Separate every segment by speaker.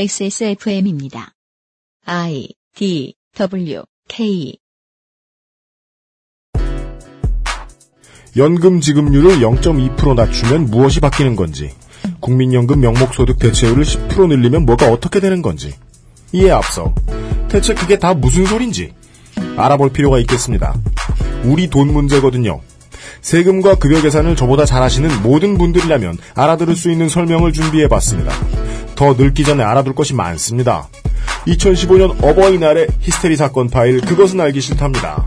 Speaker 1: XSFM입니다. I D W K
Speaker 2: 연금 지급률을 0.2% 낮추면 무엇이 바뀌는 건지, 국민연금 명목소득 대체율을 10% 늘리면 뭐가 어떻게 되는 건지, 이에 앞서 대체 그게 다 무슨 소린지 알아볼 필요가 있겠습니다. 우리 돈 문제거든요. 세금과 급여 계산을 저보다 잘하시는 모든 분들이라면 알아들을 수 있는 설명을 준비해봤습니다. 더 늙기 전에 알아둘 것이 많습니다. 2015년 어버이날의 히스테리 사건 파일 그것은 알기 싫답니다.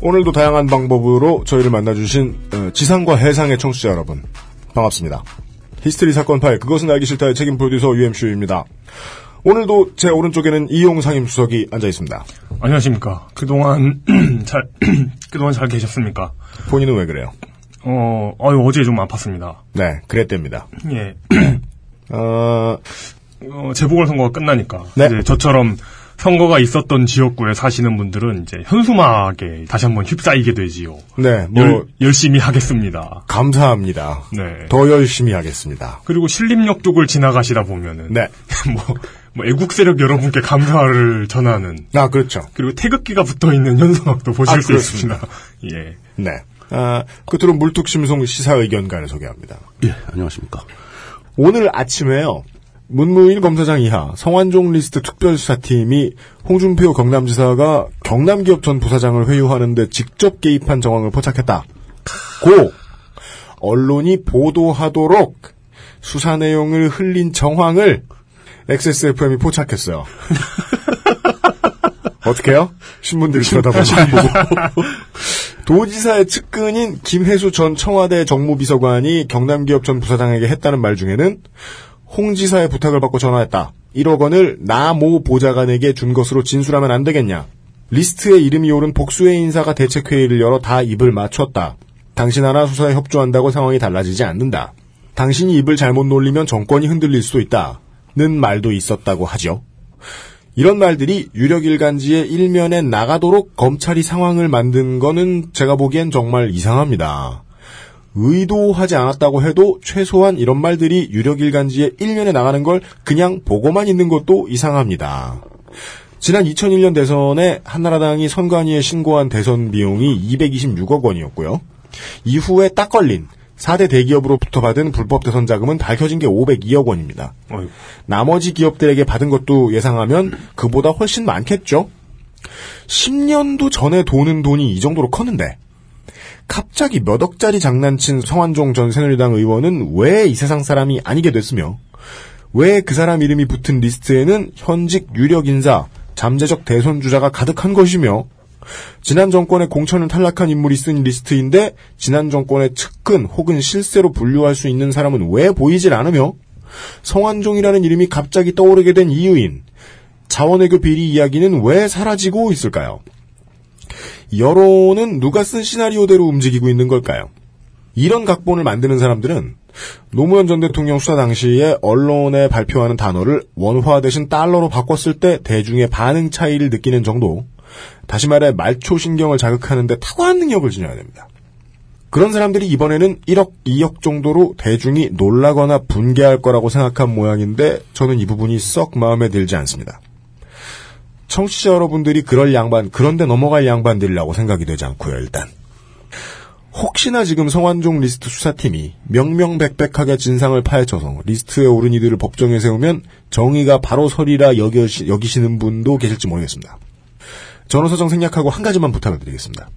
Speaker 2: 오늘도 다양한 방법으로 저희를 만나주신 어, 지상과 해상의 청취자 여러분 반갑습니다. 히스테리 사건 파일 그것은 알기 싫다의 책임 프로듀서 UMC입니다. 오늘도 제 오른쪽에는 이용 상임수석이 앉아 있습니다.
Speaker 3: 안녕하십니까. 그동안 잘, 그동안 잘 계셨습니까?
Speaker 2: 본인은 왜 그래요?
Speaker 3: 어, 아유, 어제 좀 아팠습니다.
Speaker 2: 네, 그랬답니다.
Speaker 3: 예.
Speaker 2: 어,
Speaker 3: 어, 재보궐선거가 끝나니까.
Speaker 2: 네.
Speaker 3: 이제 저처럼 선거가 있었던 지역구에 사시는 분들은 이제 현수막에 다시 한번 휩싸이게 되지요.
Speaker 2: 네, 뭐
Speaker 3: 열, 열심히 하겠습니다.
Speaker 2: 감사합니다.
Speaker 3: 네.
Speaker 2: 더 열심히 하겠습니다.
Speaker 3: 그리고 신림역 쪽을 지나가시다 보면은.
Speaker 2: 네,
Speaker 3: 뭐, 뭐 애국 세력 여러분께 감사를 전하는.
Speaker 2: 아 그렇죠.
Speaker 3: 그리고 태극기가 붙어 있는 현수막도 보실
Speaker 2: 아,
Speaker 3: 수 있습니다. 예.
Speaker 2: 네. 아, 끝으로 물뚝심송 시사 의견가를 소개합니다.
Speaker 4: 예, 안녕하십니까.
Speaker 2: 오늘 아침에요. 문무일 검사장 이하 성완종 리스트 특별수사팀이 홍준표 경남지사가 경남기업 전 부사장을 회유하는데 직접 개입한 정황을 포착했다. 고 언론이 보도하도록 수사 내용을 흘린 정황을 XSFM이 포착했어요. 어떻게요? 신문들이 쳐다보고 도지사의 측근인 김혜수 전 청와대 정무비서관이 경남기업 전 부사장에게 했다는 말 중에는 홍 지사의 부탁을 받고 전화했다. 1억 원을 나 모 보좌관에게 준 것으로 진술하면 안 되겠냐. 리스트에 이름이 오른 복수의 인사가 대책회의를 열어 다 입을 맞췄다. 당신 하나 수사에 협조한다고 상황이 달라지지 않는다. 당신이 입을 잘못 놀리면 정권이 흔들릴 수도 있다. 는 말도 있었다고 하죠. 이런 말들이 유력 일간지의 일면에 나가도록 검찰이 상황을 만든 거는 제가 보기엔 정말 이상합니다. 의도하지 않았다고 해도 최소한 이런 말들이 유력 일간지의 일면에 나가는 걸 그냥 보고만 있는 것도 이상합니다. 지난 2001년 대선에 한나라당이 선관위에 신고한 대선 비용이 226억 원이었고요. 이후에 딱 걸린 4대 대기업으로부터 받은 불법 대선 자금은 밝혀진 게 502억 원입니다.
Speaker 3: 어이구.
Speaker 2: 나머지 기업들에게 받은 것도 예상하면 그보다 훨씬 많겠죠? 10년도 전에 도는 돈이 이 정도로 컸는데, 갑자기 몇 억짜리 장난친 성한종 전 새누리당 의원은 왜 이 세상 사람이 아니게 됐으며, 왜 그 사람 이름이 붙은 리스트에는 현직 유력 인사, 잠재적 대선 주자가 가득한 것이며, 지난 정권의 공천을 탈락한 인물이 쓴 리스트인데, 지난 정권의 측근 혹은 실세로 분류할 수 있는 사람은 왜 보이질 않으며, 성완종이라는 이름이 갑자기 떠오르게 된 이유인 자원외교 비리 이야기는 왜 사라지고 있을까요? 여론은 누가 쓴 시나리오대로 움직이고 있는 걸까요? 이런 각본을 만드는 사람들은 노무현 전 대통령 수사 당시에 언론에 발표하는 단어를 원화 대신 달러로 바꿨을 때 대중의 반응 차이를 느끼는 정도, 다시 말해 말초 신경을 자극하는데 탁월한 능력을 지녀야 됩니다. 그런 사람들이 이번에는 1억, 2억 정도로 대중이 놀라거나 분개할 거라고 생각한 모양인데 저는 이 부분이 썩 마음에 들지 않습니다. 청취자 여러분들이 그럴 양반, 그런데 넘어갈 양반들이라고 생각이 되지 않고요, 일단. 혹시나 지금 성완종 리스트 수사팀이 명명백백하게 진상을 파헤쳐서 리스트에 오른 이들을 법정에 세우면 정의가 바로 서리라 여겨시- 여기시는 분도 계실지 모르겠습니다. 전호사정 생략하고 한 가지만 부탁을 드리겠습니다.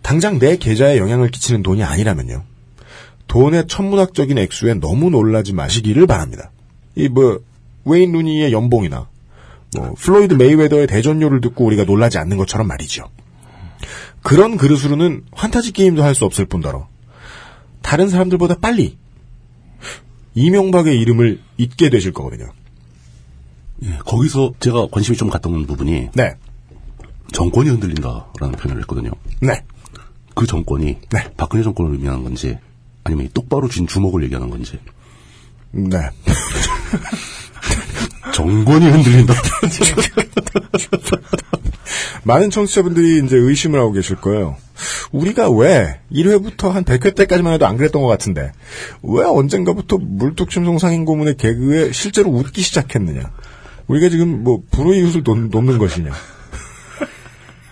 Speaker 2: 당장 내 계좌에 영향을 끼치는 돈이 아니라면요. 돈의 천문학적인 액수에 너무 놀라지 마시기를 바랍니다. 이 뭐, 웨인 루니의 연봉이나, 뭐, 플로이드 메이웨더의 대전료를 듣고 우리가 놀라지 않는 것처럼 말이죠. 그런 그릇으로는 환타지 게임도 할 수 없을 뿐더러, 다른 사람들보다 빨리, 이명박의 이름을 잊게 되실 거거든요.
Speaker 4: 예, 거기서 제가 관심이 좀 갔던 부분이
Speaker 2: 네,
Speaker 4: 정권이 흔들린다라는 표현을 했거든요.
Speaker 2: 네,
Speaker 4: 그 정권이
Speaker 2: 네.
Speaker 4: 박근혜 정권을 의미하는 건지 아니면 이 똑바로 쥔 주먹을 얘기하는 건지
Speaker 2: 네.
Speaker 4: 정권이 흔들린다.
Speaker 2: 많은 청취자분들이 이제 의심을 하고 계실 거예요. 우리가 왜 1회부터 한 100회 때까지만 해도 안 그랬던 것 같은데 왜 언젠가부터 물뚝심송 상인고문의 개그에 실제로 웃기 시작했느냐. 우리가 지금 뭐 불우이웃을 돕- 돕는 것이냐.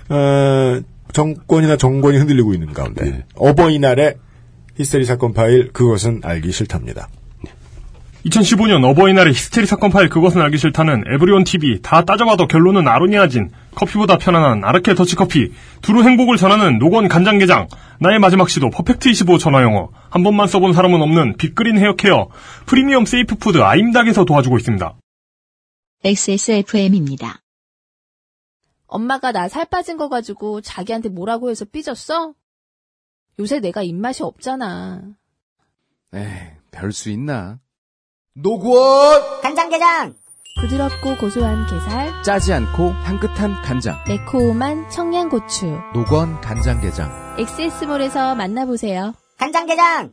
Speaker 2: 어, 정권이나 정권이 흔들리고 있는 가운데
Speaker 5: 예.
Speaker 4: 네.
Speaker 2: 어버이날에 히스테리 사건 파일 그것은 알기 싫답니다.
Speaker 3: 2015년 어버이날의 히스테리 사건 파일 그것은 알기 싫다는 에브리온 TV 다 따져봐도 결론은 아로니아진 커피보다 편안한 아르케 더치커피 두루 행복을 전하는 노건 간장게장 나의 마지막 시도 퍼펙트 25 전화영어 한 번만 써본 사람은 없는 빅그린 헤어케어 프리미엄 세이프푸드 아임닭에서 도와주고 있습니다.
Speaker 1: XSFM입니다.
Speaker 6: 엄마가 나 살 빠진 거 가지고 자기한테 뭐라고 해서 삐졌어? 요새 내가 입맛이 없잖아.
Speaker 5: 에이, 별 수 있나? 노구원!
Speaker 7: 간장게장!
Speaker 6: 부드럽고 고소한 게살,
Speaker 5: 짜지 않고 향긋한 간장.
Speaker 6: 매콤한 청양고추.
Speaker 5: 노건 간장게장.
Speaker 6: 엑세스몰에서 만나보세요.
Speaker 7: 간장게장!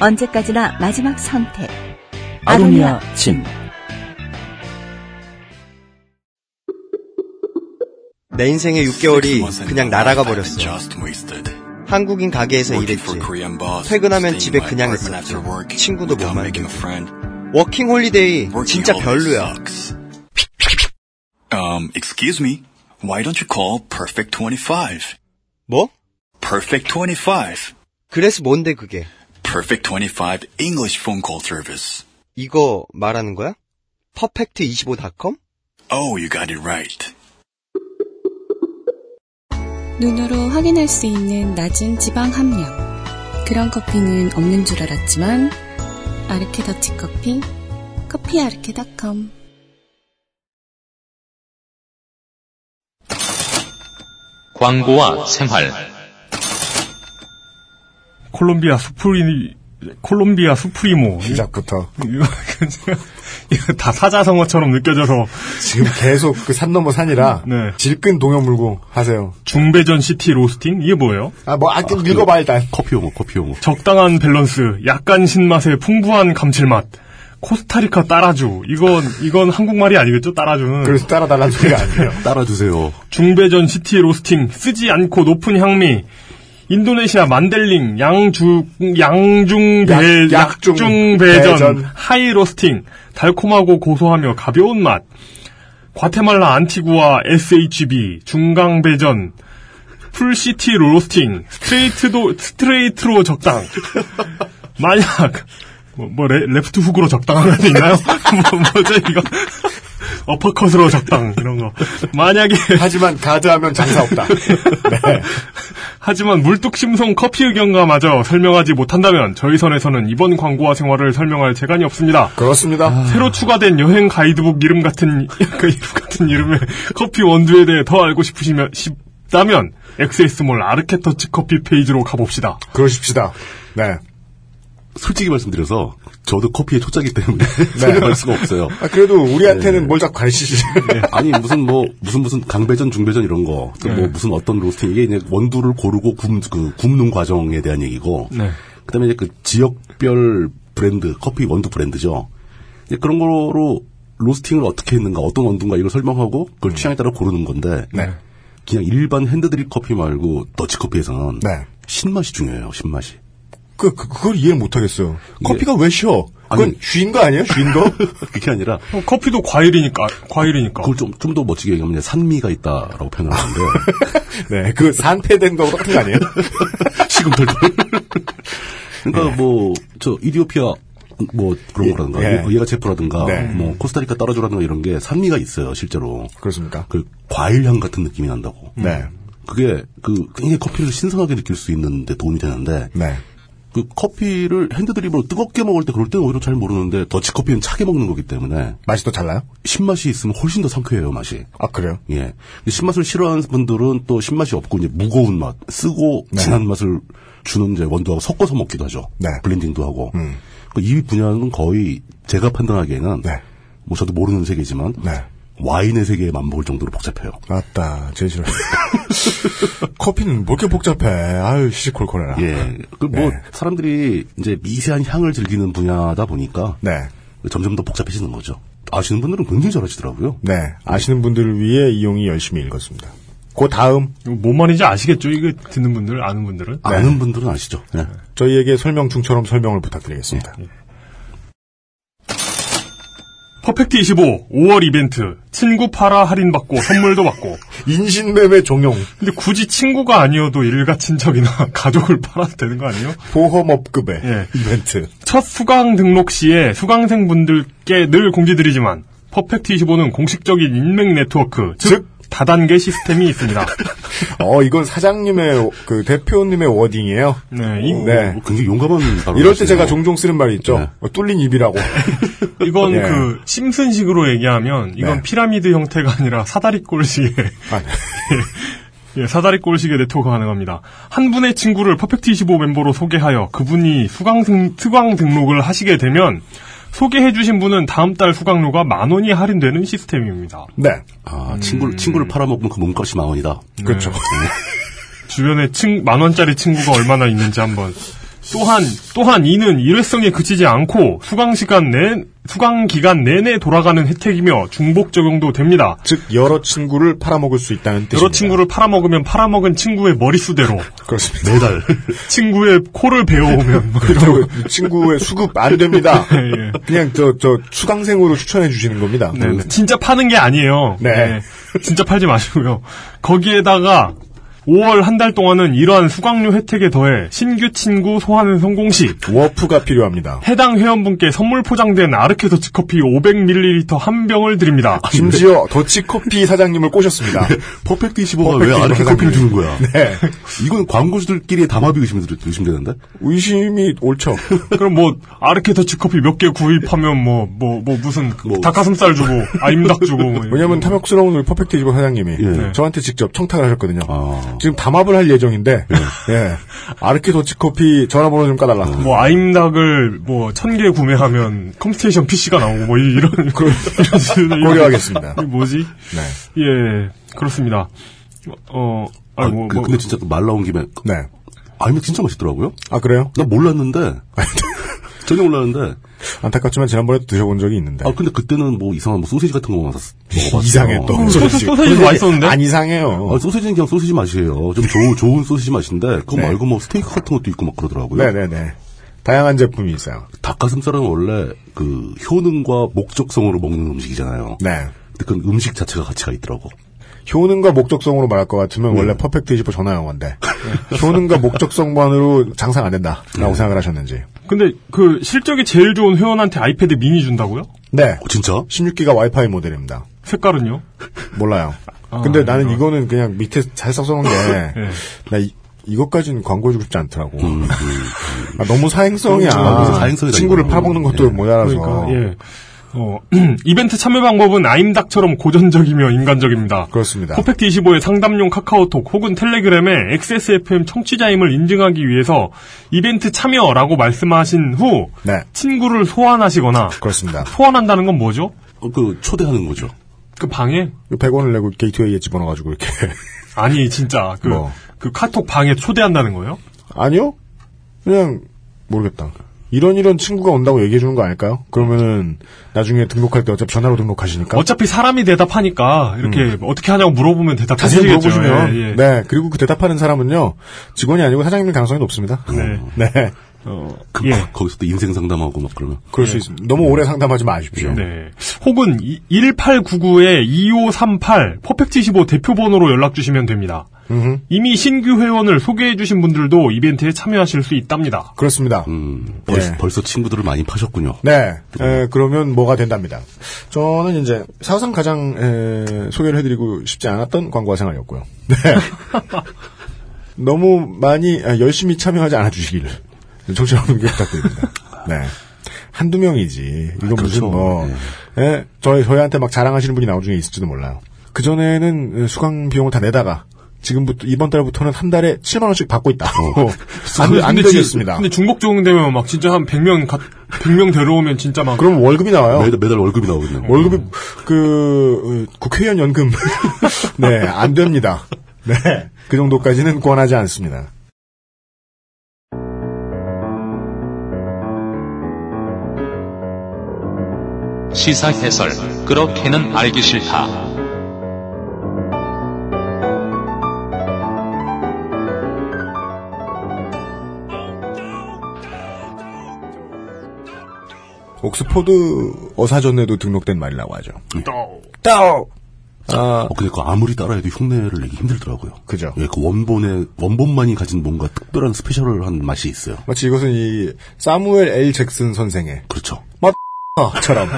Speaker 8: 언제까지나 마지막 선택.
Speaker 5: 아로니아 침.
Speaker 9: 내 인생의 6개월이 그냥 날아가 버렸어. 한국인 가게에서 일했지. 퇴근하면 집에 그냥 있었지. 친구도 못 만들고. 워킹 홀리데이 진짜 별로야.
Speaker 10: Um, excuse me. Why don't you call Perfect 25?
Speaker 9: 뭐?
Speaker 10: Perfect 25.
Speaker 9: 그래서 뭔데 그게?
Speaker 10: Perfect 25 English phone call service.
Speaker 9: 이거 말하는 거야? 퍼펙트25.com?
Speaker 10: Oh, you got it right.
Speaker 11: 눈으로 확인할 수 있는 낮은 지방 함량. 그런 커피는 없는 줄 알았지만, 아르케 더치 커피, 커피 아르케닷컴.
Speaker 12: 광고와 생활.
Speaker 3: 콜롬비아 수프리 콜롬비아 수프리모
Speaker 2: 시작부터
Speaker 3: 이거, 그냥- 이거 다 사자성어처럼 느껴져서
Speaker 2: 지금 계속 그 산 넘어 산이라
Speaker 3: 네.
Speaker 2: 질끈 동요 물고 하세요.
Speaker 3: 중배전 시티 로스팅 이게 뭐예요?
Speaker 2: 아 뭐 아까 읽어봐 일단.
Speaker 4: 커피 용어, 커피 용어.
Speaker 3: 적당한 밸런스, 약간 신맛에 풍부한 감칠맛. 코스타리카 따라주. 이건 이건 한국말이 아니겠죠? 따라주는
Speaker 2: 그래서 따라달라는 소리가 아니에요.
Speaker 4: 따라주세요.
Speaker 3: 중배전 시티 로스팅 쓰지 않고 높은 향미. 인도네시아 만델링 양주 양중 배
Speaker 2: 약- 약중
Speaker 3: 약중 배전
Speaker 2: 배전.
Speaker 3: 하이 로스팅 달콤하고 고소하며 가벼운 맛. 과테말라 안티구아 SHB 중강 배전 풀시티 로스팅 스트레이트도 스트레이트로 적당 만약 뭐, 뭐 레, 프트 훅으로 적당한 게 있나요? 뭐, 뭐죠 이거 어퍼컷으로 적당 이런 거 만약에
Speaker 2: 하지만 가드하면 장사 없다. 네.
Speaker 3: 하지만 물뚝심송 커피 의견과마저 설명하지 못한다면 저희 선에서는 이번 광고와 생활을 설명할 재간이 없습니다.
Speaker 2: 그렇습니다.
Speaker 3: 새로 추가된 여행 가이드북 이름 같은 그 이름 같은 이름의 커피 원두에 대해 더 알고 싶으시면 싶다면 XS몰 아르케터치 커피 페이지로 가봅시다.
Speaker 2: 그러십시다. 네.
Speaker 4: 솔직히 말씀드려서 저도 커피에 초짜기 때문에 설명할 수가 없어요.
Speaker 2: 아, 그래도 우리한테는 뭘 자꾸 가르치지.
Speaker 4: 아니 무슨 뭐 무슨 무슨 강배전 중배전 이런 거또 뭐
Speaker 2: 네.
Speaker 4: 무슨 어떤 로스팅 이게 이제 원두를 고르고 굽, 그 굽는 과정에 대한 얘기고
Speaker 2: 네.
Speaker 4: 그다음에 이제 그 지역별 브랜드 커피 원두 브랜드죠 이제 그런 거로 로스팅을 어떻게 했는가 어떤 원두인가 이걸 설명하고 그걸 취향에 따라 고르는 건데
Speaker 2: 네.
Speaker 4: 그냥 일반 핸드드립 커피 말고 더치 커피에서는
Speaker 2: 네.
Speaker 4: 신맛이 중요해요 신맛이
Speaker 2: 그, 그, 그걸 이해 못하겠어요. 커피가 왜 쉬어? 그건
Speaker 4: 아니.
Speaker 2: 쉰 거 아니에요? 쉰 거?
Speaker 4: 그게 아니라
Speaker 3: 어, 커피도 과일이니까 과일이니까.
Speaker 4: 그걸 좀 좀 더 멋지게 얘기하면 이제 산미가 있다라고 표현하는데
Speaker 2: 네. 그 산패된 거하고 똑같은 거 아니에요?
Speaker 4: 지금들도. 그러니까 뭐, 저, 이디오피아, 뭐, 그런
Speaker 2: 네. 예,
Speaker 4: 거라든가,
Speaker 2: 예.
Speaker 4: 얘가 제프라든가,
Speaker 2: 네.
Speaker 4: 뭐, 코스타리카 따라주라든가 이런 게 산미가 있어요, 실제로.
Speaker 2: 그렇습니까?
Speaker 4: 그, 과일향 같은 느낌이 난다고.
Speaker 2: 네.
Speaker 4: 그게, 그, 굉장히 커피를 신선하게 느낄 수 있는데 도움이 되는데,
Speaker 2: 네.
Speaker 4: 그 커피를 핸드드립으로 뜨겁게 먹을 때 그럴 때는 오히려 잘 모르는데, 더치커피는 차게 먹는 거기 때문에,
Speaker 2: 맛이 또 달라요?
Speaker 4: 신맛이 있으면 훨씬 더 상쾌해요, 맛이.
Speaker 2: 아, 그래요?
Speaker 4: 예. 근데 신맛을 싫어하는 분들은 또 신맛이 없고 이제 무거운 맛, 쓰고 진한 맛을 주는 이제 원두하고 섞어서 먹기도 하죠.
Speaker 2: 네.
Speaker 4: 블렌딩도 하고. 그
Speaker 2: 음.
Speaker 4: 그이 분야는 거의 제가 판단하기에는
Speaker 2: 네.
Speaker 4: 뭐 저도 모르는 세계지만
Speaker 2: 네.
Speaker 4: 와인의 세계에 만볼 정도로 복잡해요.
Speaker 2: 맞다. 제일 싫어. 커피는 뭐 이렇게 복잡해. 아유, 네. 시시콜콜해라.
Speaker 4: 예. 그 뭐 사람들이 이제 미세한 향을 즐기는 분야다 보니까
Speaker 2: 네.
Speaker 4: 점점 더 복잡해지는 거죠. 아시는 분들은 굉장히 잘하시더라고요.
Speaker 2: 네. 아시는 분들을 위해 이용이 열심히 읽었습니다. 그 다음.
Speaker 3: 뭔 말인지 아시겠죠? 이거 듣는 분들, 아는 분들은?
Speaker 4: 아는 분들은 아시죠. 네.
Speaker 2: 저희에게 설명충처럼 설명을 부탁드리겠습니다.
Speaker 3: 예, 퍼펙트 25 5월 이벤트 친구 팔아 할인 받고 선물도 받고
Speaker 2: 인신매매 종용.
Speaker 3: 근데 굳이 친구가 아니어도 일가 친척이나 가족을 팔아도 되는 거 아니에요?
Speaker 2: 보험업급의
Speaker 3: 예.
Speaker 2: 이벤트.
Speaker 3: 첫 수강 등록 시에 수강생분들께 늘 공지드리지만 퍼펙트 25는 공식적인 인맥 네트워크 즉, 다단계 시스템이 있습니다.
Speaker 2: 어, 이건 사장님의, 그, 대표님의 워딩이에요.
Speaker 3: 네, 이-
Speaker 2: 네.
Speaker 4: 어, 굉장히 용감한 발언.
Speaker 2: 이럴 때 제가 종종 쓰는 말이 있죠.
Speaker 3: 네.
Speaker 2: 어, 뚫린 입이라고.
Speaker 3: 이건
Speaker 2: 예.
Speaker 3: 그 심슨식으로 얘기하면 이건
Speaker 2: 네.
Speaker 3: 피라미드 형태가 아니라 사다리꼴식의 예, 사다리꼴식의 네트워크가 가능합니다. 한 분의 친구를 퍼펙트 25 멤버로 소개하여 그분이 수강 등, 수강 등록을 하시게 되면 소개해주신 분은 다음 달 수강료가 만 원이 할인되는 시스템입니다.
Speaker 2: 네.
Speaker 4: 아, 친구를, 친구를 팔아먹으면 그 몸값이 만 원이다.
Speaker 2: 음.
Speaker 4: 네.
Speaker 2: 그렇죠.
Speaker 3: 주변에 친, 만 원짜리 친구가 얼마나 있는지 한번. 또한, 또한 이는 일회성에 그치지 않고 수강 시간 내, 수강 기간 내내 돌아가는 혜택이며 중복 적용도 됩니다.
Speaker 2: 즉, 여러 친구를 팔아먹을 수 있다는 뜻입니다.
Speaker 3: 여러 친구를 팔아먹으면 팔아먹은 친구의 머릿수대로
Speaker 2: 그렇습니다.
Speaker 4: 매달.
Speaker 3: 친구의 코를 베어오면 뭐 이런 거.
Speaker 2: 그리고 친구의 수급 안 됩니다.
Speaker 3: 예, 예.
Speaker 2: 그냥 저, 저, 수강생으로 추천해 주시는 겁니다.
Speaker 3: 네, 네. 진짜 파는 게 아니에요.
Speaker 2: 네.
Speaker 3: 진짜 팔지 마시고요. 거기에다가 5월 한 달 동안은 이러한 수강료 혜택에 더해 신규 친구 소환 성공시
Speaker 2: 워프가 필요합니다.
Speaker 3: 해당 회원분께 선물 포장된 아르케 더치커피 500ml 한 병을 드립니다.
Speaker 2: 심지어 더치커피 사장님을 꼬셨습니다.
Speaker 3: 네.
Speaker 4: 퍼펙트 25가
Speaker 2: 퍼펙트
Speaker 4: 왜 아르케
Speaker 2: 25
Speaker 4: 커피를 주는 거야?
Speaker 2: 네.
Speaker 4: 이건 광고주들끼리의 담합이 의심이 들- 의심되는데?
Speaker 2: 의심이 옳죠.
Speaker 3: 그럼 뭐 아르케 더치커피 몇 개 구입하면 뭐 뭐 뭐 무슨
Speaker 4: 뭐.
Speaker 3: 닭가슴살 주고 아임닭 주고 뭐
Speaker 2: 왜냐면 탐욕스러운 우리 퍼펙트 이브 사장님이
Speaker 3: 예.
Speaker 4: 네.
Speaker 2: 저한테 직접 청탁을 하셨거든요.
Speaker 4: 아.
Speaker 2: 지금 담합을 할 예정인데, 예. 아르키 더치커피 전화번호 좀 까달라.
Speaker 3: 뭐 아임닭을 뭐 천 개 구매하면 컴스테이션 PC가 나오고 뭐 이- 이런 그런 이런 식으로 이런-
Speaker 2: 고려하겠습니다.
Speaker 3: 이게 뭐지?
Speaker 2: 네.
Speaker 3: 예 그렇습니다. 어
Speaker 4: 아,
Speaker 3: 아니 뭐,
Speaker 4: 그-
Speaker 3: 뭐
Speaker 4: 근데 진짜 그말 나온 김에. 그-
Speaker 2: 네.
Speaker 4: 아니면 진짜 맛있더라고요?
Speaker 2: 아, 그래요?
Speaker 4: 나 몰랐는데. 전혀 몰랐는데.
Speaker 2: 안타깝지만 지난번에 드셔본 적이 있는데.
Speaker 4: 아, 근데 그때는 뭐 이상한 뭐 소시지 같은 거만 샀어.
Speaker 2: 이상해, 또.
Speaker 3: 음, 소시- 소시지 맛있었는데? 어,
Speaker 2: 안 이상해요.
Speaker 4: 아, 소시지는 그냥 소시지 맛이에요. 좀 좋은,
Speaker 2: 네.
Speaker 4: 좋은 소시지 맛인데, 그거 말고 뭐 스테이크 같은 것도 있고 막 그러더라고요.
Speaker 2: 네네네. 다양한 제품이 있어요.
Speaker 4: 닭가슴살은 원래 그 효능과 목적성으로 먹는 음식이잖아요.
Speaker 2: 네.
Speaker 4: 근데 그 음식 자체가 가치가 있더라고.
Speaker 2: 효능과 목적성으로 말할 것 같으면
Speaker 4: 네.
Speaker 2: 원래 퍼펙트 25 전화 영어인데 효능과 목적성만으로 장사 안
Speaker 4: 네.
Speaker 2: 된다라고 생각을 하셨는지.
Speaker 3: 근데 그 실적이 제일 좋은 회원한테 아이패드 미니 준다고요?
Speaker 2: 네.
Speaker 4: 어, 진짜?
Speaker 2: 16기가 와이파이 모델입니다.
Speaker 3: 색깔은요?
Speaker 2: 몰라요.
Speaker 4: 아,
Speaker 2: 근데
Speaker 4: 네.
Speaker 2: 나는 이거는 그냥 밑에 잘 써놓은 게, 나 이, 이것까지는 광고해주고 싶지 않더라고.
Speaker 4: 음,
Speaker 2: 아, 너무 사행성이야.
Speaker 4: 아, 무슨 사행성이다,
Speaker 2: 친구를
Speaker 4: 이거는.
Speaker 2: 파먹는 것도
Speaker 4: 예.
Speaker 2: 모자라서.
Speaker 3: 그러니까 예. 어, 이벤트 참여 방법은 아임닭처럼 고전적이며 인간적입니다.
Speaker 2: 그렇습니다.
Speaker 3: 퍼펙트 25의 상담용 카카오톡 혹은 텔레그램에 XSFM 청취자임을 인증하기 위해서 이벤트 참여라고 말씀하신 후
Speaker 2: 네.
Speaker 3: 친구를 소환하시거나
Speaker 2: 그렇습니다.
Speaker 3: 소환한다는 건 뭐죠?
Speaker 4: 어, 그 초대하는 거죠.
Speaker 3: 그 방에
Speaker 2: 100원을 내고 게이트웨이에 집어넣어가지고 이렇게.
Speaker 3: 아니 진짜 그,
Speaker 2: 뭐.
Speaker 3: 그 카톡 방에 초대한다는 거예요?
Speaker 2: 아니요? 그냥, 모르겠다. 이런 이런 친구가 온다고 얘기해주는 거 아닐까요? 그러면은, 나중에 등록할 때 어차피 전화로 등록하시니까.
Speaker 3: 어차피 사람이 대답하니까 이렇게 어떻게 하냐고 물어보면
Speaker 2: 음. 자세히
Speaker 3: 대답하시겠죠.
Speaker 2: 물어보시면.
Speaker 3: 예, 예.
Speaker 2: 네. 그리고 그 대답하는 사람은요, 직원이 아니고 사장님일 가능성이 높습니다.
Speaker 3: 네.
Speaker 2: 네.
Speaker 3: 어,
Speaker 4: 그,
Speaker 3: 예.
Speaker 4: 거기서 또 인생 상담하고 막 그러면.
Speaker 2: 그럴 수 있습니다. 너무 오래 상담하지 마십시오.
Speaker 3: 네. 혹은 1899-2538 퍼펙트25 대표번호로 연락 주시면 됩니다.
Speaker 2: 음흠.
Speaker 3: 이미 신규 회원을 소개해 주신 분들도 이벤트에 참여하실 수 있답니다.
Speaker 2: 그렇습니다.
Speaker 4: 음, 벌,
Speaker 2: 예.
Speaker 4: 벌써 친구들을 많이 파셨군요.
Speaker 2: 네, 에, 그러면 뭐가 된답니다. 저는 이제 사상 가장 에, 소개를 해드리고 싶지 않았던 광고화 생활이었고요. 네. 너무 많이 아, 열심히 참여하지 않아 주시기를 정치적 분께 부탁드립니다. 네. 한두 명이지. 이건 무슨
Speaker 4: 그렇죠.
Speaker 2: 뭐, 예, 저희, 저희한테 막 자랑하시는 분이 나온 중에 있을지도 몰라요. 그전에는 수강 비용을 다 내다가 지금부터 이번 달부터는 한 달에 7만 원씩 받고 있다.
Speaker 3: 근데-
Speaker 2: 안, 아, 안
Speaker 3: 근데 지-
Speaker 2: 되겠습니다.
Speaker 3: 근데 중국 종 되면 막 진짜 한 100명, 가, 100명 데려오면 진짜 막.
Speaker 2: 그럼 월급이 나와요.
Speaker 4: 매달, 매달 월급이 나오거든요. 음.
Speaker 2: 월급이 그 어, 국회의원 연금 네 안 됩니다. 네그 정도까지는 권하지 않습니다.
Speaker 12: 시사 해설. 그렇게는 알기 싫다.
Speaker 2: 옥스포드 어사전에도 등록된 말이라고 하죠.
Speaker 4: 따오. 아, 근데 그 아무리 따라해도 흉내를 내기 힘들더라고요.
Speaker 2: 그죠.
Speaker 4: 예, 그 원본에 원본만이 가진 뭔가 특별한 스페셜한 맛이 있어요.
Speaker 2: 마치 이것은 이 사무엘 L 잭슨 선생의
Speaker 4: 그렇죠.
Speaker 2: 맞처럼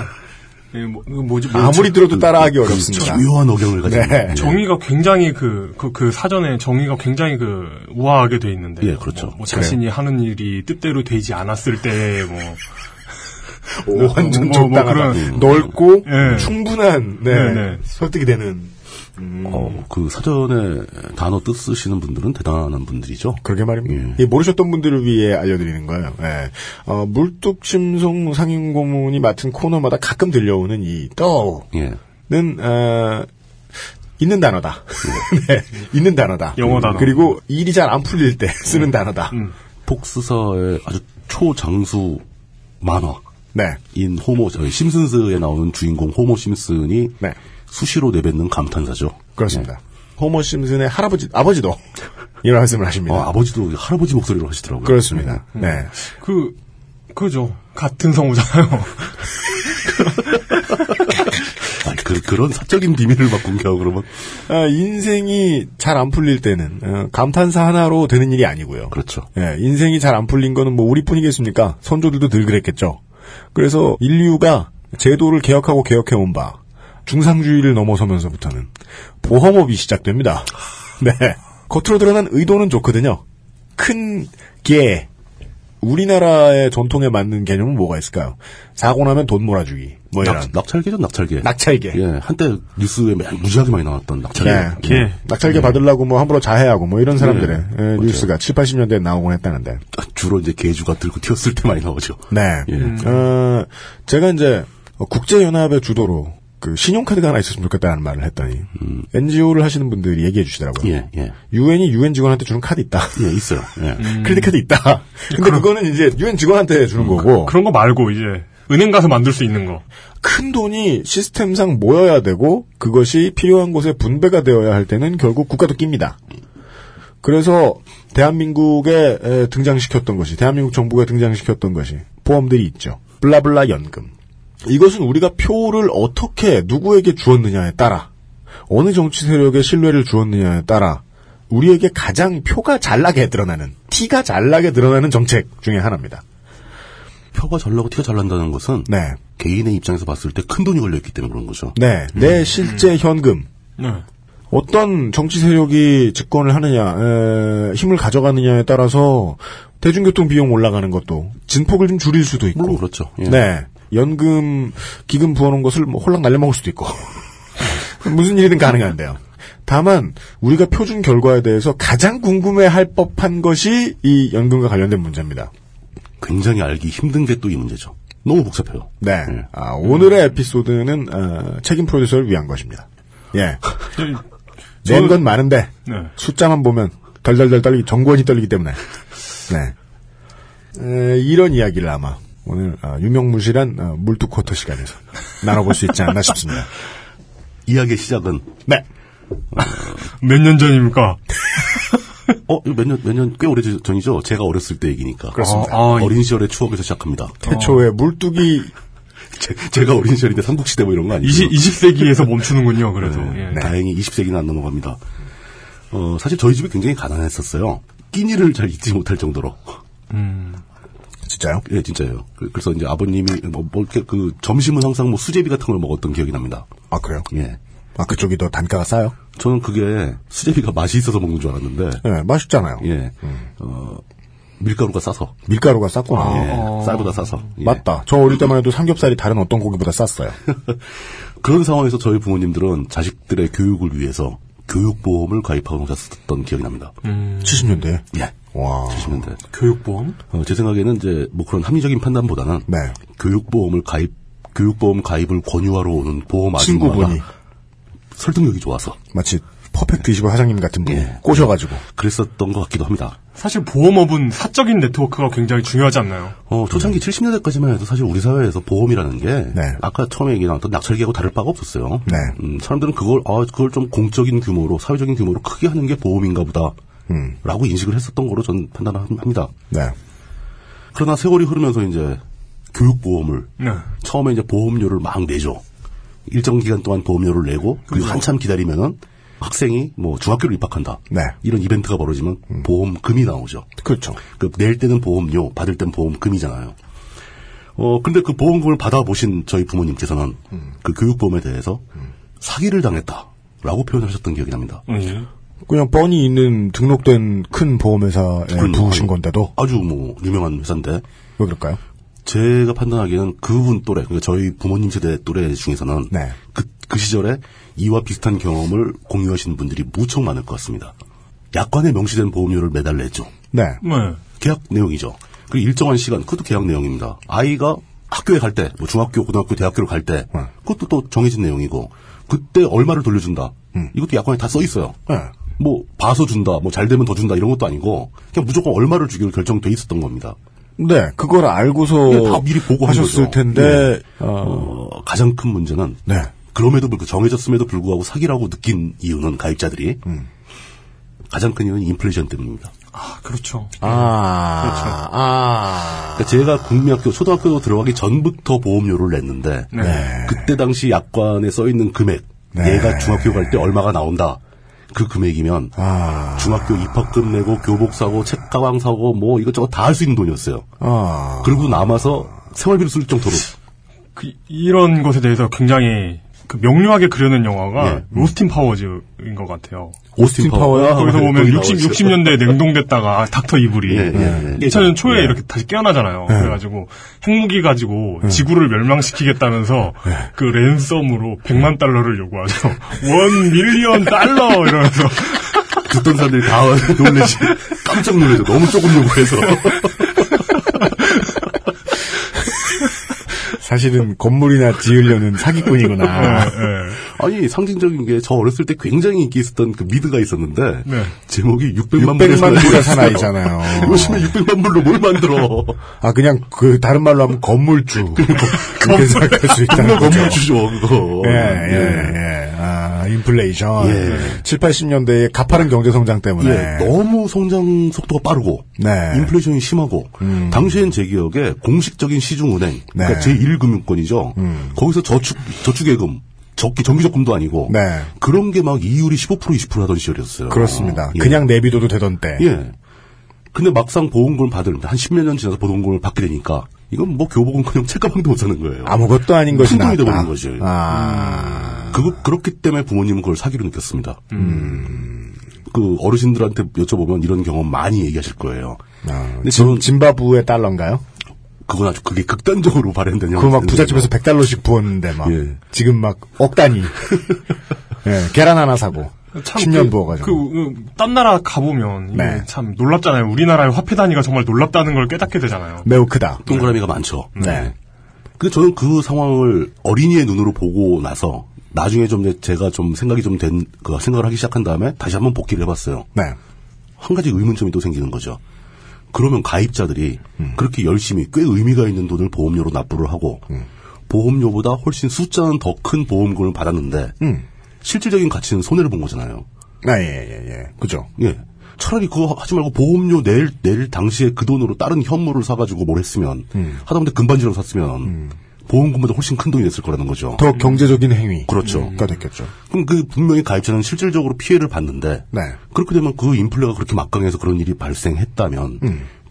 Speaker 3: 예, 뭐, 이거 뭐지, 뭐지?
Speaker 2: 아무리 들어도 따라하기
Speaker 4: 그
Speaker 2: 어렵습니다.
Speaker 4: 교묘한 억양을 가진. 예.
Speaker 2: 네.
Speaker 3: 정의가 굉장히 그, 그, 그 사전에 정의가 굉장히 그 우아하게 돼 있는데.
Speaker 4: 예, 그렇죠.
Speaker 3: 뭐, 뭐 자신이
Speaker 2: 네.
Speaker 3: 하는 일이 뜻대로 되지 않았을 때, 뭐.
Speaker 2: 오, 완전
Speaker 3: 뭐, 뭐
Speaker 2: 적당하다.
Speaker 3: 그런-
Speaker 2: 넓고
Speaker 3: 예.
Speaker 2: 충분한 네,
Speaker 3: 네, 네.
Speaker 2: 설득이 되는
Speaker 4: 어, 그 사전에 단어 뜻 쓰시는 분들은 대단한 분들이죠.
Speaker 2: 그러게 말입니다.
Speaker 3: 예.
Speaker 2: 이 모르셨던 분들을 위해 알려드리는 거예요. 예. 어, 물뚝심송 상인고문이 맡은 코너마다 가끔 들려오는 이 떠우는
Speaker 4: 예.
Speaker 2: 어, 있는 단어다. 네, 있는 단어다.
Speaker 3: 영어 단어.
Speaker 2: 그리고 일이 잘 안 풀릴 때 쓰는 단어다.
Speaker 4: 폭스서의 아주 초장수 만화.
Speaker 2: 네.
Speaker 4: 인 호모 저희 심슨스에 나오는 주인공 호모 심슨이
Speaker 2: 네.
Speaker 4: 수시로 내뱉는 감탄사죠. 어,
Speaker 2: 그렇습니다. 호머 심슨의 할아버지 아버지도 이런 말씀을 하십니다.
Speaker 4: 어, 아버지도 할아버지 목소리로 하시더라고요.
Speaker 2: 그렇습니다. 네.
Speaker 3: 그, 그죠. 같은 성우잖아요.
Speaker 4: 아, 그, 그런 사적인 비밀을 막 공개하고 그러면
Speaker 2: 아, 인생이 잘 안 풀릴 때는 어, 감탄사 하나로 되는 일이 아니고요.
Speaker 4: 그렇죠.
Speaker 2: 예, 인생이 잘 안 풀린 거는 뭐 우리뿐이겠습니까? 선조들도 늘 그랬겠죠. 그래서 인류가 제도를 개혁하고 개혁해 온 바 중상주의를 넘어서면서부터는 보험업이 시작됩니다. 네. 겉으로 드러난 의도는 좋거든요. 큰 게. 우리나라의 전통에 맞는 개념은 뭐가 있을까요? 사고 나면 돈 몰아주기. 뭐 이런.
Speaker 4: 낙, 낙찰계죠, 낙찰계.
Speaker 2: 낙찰계.
Speaker 4: 예, 한때 뉴스에 매- 무지하게 많이 나왔던 낙찰계.
Speaker 2: 네.
Speaker 4: 예.
Speaker 3: 예.
Speaker 2: 낙찰계 받으려고 뭐 함부로 자해하고 뭐 이런 사람들의 예, 뉴스가 7, 80년대에 나오곤 했다는데.
Speaker 4: 아, 주로 이제 개주가 들고 튀었을 때 많이 나오죠.
Speaker 2: 네.
Speaker 4: 예.
Speaker 2: 어, 제가 이제 어, 국제연합의 주도로 그 신용카드가 하나 있었으면 좋겠다는 말을 했더니 NGO를 하시는 분들이 얘기해 주시더라고요.
Speaker 4: 예, 예.
Speaker 2: 유엔이 유엔 직원한테 주는 카드 있다.
Speaker 4: 예, 있어요. 예.
Speaker 2: 크레딧 카드 있다. 근데 음. 그거는 이제 유엔 직원한테 주는 거고
Speaker 3: 그런 거 말고, 이제. 은행 가서 만들 수 있는 거.
Speaker 2: 큰 돈이 시스템상 모여야 되고 그것이 필요한 곳에 분배가 되어야 할 때는 결국 국가도 낍니다. 그래서 대한민국에 에, 등장시켰던 것이 대한민국 정부가 등장시켰던 것이 보험들이 있죠. 블라블라 연금. 이것은 우리가 표를 어떻게 누구에게 주었느냐에 따라 어느 정치 세력의 신뢰를 주었느냐에 따라 우리에게 가장 표가 잘나게 드러나는 티가 잘나게 드러나는 정책 중에 하나입니다.
Speaker 4: 표가 잘 나고 티가 잘 난다는 것은
Speaker 2: 네,
Speaker 4: 개인의 입장에서 봤을 때 큰 돈이 걸려있기 때문에 그런 거죠.
Speaker 2: 네,
Speaker 4: 음.
Speaker 2: 내 실제 현금
Speaker 3: 네.
Speaker 2: 어떤 정치 세력이 집권을 하느냐, 에, 힘을 가져가느냐에 따라서 대중교통 비용 올라가는 것도 진폭을 좀 줄일 수도 있고,
Speaker 4: 물론 그렇죠. 예.
Speaker 2: 네 연금 기금 부어놓은 것을 뭐 홀랑 날려먹을 수도 있고 무슨 일이든 가능한데요. 다만 우리가 표준 결과에 대해서 가장 궁금해할 법한 것이 이 연금과 관련된 문제입니다.
Speaker 4: 굉장히 알기 힘든 게 또 이 문제죠. 너무 복잡해요.
Speaker 2: 네,
Speaker 4: 예.
Speaker 2: 아, 오늘의 에피소드는 어, 책임 프로듀서를 위한 것입니다. 예, 낸 건 많은데
Speaker 3: 네.
Speaker 2: 숫자만 보면 덜덜덜 떨리기 정권이 떨리기 때문에 네 에, 이런 이야기를 아마 오늘 아, 유명무실한 어, 물뚝쿼터 시간에서 나눠볼 수 있지 않나 싶습니다.
Speaker 4: 이야기의 시작은
Speaker 2: 네
Speaker 3: 몇 년 전입니까?
Speaker 4: 어, 이거 몇 년, 몇 년, 꽤 오래 전이죠? 제가 어렸을 때 얘기니까.
Speaker 2: 그렇습니다.
Speaker 4: 아, 아, 어린 시절의 추억에서 시작합니다.
Speaker 2: 태초에 물뚝이
Speaker 4: 제, 가 어린 시절인데 삼국시대 뭐 이런 거 아니죠? 네.
Speaker 3: 20, 20세기에서 멈추는군요, 그래도. 예.
Speaker 4: 다행히 20세기는 안 넘어갑니다. 어, 사실 저희 집이 굉장히 가난했었어요. 끼니를 잘 잊지 못할 정도로.
Speaker 2: 진짜요?
Speaker 4: 예, 진짜예요. 그- 그래서 이제 아버님이 뭐, 뭐 이렇게 그 점심은 항상 뭐 수제비 같은 걸 먹었던 기억이 납니다.
Speaker 2: 아 그래요?
Speaker 4: 예.
Speaker 2: 아 그쪽이 더 단가가 싸요?
Speaker 4: 저는 그게 수제비가 맛이 있어서 먹는 줄 알았는데,
Speaker 2: 네 맛있잖아요.
Speaker 4: 예.
Speaker 2: 음.
Speaker 4: 어, 밀가루가 싸서.
Speaker 2: 밀가루가 쌌구나.
Speaker 4: 예,
Speaker 2: 어.
Speaker 4: 쌀보다 싸서. 예.
Speaker 2: 맞다. 저 어릴 때만 해도 삼겹살이 다른 어떤 고기보다 쌌어요.
Speaker 4: 그 그런 상황에서 저희 부모님들은 자식들의 교육을 위해서 교육보험을 가입하고 오셨던 기억이 납니다.
Speaker 2: 음. 70년대.
Speaker 4: 예.
Speaker 2: 와.
Speaker 4: 70년대.
Speaker 3: 교육보험?
Speaker 4: 어, 제 생각에는 이제 뭐 그런 합리적인 판단보다는
Speaker 2: 네.
Speaker 4: 교육보험을 가입 교육보험 가입을 권유하러 오는 보험 아줌마가
Speaker 2: 친구분이.
Speaker 4: 설득력이 좋아서
Speaker 2: 마치 퍼펙트 25 사장님 같은 분이 꼬셔가지고
Speaker 4: 그랬었던 것 같기도 합니다.
Speaker 3: 사실 보험업은 사적인 네트워크가 굉장히 중요하지 않나요?
Speaker 4: 어, 초창기 70년대까지만 해도 사실 우리 사회에서 보험이라는 게 아까 처음에 얘기 나왔던 낙찰기하고 다를 바가 없었어요. 음, 사람들은 그걸 아 그걸 좀 공적인 규모로 사회적인 규모로 크게 하는 게 보험인가 보다라고 인식을 했었던 거로 저는 판단합니다.
Speaker 2: 네.
Speaker 4: 그러나 세월이 흐르면서 이제 교육보험을
Speaker 3: 네.
Speaker 4: 처음에 이제 보험료를 막 내죠. 일정 기간 동안 보험료를 내고 그리고 한참 기다리면은 학생이 뭐 중학교를 입학한다. 이런 이벤트가 벌어지면 보험금이 나오죠.
Speaker 2: 그렇죠.
Speaker 4: 낼 때는 보험료, 받을 땐 보험금이잖아요. 어 근데 그 보험금을 받아보신 저희 부모님께서는 그 교육보험에 대해서 사기를 당했다라고 표현하셨던 기억이 납니다.
Speaker 3: 네.
Speaker 2: 그냥 뻔히 있는 등록된 큰 보험회사에
Speaker 4: 그럼요.
Speaker 2: 부으신 건데도
Speaker 4: 아주 뭐 유명한 회사인데 왜
Speaker 2: 그럴까요?
Speaker 4: 제가 판단하기에는 그분 또래 그러니까 저희 부모님 세대 또래 중에서는 그, 그 시절에 이와 비슷한 경험을 공유하시는 분들이 무척 많을 것 같습니다. 약관에 명시된 보험료를 매달 냈죠.
Speaker 2: 네.
Speaker 4: 계약 내용이죠. 그리고 일정한 시간 그것도 계약 내용입니다. 아이가 학교에 갈 때, 뭐 중학교, 고등학교, 대학교를 갈 때, 그것도 또 정해진 내용이고, 그때 얼마를 돌려준다. 이것도 약관에 다 써 있어요. 뭐 봐서 준다, 뭐 잘 되면 더 준다 이런 것도 아니고 그냥 무조건 얼마를 주기로 결정돼 있었던 겁니다.
Speaker 2: 네, 그걸 알고서
Speaker 4: 예, 다 미리 보고 한
Speaker 2: 하셨을
Speaker 4: 거죠.
Speaker 2: 텐데 아,
Speaker 4: 예. 어, 가장 큰 문제는
Speaker 2: 네.
Speaker 4: 그럼에도 불구 정해졌음에도 불구하고 사기라고 느낀 이유는 가입자들이 가장 큰 이유는 인플레이션 때문입니다.
Speaker 3: 아, 그렇죠.
Speaker 2: 아,
Speaker 4: 그렇죠.
Speaker 2: 아,
Speaker 4: 그러니까 제가 국민학교 초등학교 들어가기 전부터 보험료를 냈는데
Speaker 3: 음. 네.
Speaker 4: 그때 당시 약관에 써 있는 금액 얘가 중학교 갈 때 얼마가 나온다. 그 금액이면 중학교 입학금 내고 교복 사고 책 가방 사고 뭐 이것저것 다 할 수 있는 돈이었어요.
Speaker 2: 아,
Speaker 4: 그리고 남아서 생활비로 쓸 정도로
Speaker 3: 그, 이런 것에 대해서 굉장히 그 명료하게 그려낸 영화가 로스틴 파워즈인 것 같아요.
Speaker 4: 오스틴 파워야?
Speaker 3: 거기서 보면
Speaker 4: 어, 거기
Speaker 3: 60,
Speaker 4: 나오죠.
Speaker 3: 60년대에 냉동됐다가 닥터 이블이
Speaker 4: 예, 예, 예.
Speaker 3: 2000년 초에 이렇게 다시 깨어나잖아요.
Speaker 4: 예.
Speaker 3: 그래가지고 핵무기 가지고 지구를 멸망시키겠다면서 그 랜섬으로 100만 달러를 요구하죠. 원 밀리언 달러 이러면서
Speaker 4: 듣던 사람들이 다 놀래지 깜짝 놀래죠. 너무 조금 요구해서
Speaker 2: 사실은 건물이나 지으려는 사기꾼이구나.
Speaker 4: 네. 아니 상징적인 게 저 어렸을 때 굉장히 인기 있었던 그 미드가 있었는데
Speaker 2: 네.
Speaker 4: 제목이 600만
Speaker 2: 600만 불의
Speaker 4: 불의
Speaker 2: 사나이잖아요.
Speaker 4: 요즘에 600만 불로 뭘 만들어?
Speaker 2: 아 그냥 그 다른 말로 하면 건물주 그렇게
Speaker 4: 건물-
Speaker 2: 생각할 수 있다는
Speaker 4: 건물
Speaker 2: 거죠.
Speaker 4: 건물주죠, 그거.
Speaker 2: 그렇죠. 예, 예,
Speaker 4: 예.
Speaker 2: 예. 아 인플레이션.
Speaker 4: 예.
Speaker 2: 7, 80년대의 가파른 경제 성장 때문에
Speaker 4: 예, 너무 성장 속도가 빠르고
Speaker 2: 네.
Speaker 4: 인플레이션이 심하고
Speaker 2: 음.
Speaker 4: 당시엔 제 기억에 공식적인 시중은행
Speaker 2: 네.
Speaker 4: 그러니까 제1금융권이죠.
Speaker 2: 음.
Speaker 4: 거기서 저축 저축예금 적기 정기적금도 아니고 그런 게 막 이율이 15% 20% 하던 시절이었어요.
Speaker 2: 네. 그렇습니다.
Speaker 4: 예.
Speaker 2: 그냥 내비둬도 되던 때.
Speaker 4: 예. 근데 막상 보험금을 받을 한 십몇 년 지나서 보험금을 받게 되니까 이건 뭐 교복은 그냥 책가방도 못 사는 거예요.
Speaker 2: 아무것도 아닌 것이
Speaker 4: 풍금이
Speaker 2: 낫다. 아.
Speaker 4: 돼버린 거죠. 음. 그거 그렇기 때문에 부모님은 그걸 사기로 느꼈습니다.
Speaker 2: 음.
Speaker 4: 그 어르신들한테 여쭤보면 이런 경험 많이 얘기하실 거예요.
Speaker 2: 아,
Speaker 4: 근데 저는
Speaker 2: 짐, 바브의 달러인가요?
Speaker 4: 그건 아주 그게 극단적으로 발현된
Speaker 2: 그거 막
Speaker 4: 형태인데요.
Speaker 2: 부잣집에서 100달러씩 부었는데 막 지금 막 억단위. 예, 계란 하나 사고
Speaker 3: 참
Speaker 2: 10년
Speaker 3: 그,
Speaker 2: 부어가지고.
Speaker 3: 그, 그, 딴 나라 가보면 이게
Speaker 2: 네.
Speaker 3: 참 놀랍잖아요. 우리나라의 화폐 단위가 정말 놀랍다는 걸 깨닫게 되잖아요.
Speaker 2: 매우 크다.
Speaker 4: 동그라미가 많죠.
Speaker 2: 네.
Speaker 4: 근데 저는 그 상황을 어린이의 눈으로 보고 나서 나중에 좀 이제 제가 좀 생각이 좀 된 그 생각을 하기 시작한 다음에 다시 한번 복귀를 해봤어요.
Speaker 2: 네.
Speaker 4: 한 가지 의문점이 또 생기는 거죠. 그러면 가입자들이 그렇게 열심히 꽤 의미가 있는 돈을 보험료로 납부를 하고 보험료보다 훨씬 숫자는 더 큰 보험금을 받았는데 실질적인 가치는 손해를 본 거잖아요.
Speaker 2: 아, 예, 예, 예. 그죠.
Speaker 4: 예. 차라리 그거 하지 말고 보험료 낼, 낼 당시에 그 돈으로 다른 현물을 사가지고 뭘 했으면, 하다못해 금반지라도 샀으면, 보험금보다 훨씬 큰 돈이 됐을 거라는 거죠.
Speaker 2: 더
Speaker 3: 음.
Speaker 2: 경제적인 행위. 음.
Speaker 4: 그렇죠.
Speaker 2: 가 됐겠죠.
Speaker 4: 그럼 그 분명히 가입자는 실질적으로 피해를 봤는데,
Speaker 2: 네.
Speaker 4: 그렇게 되면 그 인플레가 그렇게 막강해서 그런 일이 발생했다면,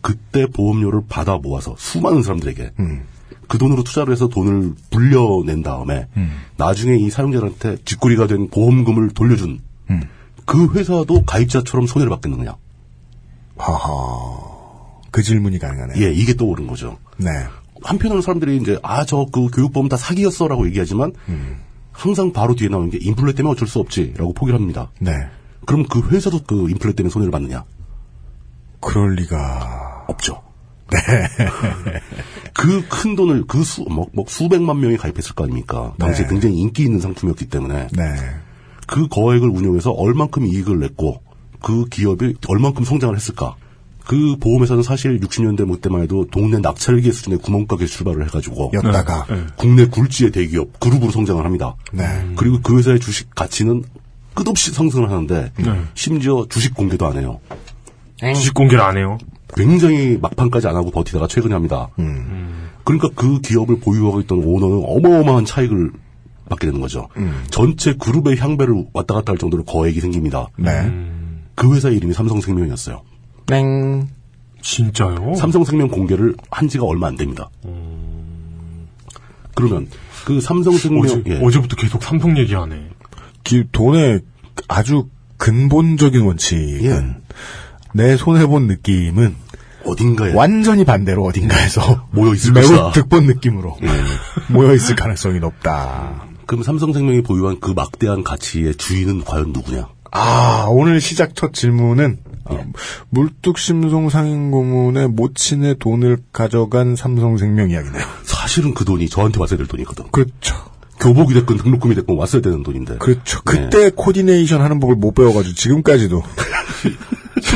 Speaker 4: 그때 보험료를 받아 모아서 수많은 사람들에게, 그 돈으로 투자를 해서 돈을 불려낸 다음에, 나중에 이 사용자들한테 뒷골이가 된 보험금을 돌려준, 그 회사도 가입자처럼 손해를 받겠느냐.
Speaker 2: 하하. 그 질문이 가능하네요.
Speaker 4: 예, 이게 또 옳은 거죠.
Speaker 2: 네.
Speaker 4: 한편으로 사람들이 이제 아 저 그 교육보험 다 사기였어라고 얘기하지만 항상 바로 뒤에 나오는 게 인플레 때문에 어쩔 수 없지라고 포기를 합니다.
Speaker 2: 네.
Speaker 4: 그럼 그 회사도 그 인플레 때문에 손해를 받느냐?
Speaker 2: 그럴 리가
Speaker 4: 없죠. 네. 그 큰 돈을 그 수, 뭐, 뭐 수백만 명이 가입했을 거 아닙니까? 당시에
Speaker 2: 네.
Speaker 4: 굉장히 인기 있는 상품이었기 때문에
Speaker 2: 네.
Speaker 4: 그 거액을 운용해서 얼만큼 이익을 냈고 그 기업이 얼만큼 성장을 했을까? 그 보험회사는 사실 60년대 못때만 해도 동네 낙찰기 수준의 구멍가게 출발을 해가지고
Speaker 2: 였다가. 네, 네.
Speaker 4: 국내 굴지의 대기업 그룹으로 성장을 합니다.
Speaker 2: 네.
Speaker 4: 그리고 그 회사의 주식 가치는 끝없이 상승을 하는데
Speaker 2: 네.
Speaker 4: 심지어 주식 공개도 안 해요.
Speaker 3: 주식 공개를 안 해요.
Speaker 4: 굉장히 막판까지 안 하고 버티다가 최근에 합니다. 그러니까 그 기업을 보유하고 있던 오너는 어마어마한 차익을 받게 되는 거죠. 전체 그룹의 향배를 왔다 갔다 할 정도로 거액이 생깁니다.
Speaker 2: 네.
Speaker 4: 그 회사 이름이 삼성생명이었어요.
Speaker 2: 땡.
Speaker 3: 진짜요?
Speaker 4: 삼성생명 공개를 한 지가 얼마 안 됩니다. 그러면 그
Speaker 3: 어제,
Speaker 4: 삼성생명 예.
Speaker 3: 어제부터 계속 삼성 얘기하네.
Speaker 2: 기- 돈의 아주 근본적인 원칙은 내 손해 본 느낌은
Speaker 4: 예. 어딘가에
Speaker 2: 완전히 반대로 어딘가에서
Speaker 4: 네. 모여 있을
Speaker 2: 매우
Speaker 4: 것이다.
Speaker 2: 득본 느낌으로 모여 있을 가능성이 높다.
Speaker 4: 그럼 삼성생명이 보유한 그 막대한 가치의 주인은 과연 누구냐?
Speaker 2: 아 오늘 시작 첫 질문은 어, 물뚝심송 상인고문의 모친의 돈을 가져간 삼성생명 이야기네요.
Speaker 4: 사실은 그 돈이 저한테 왔어야 될 돈이거든.
Speaker 2: 그렇죠.
Speaker 4: 교복이 됐건 등록금이 됐건 왔어야 되는 돈인데.
Speaker 2: 그렇죠. 그때 코디네이션 하는 법을 못 배워가지고 지금까지도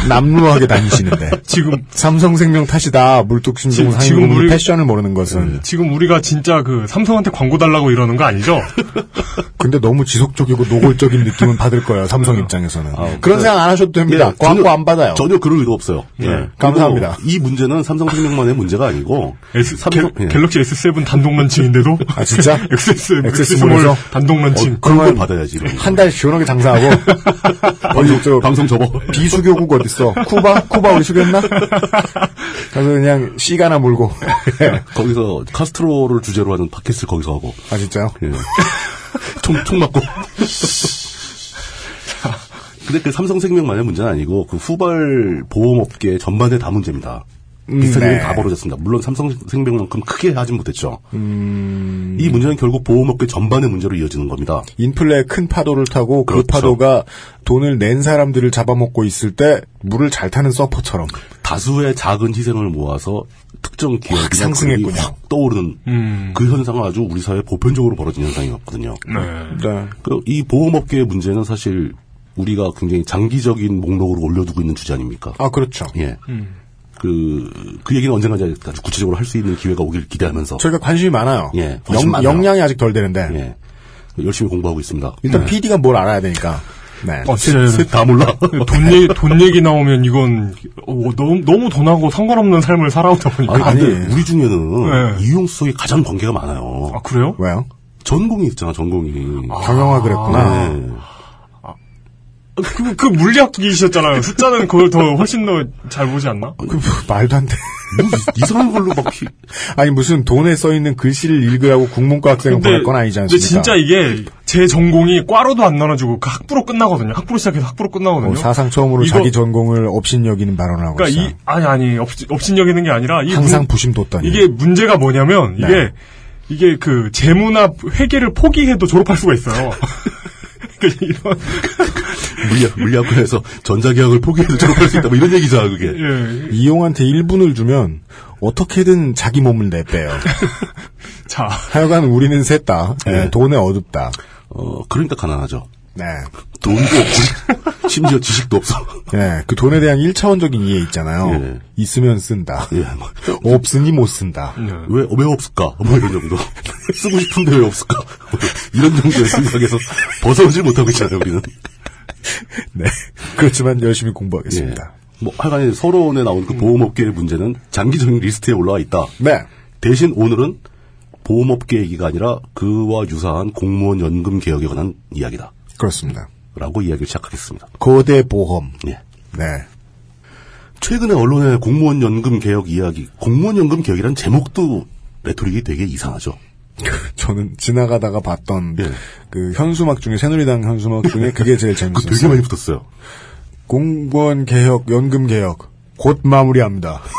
Speaker 2: 남루하게 다니시는데
Speaker 3: 지금
Speaker 2: 삼성생명 탓이다. 물뚝심송
Speaker 3: 지- 지금 네.
Speaker 2: 상인고문이
Speaker 3: 우리-
Speaker 2: 패션을 모르는 것은
Speaker 3: 지금 우리가 진짜 그 삼성한테 광고 달라고 이러는 거 아니죠?
Speaker 2: 근데 너무 지속적이고 노골적인 느낌은 받을 거예요. 삼성 입장에서는. 그런 생각 안 하셔도 됩니다.
Speaker 4: 아, 예,
Speaker 2: 네, 광고
Speaker 4: 전혀-
Speaker 2: 안 받아요.
Speaker 4: 전혀 그럴 의도 없어요. 예. 그리고
Speaker 2: 감사합니다.
Speaker 4: 이 문제는 삼성생명만의 문제가 아니고
Speaker 3: S,
Speaker 4: 삼성-
Speaker 3: 갤,
Speaker 4: 예.
Speaker 3: 갤럭시 S7 단독 런칭인데도
Speaker 2: 아 진짜?
Speaker 3: XS,
Speaker 2: XS몰에서?
Speaker 3: XS몰 단독 런칭.
Speaker 4: 어, 그런 걸 받아야지. 이런 거.
Speaker 2: 한 달 시원하게 장사하고 어디 저
Speaker 4: 방송 접어.
Speaker 2: 비수교국 어딨어? 쿠바? 쿠바 우리 수교했나? 가서 그냥 씨가 하나 물고
Speaker 4: 예. 거기서 카스트로를 주제로 하는 팟캐스트 거기서 하고
Speaker 2: 아 진짜요?
Speaker 4: 예. 총, 총 맞고. 근데 그 삼성생명만의 문제는 아니고 그 후발 보험업계 전반에 다 문제입니다. 비슷한
Speaker 2: 음,
Speaker 4: 일이
Speaker 2: 네.
Speaker 4: 다 벌어졌습니다. 물론 삼성생명만큼 크게 하진 못했죠.
Speaker 2: 음.
Speaker 4: 이 문제는 결국 보험업계 전반의 문제로 이어지는 겁니다.
Speaker 2: 인플레의 큰 파도를 타고 그
Speaker 4: 그렇죠.
Speaker 2: 파도가 돈을 낸 사람들을 잡아먹고 있을 때 물을 잘 타는 서퍼처럼
Speaker 4: 다수의 작은 희생을 모아서 특정 기업이
Speaker 2: 상승했군요.
Speaker 4: 확 떠오르는
Speaker 3: 음.
Speaker 4: 그 현상은 아주 우리 사회 보편적으로 벌어진 현상이었거든요.
Speaker 3: 네.
Speaker 2: 네.
Speaker 4: 그 이 보험업계의 문제는 사실 우리가 굉장히 장기적인 목록으로 올려두고 있는 주제 아닙니까?
Speaker 2: 아 그렇죠.
Speaker 4: 예. 그, 그 얘기는 언젠가 이제 아주 구체적으로 할 수 있는 기회가 오길 기대하면서.
Speaker 2: 저희가 관심이 많아요.
Speaker 4: 예, 관심
Speaker 2: 영,
Speaker 4: 많아요.
Speaker 2: 역량이 아직 덜 되는데
Speaker 4: 예. 열심히 공부하고 있습니다. 예.
Speaker 2: 일단 PD가 뭘 알아야 되니까. 네.
Speaker 3: 네. 어, 진짜
Speaker 4: 셋다 몰라.
Speaker 3: 돈 얘기, 돈 얘기 나오면 이건 어, 너무, 너무 돈하고 상관없는 삶을 살아오다 보니까.
Speaker 4: 아니, 근데
Speaker 2: 아니.
Speaker 4: 우리 중에는
Speaker 3: 네.
Speaker 4: 이용성이 가장 관계가 많아요.
Speaker 3: 아, 그래요?
Speaker 2: 왜요?
Speaker 4: 전공이 있잖아, 전공이.
Speaker 2: 경영학 그랬구나.
Speaker 4: 네.
Speaker 3: 그, 그 물리학이셨잖아요. 숫자는 그걸 더 훨씬 더 잘 보지 않나?
Speaker 2: 그, 뭐, 말도 안 돼.
Speaker 4: 뭐 이- 이상한 걸로 막 피-
Speaker 2: 아니 무슨 돈에 써 있는 글씨를 읽으라고 국문과 학생을 보낼 건 아니지
Speaker 3: 근데
Speaker 2: 않습니까?
Speaker 3: 진짜 이게 제 전공이 과로도 안 나눠주고 그 학부로 끝나거든요. 학부로 시작해서 학부로 끝나거든요.
Speaker 2: 어, 사상 처음으로
Speaker 3: 이거-
Speaker 2: 자기 전공을 업신여기는 발언을 하고
Speaker 3: 그러니까
Speaker 2: 있어.
Speaker 3: 이 아니 아니 업신 업신여기는 게 아니라 이
Speaker 2: 항상
Speaker 3: 문-
Speaker 2: 부심 돋더니.
Speaker 3: 네. 이게 문제가 뭐냐면 이게 이게 그 재무나 회계를 포기해도 졸업할 수가 있어요. 그러니까 이런
Speaker 4: 물리학, 물리학과에서 전자계약을 포기해도 졸업할 수 있다, 뭐 이런 얘기잖아, 그게.
Speaker 3: 예.
Speaker 2: 이용한테 1분을 주면 어떻게든 자기 몸을 내빼요.
Speaker 3: 자,
Speaker 2: 하여간 우리는 셋 다 예,
Speaker 3: 네.
Speaker 2: 돈에 어둡다.
Speaker 4: 어, 그러니까 가난하죠.
Speaker 2: 네.
Speaker 4: 돈도 없고, 심지어 지식도 없어.
Speaker 2: 네. 그 돈에 대한 1차원적인 이해 있잖아요.
Speaker 4: 예.
Speaker 2: 있으면 쓴다.
Speaker 4: 예, 뭐.
Speaker 2: 없으니 못 쓴다.
Speaker 3: 음.
Speaker 4: 왜, 왜 없을까? 뭐 이런 정도. 쓰고 싶은데 왜 없을까? 이런 정도의 생각에서 벗어나질 못하고 있잖아요, 우리는. 예.
Speaker 2: 네. 그렇지만 열심히 공부하겠습니다.
Speaker 4: 예. 뭐, 하여간에 서론에 나온 그 보험업계의 문제는 장기적인 리스트에 올라와 있다.
Speaker 2: 네.
Speaker 4: 대신 오늘은 보험업계 얘기가 아니라 그와 유사한 공무원 연금 개혁에 관한 이야기다.
Speaker 2: 그렇습니다.
Speaker 4: 라고 이야기를 시작하겠습니다.
Speaker 2: 거대 보험.
Speaker 4: 예.
Speaker 2: 네.
Speaker 4: 최근에 언론에 공무원 연금 개혁 이야기, 공무원 연금 개혁이란 제목도 레토릭이 되게 이상하죠. 그
Speaker 2: 저는 지나가다가 봤던
Speaker 4: 예.
Speaker 2: 그 현수막 중에 새누리당 현수막 중에 그게 제일
Speaker 4: 그 되게
Speaker 2: 재밌었어요.
Speaker 4: 많이 붙었어요.
Speaker 2: 공무원 개혁, 연금 개혁 곧 마무리합니다.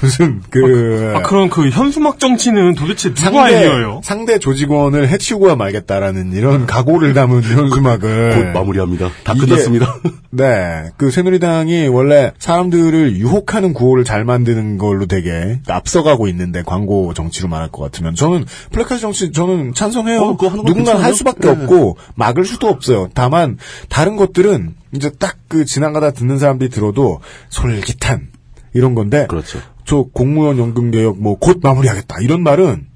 Speaker 2: 무슨 그
Speaker 3: 아, 그럼 그 현수막 정치는 도대체 누가
Speaker 2: 상대,
Speaker 3: 아이디어예요?
Speaker 2: 상대 조직원을 해치우고야 말겠다라는 이런 각오를 담은 현수막을
Speaker 4: 곧 마무리합니다. 다
Speaker 2: 네. 이게-
Speaker 4: 끝났습니다.
Speaker 2: 네, 그 새누리당이 원래 사람들을 유혹하는 구호를 잘 만드는 걸로 되게 앞서가고 있는데 광고 정치로 말할 것 같으면 저는 플래카드 정치 저는 찬성해요.
Speaker 4: 어, 그거 하는 거
Speaker 2: 누군가
Speaker 4: 괜찮아요?
Speaker 2: 할 수밖에
Speaker 4: 네.
Speaker 2: 없고 막을 수도 없어요. 다만 다른 것들은 이제 딱 그 지나가다 듣는 사람들이 들어도 솔깃한 이런 건데
Speaker 4: 그렇죠.
Speaker 2: 저 공무원 연금 개혁 뭐 곧 마무리하겠다 이런 말은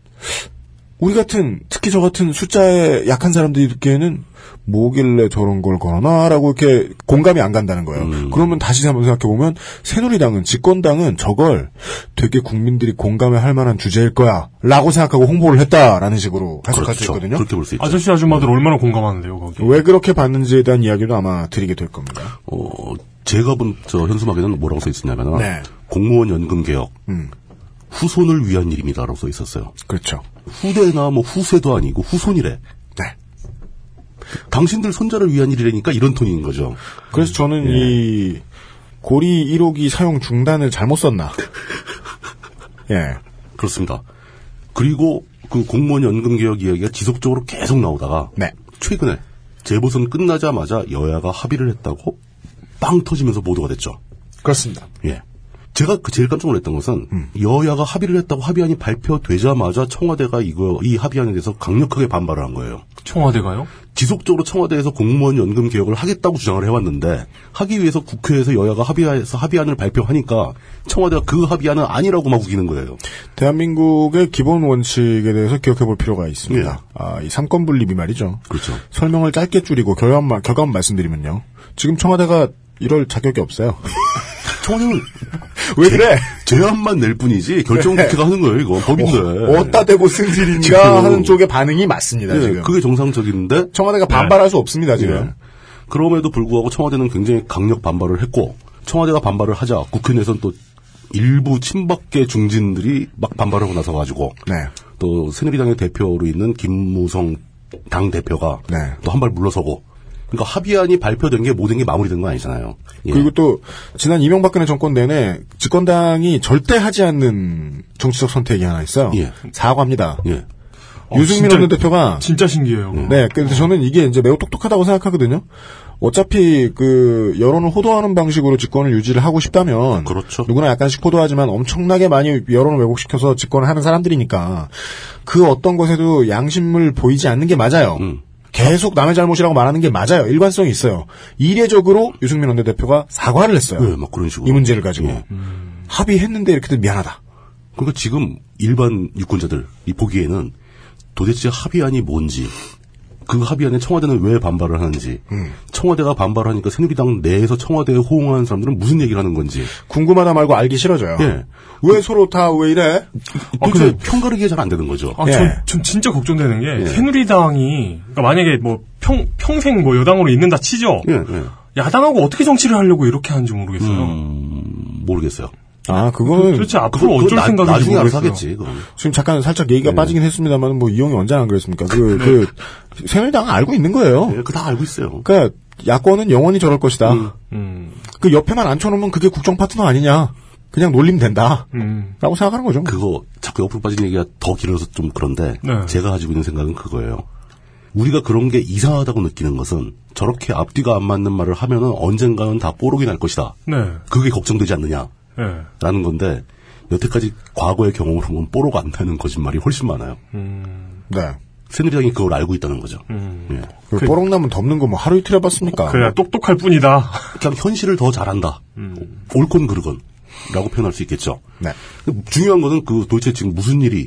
Speaker 2: 우리 같은 특히 저 같은 숫자에 약한 사람들이 듣기에는 뭐길래 저런 걸 걸어놔라고 이렇게 공감이 안 간다는 거예요.
Speaker 4: 음.
Speaker 2: 그러면 다시 한번 생각해 보면 새누리당은 집권당은 저걸 되게 국민들이 공감해 할 만한 주제일 거야라고 생각하고 홍보를 했다라는 식으로 해석할 수
Speaker 4: 그렇죠.
Speaker 2: 있거든요.
Speaker 4: 그렇게 볼 수 있죠.
Speaker 3: 아저씨 아줌마들 얼마나 공감하는데요 거기.
Speaker 2: 왜 그렇게 봤는지에 대한 이야기도 아마 드리게 될 겁니다.
Speaker 4: 어, 제가 본 저 현수막에는 뭐라고 써 있었냐면
Speaker 2: 네.
Speaker 4: 공무원 연금 개혁
Speaker 2: 음.
Speaker 4: 후손을 위한 일입니다라고 써 있었어요.
Speaker 2: 그렇죠.
Speaker 4: 후대나 뭐 후세도 아니고 후손이래.
Speaker 2: 네.
Speaker 4: 당신들 손자를 위한 일이라니까 이런 톤인 거죠. 음,
Speaker 2: 그래서 저는
Speaker 4: 예.
Speaker 2: 이 고리 1호기 사용 중단을 잘못 썼나. 예.
Speaker 4: 그렇습니다. 그리고 그 공무원 연금 개혁 이야기가 지속적으로 계속 나오다가
Speaker 2: 네.
Speaker 4: 최근에 재보선 끝나자마자 여야가 합의를 했다고 빵 터지면서 보도가 됐죠.
Speaker 2: 그렇습니다.
Speaker 4: 예. 제가 그 제일 깜짝 놀랐던 것은 여야가 합의를 했다고 합의안이 발표되자마자 청와대가 이거 이 합의안에 대해서 강력하게 반발을 한 거예요.
Speaker 3: 청와대가요?
Speaker 4: 지속적으로 청와대에서 공무원 연금 개혁을 하겠다고 주장을 해왔는데 하기 위해서 국회에서 여야가 합의해서 합의안을 발표하니까 청와대가 그 합의안은 아니라고 막 우기는 거예요.
Speaker 2: 대한민국의 기본 원칙에 대해서 기억해 볼 필요가 있습니다.
Speaker 4: 예.
Speaker 2: 아, 이 삼권 분립이 말이죠.
Speaker 4: 그렇죠.
Speaker 2: 설명을 짧게 줄이고 결과만, 결과만 말씀드리면요. 지금 청와대가 이럴 자격이 없어요.
Speaker 4: 청와대는
Speaker 2: 왜 그래?
Speaker 4: 제안만 낼 뿐이지 결정 국회가 하는 거예요 이거 법인데.
Speaker 2: 네. 어, 어따 대고 승질인가
Speaker 4: 지금.
Speaker 2: 하는 쪽의 반응이 맞습니다,
Speaker 4: 예,
Speaker 2: 지금.
Speaker 4: 그게 정상적인데
Speaker 3: 네.
Speaker 2: 청와대가 반발할 수 없습니다, 지금.
Speaker 4: 예. 그럼에도 불구하고 청와대는 굉장히 강력 반발을 했고 청와대가 반발을 하자 국회 내선 또 일부 친박계 중진들이 막 반발하고 나서 가지고
Speaker 2: 네.
Speaker 4: 또 새누리당의 대표로 있는 김무성 당 대표가
Speaker 2: 네.
Speaker 4: 또 한 발 물러서고 그러니까 합의안이 발표된 게 모든 게 마무리된 건 아니잖아요. 예.
Speaker 2: 그리고 또 지난 이명박근혜 정권 내내 집권당이 절대 하지 않는 정치적 선택이 하나 있어요.
Speaker 4: 예.
Speaker 2: 사과합니다.
Speaker 4: 예.
Speaker 3: 어,
Speaker 2: 유승민
Speaker 3: 진짜-
Speaker 2: 원내대표가
Speaker 3: 진짜 신기해요. 그거.
Speaker 2: 네, 근데 저는 이게 이제 매우 똑똑하다고 생각하거든요. 어차피 그 여론을 호도하는 방식으로 집권을 유지를 하고 싶다면
Speaker 4: 그렇죠.
Speaker 2: 누구나 약간씩 호도하지만 엄청나게 많이 여론을 왜곡시켜서 집권을 하는 사람들이니까 그 어떤 것에도 양심을 보이지 않는 게 맞아요.
Speaker 4: 음.
Speaker 2: 계속 남의 잘못이라고 말하는 게 맞아요. 일관성이 있어요. 이례적으로 유승민 원내대표가 사과를 했어요.
Speaker 4: 예, 막 그런 식으로
Speaker 2: 이 문제를 가지고 음.
Speaker 4: 예.
Speaker 2: 합의했는데 이렇게도 미안하다.
Speaker 4: 그러니까 지금 일반 유권자들이 보기에는 도대체 합의안이 뭔지 그 합의안에 청와대는 왜 반발을 하는지
Speaker 3: 음.
Speaker 4: 청와대가 반발을 하니까 새누리당 내에서 청와대에 호응하는 사람들은 무슨 얘기를 하는 건지
Speaker 2: 궁금하다 말고 알기 싫어져요.
Speaker 4: 예.
Speaker 2: 왜 서로 다 왜 이래?
Speaker 4: 도대체 편가르기가 어, 잘 안 되는 거죠.
Speaker 3: 아,
Speaker 2: 예.
Speaker 3: 전, 전 진짜 걱정되는 게
Speaker 4: 예.
Speaker 3: 새누리당이 그러니까 만약에 뭐 평, 평생 뭐 여당으로 있는다 치죠.
Speaker 4: 예, 예.
Speaker 3: 야당하고 어떻게 정치를 하려고 이렇게 하는지 모르겠어요.
Speaker 4: 음, 모르겠어요.
Speaker 2: 아, 그거는
Speaker 3: 도대체
Speaker 4: 그건
Speaker 3: 앞으로 어쩔
Speaker 4: 나-
Speaker 3: 생각인지
Speaker 4: 나중에 알아서
Speaker 3: 모르겠어요.
Speaker 4: 하겠지. 그건.
Speaker 2: 지금 잠깐 살짝 얘기가 빠지긴 했습니다만 뭐 이용이 언제 안 그랬습니까? 그, 그 새누리당은 알고 있는 거예요.
Speaker 4: 예, 그다 알고 있어요.
Speaker 2: 그러니까 야권은 영원히 저럴 것이다.
Speaker 3: 음,
Speaker 2: 그 옆에만 앉혀놓으면 그게 국정 파트너 아니냐? 그냥 놀림 된다.
Speaker 3: 음.
Speaker 2: 라고 생각하는 거죠.
Speaker 4: 그거 자꾸 옆으로 빠진 얘기가 더 길어서 좀 그런데
Speaker 3: 네.
Speaker 4: 제가 가지고 있는 생각은 그거예요. 우리가 그런 게 이상하다고 느끼는 것은 저렇게 앞뒤가 안 맞는 말을 하면은 언젠가는 다 뽀록이 날 것이다.
Speaker 3: 네.
Speaker 4: 그게 걱정되지 않느냐라는
Speaker 3: 예.
Speaker 4: 건데 여태까지 과거의 경험을 보면 뽀록 안 나는 거짓말이 훨씬 많아요.
Speaker 2: 네.
Speaker 4: 새누리당이 그걸 알고 있다는 거죠. 예.
Speaker 2: 그 뽀록나면 덮는 거 뭐 하루 이틀 해봤습니까?
Speaker 3: 그래 똑똑할 뿐이다.
Speaker 4: 그냥 현실을 더 잘한다. 옳건 그르건 라고 표현할 수 있겠죠.
Speaker 2: 음. 네.
Speaker 4: 중요한 거는 그 도대체 지금 무슨 일이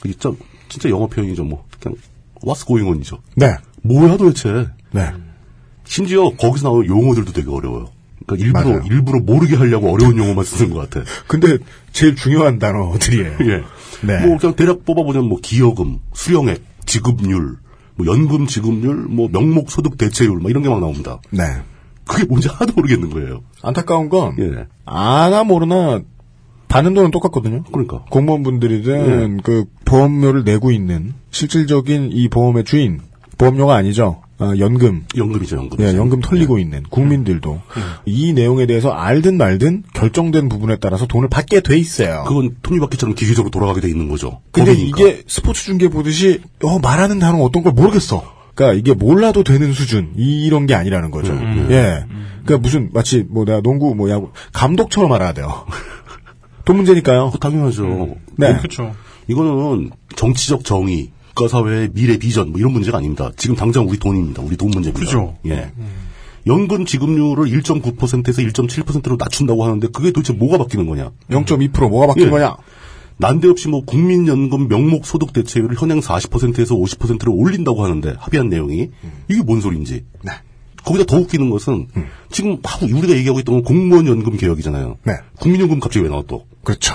Speaker 4: 그게 참 진짜 영어 표현이죠 뭐 그냥 what's going on이죠.
Speaker 2: 네.
Speaker 4: 뭐야 도대체.
Speaker 2: 네.
Speaker 4: 심지어 거기서 나오는 용어들도 되게 어려워요. 그러니까 일부러
Speaker 2: 맞아요.
Speaker 4: 일부러 모르게 하려고 어려운 용어만 쓰는 것 같아.
Speaker 2: 근데 제일 중요한 단어들이에요.
Speaker 4: 예.
Speaker 2: 네.
Speaker 4: 뭐 그냥 대략 뽑아보면 뭐 기여금, 수령액, 지급률, 뭐 연금 지급률, 뭐 명목 소득 대체율 막 이런 게 막 나옵니다.
Speaker 2: 네.
Speaker 4: 그게 뭔지 하나도 모르겠는 거예요.
Speaker 2: 안타까운 건
Speaker 4: 예.
Speaker 2: 아나 모르나 받는 돈은 똑같거든요.
Speaker 4: 그러니까. 예.
Speaker 2: 공무원분들이든 그 보험료를 내고 있는 실질적인 이 보험의 주인 보험료가 아니죠. 아, 연금.
Speaker 4: 연금이죠, 연금.
Speaker 2: 네, 연금
Speaker 4: 예.
Speaker 2: 털리고 있는 국민들도 이 내용에 대해서 알든 말든 결정된 부분에 따라서 돈을 받게 돼 있어요.
Speaker 4: 그건 톱니바퀴처럼 기계적으로 돌아가게 돼 있는 거죠.
Speaker 2: 근데
Speaker 4: 법이니까.
Speaker 2: 이게 스포츠 중계 보듯이 어, 말하는 단어 어떤 걸 모르겠어. 그러니까 이게 몰라도 되는 수준 이- 이런 게 아니라는 거죠.
Speaker 4: 음,
Speaker 2: 예. 그러니까 무슨 마치 뭐 내가 농구 뭐 야구 감독처럼 알아야 돼요. 돈 문제니까요.
Speaker 4: 어, 당연하죠. 음.
Speaker 2: 네.
Speaker 3: 그렇죠.
Speaker 4: 이거는 정치적 정의, 국가사회의 미래 비전 뭐 이런 문제가 아닙니다. 지금 당장 우리 돈입니다. 우리 돈 문제입니다.
Speaker 3: 그죠.
Speaker 4: 예.
Speaker 2: 음.
Speaker 4: 연금 지급률을 1.9%에서 1.7%로 낮춘다고 하는데 그게 도대체 뭐가 바뀌는 거냐?
Speaker 2: 0.2% 뭐가 바뀐
Speaker 4: 예.
Speaker 2: 거냐?
Speaker 4: 난데없이 뭐 국민연금 명목 소득 대체율을 현행 40%에서 50%로 올린다고 하는데 합의한 내용이 이게 뭔 소리인지.
Speaker 2: 음. 네. 음.
Speaker 4: 거기다 더 웃기는 것은 지금 막 우리가 얘기하고 있던 건 공무원 연금 개혁이잖아요.
Speaker 2: 네.
Speaker 4: 국민연금 갑자기 왜 나와 또?
Speaker 2: 그렇죠.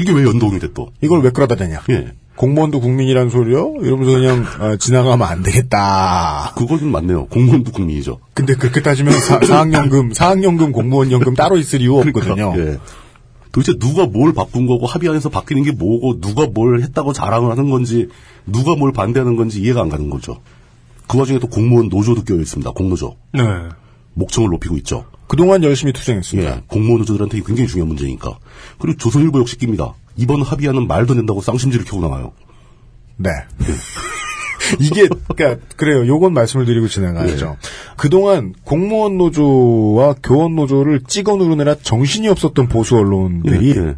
Speaker 4: 이게 왜 연동이 돼 또?
Speaker 2: 이걸 왜 끌어다 대냐?
Speaker 4: 예.
Speaker 2: 공무원도 국민이란 소리요? 이러면서 그냥 아, 지나가면 안 되겠다.
Speaker 4: 그거는 맞네요. 공무원도 국민이죠.
Speaker 2: 근데 그렇게 따지면 사, 사학연금, 사학연금, 공무원연금 따로 있을 이유 없거든요.
Speaker 4: 예. 도대체 누가 뭘 바꾼 거고 합의 안에서 바뀌는 게 뭐고 누가 뭘 했다고 자랑을 하는 건지 누가 뭘 반대하는 건지 이해가 안 가는 거죠. 그 와중에 또 공무원 노조도 껴 있습니다. 공노조.
Speaker 3: 네.
Speaker 4: 목청을 높이고 있죠.
Speaker 2: 그동안 열심히 투쟁했습니다.
Speaker 4: 예, 공무원 노조들한테 굉장히 중요한 문제니까. 그리고 조선일보 역시 낍니다. 이번 합의안은 말도 안 된다고 쌍심지를 켜고 나와요.
Speaker 2: 네. 이게 그러니까 그래요. 요건 말씀을 드리고 진행하죠.
Speaker 4: 예.
Speaker 2: 그동안 공무원 노조와 교원 노조를 찍어 누르느라 정신이 없었던 보수 언론들이
Speaker 4: 예, 예.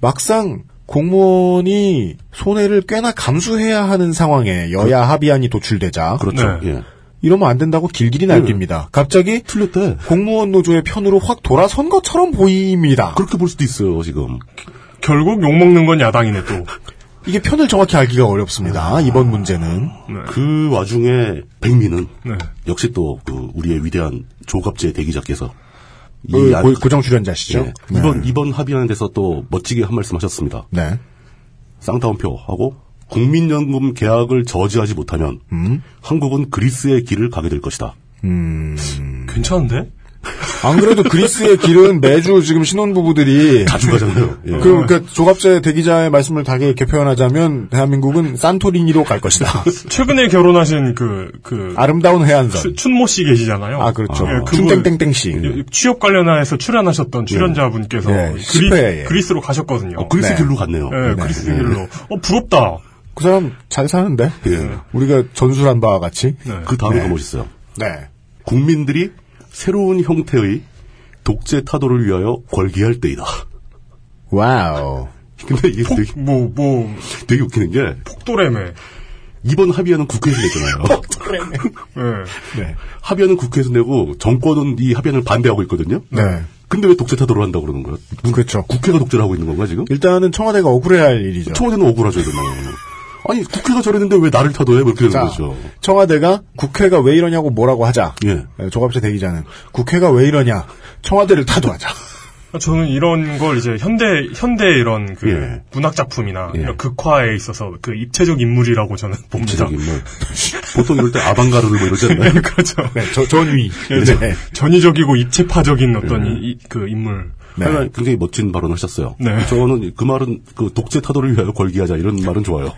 Speaker 2: 막상 공무원이 손해를 꽤나 감수해야 하는 상황에 여야 합의안이 도출되자
Speaker 4: 그렇죠. 예.
Speaker 2: 이러면 안 된다고 길길이 날깁니다. 갑자기
Speaker 4: 틀렸대.
Speaker 2: 공무원 노조의 편으로 확 돌아선 것처럼 보입니다.
Speaker 4: 그렇게 볼 수도 있어요, 지금.
Speaker 3: 결국 욕먹는 건 야당이네, 또.
Speaker 2: 이게 편을 정확히 알기가
Speaker 4: 아.
Speaker 2: 어렵습니다. 이번 문제는
Speaker 4: 그 와중에 백미는
Speaker 3: 네.
Speaker 4: 역시 또그 우리의 위대한 조갑재 대기자께서 이
Speaker 2: 그
Speaker 4: 안-
Speaker 2: 고- 고정 출연자시죠.
Speaker 4: 예. 이번 이번 합의안에 대해서 또 멋지게 한 말씀 하셨습니다.
Speaker 2: 네.
Speaker 4: 쌍따옴표 하고 국민연금 계약을 저지하지 못하면
Speaker 2: 음?
Speaker 4: 한국은 그리스의 길을 가게 될 것이다.
Speaker 3: 괜찮은데?
Speaker 2: 안 그래도 그리스의 길은 매주 지금 신혼부부들이
Speaker 4: 다 죽어잖아요. 예.
Speaker 2: 그, 러니까 조갑재 대기자의 말씀을 다르게 이렇게 표현하자면 대한민국은 산토리니로 갈 것이다.
Speaker 3: 최근에 결혼하신 그, 그,
Speaker 2: 아름다운 해안선.
Speaker 3: 추- 춘모 씨 계시잖아요.
Speaker 2: 아 그렇죠.
Speaker 3: 예, 그분-
Speaker 2: 춘땡땡땡 씨.
Speaker 3: 예, 취업 관련해서 출연하셨던 출연자분께서
Speaker 2: 예, 실패에.
Speaker 3: 그리, 스로 가셨거든요.
Speaker 4: 어, 그리스
Speaker 2: 네.
Speaker 4: 길로 갔네요.
Speaker 3: 예, 그리스 길로. 어, 부럽다.
Speaker 2: 그 사람 잘 사는데.
Speaker 4: 예.
Speaker 2: 우리가 전술한 바와 같이.
Speaker 4: 그 다음에 더 멋있어요.
Speaker 2: 네.
Speaker 4: 국민들이 새로운 형태의 독재 타도를 위하여 궐기할 때이다.
Speaker 2: 와우.
Speaker 4: 근데 이게
Speaker 3: 폭,
Speaker 4: 되게,
Speaker 3: 뭐, 뭐,
Speaker 4: 되게 웃기는 게
Speaker 3: 폭도래매.
Speaker 4: 이번 합의안은 국회에서 냈잖아요.
Speaker 3: 예.
Speaker 2: 네.
Speaker 4: 합의안은 국회에서 내고 정권은 이 합의안을 반대하고 있거든요.
Speaker 2: 네.
Speaker 4: 근데 왜 독재 타도를 한다고 그러는 거예요?
Speaker 2: 그렇죠.
Speaker 4: 국회가 독재를 하고 있는 건가 지금?
Speaker 2: 일단은 청와대가 억울해야 할 일이죠.
Speaker 4: 청와대는 억울하죠, 이러면. 아니, 국회가 저랬는데 왜 나를 타도해? 뭐 이렇게 되는
Speaker 2: 자,
Speaker 4: 거죠.
Speaker 2: 청와대가 국회가 왜 이러냐고 뭐라고 하자.
Speaker 4: 예.
Speaker 2: 예, 조갑재 대기자는 국회가 왜 이러냐. 청와대를 타도하자.
Speaker 3: 저는 이런 걸 이제 현대, 현대 이런 그
Speaker 4: 예.
Speaker 3: 문학작품이나
Speaker 4: 예.
Speaker 3: 이런 극화에 있어서 그 입체적 인물이라고 저는 봅니다.
Speaker 4: 지적인 뭐. 보통 이럴 때 아방가르를 뭐 이러지 않나요?
Speaker 3: 그렇죠.
Speaker 2: 네, 저, 전위.
Speaker 3: 예,
Speaker 2: 네.
Speaker 3: 전위적이고 입체파적인 어떤 이- 이- 그 인물.
Speaker 2: 네.
Speaker 4: 하여간 굉장히 멋진 발언을 하셨어요.
Speaker 3: 네.
Speaker 4: 저는 그 말은 그 독재 타도를 위하여 걸기하자 이런 말은 좋아요.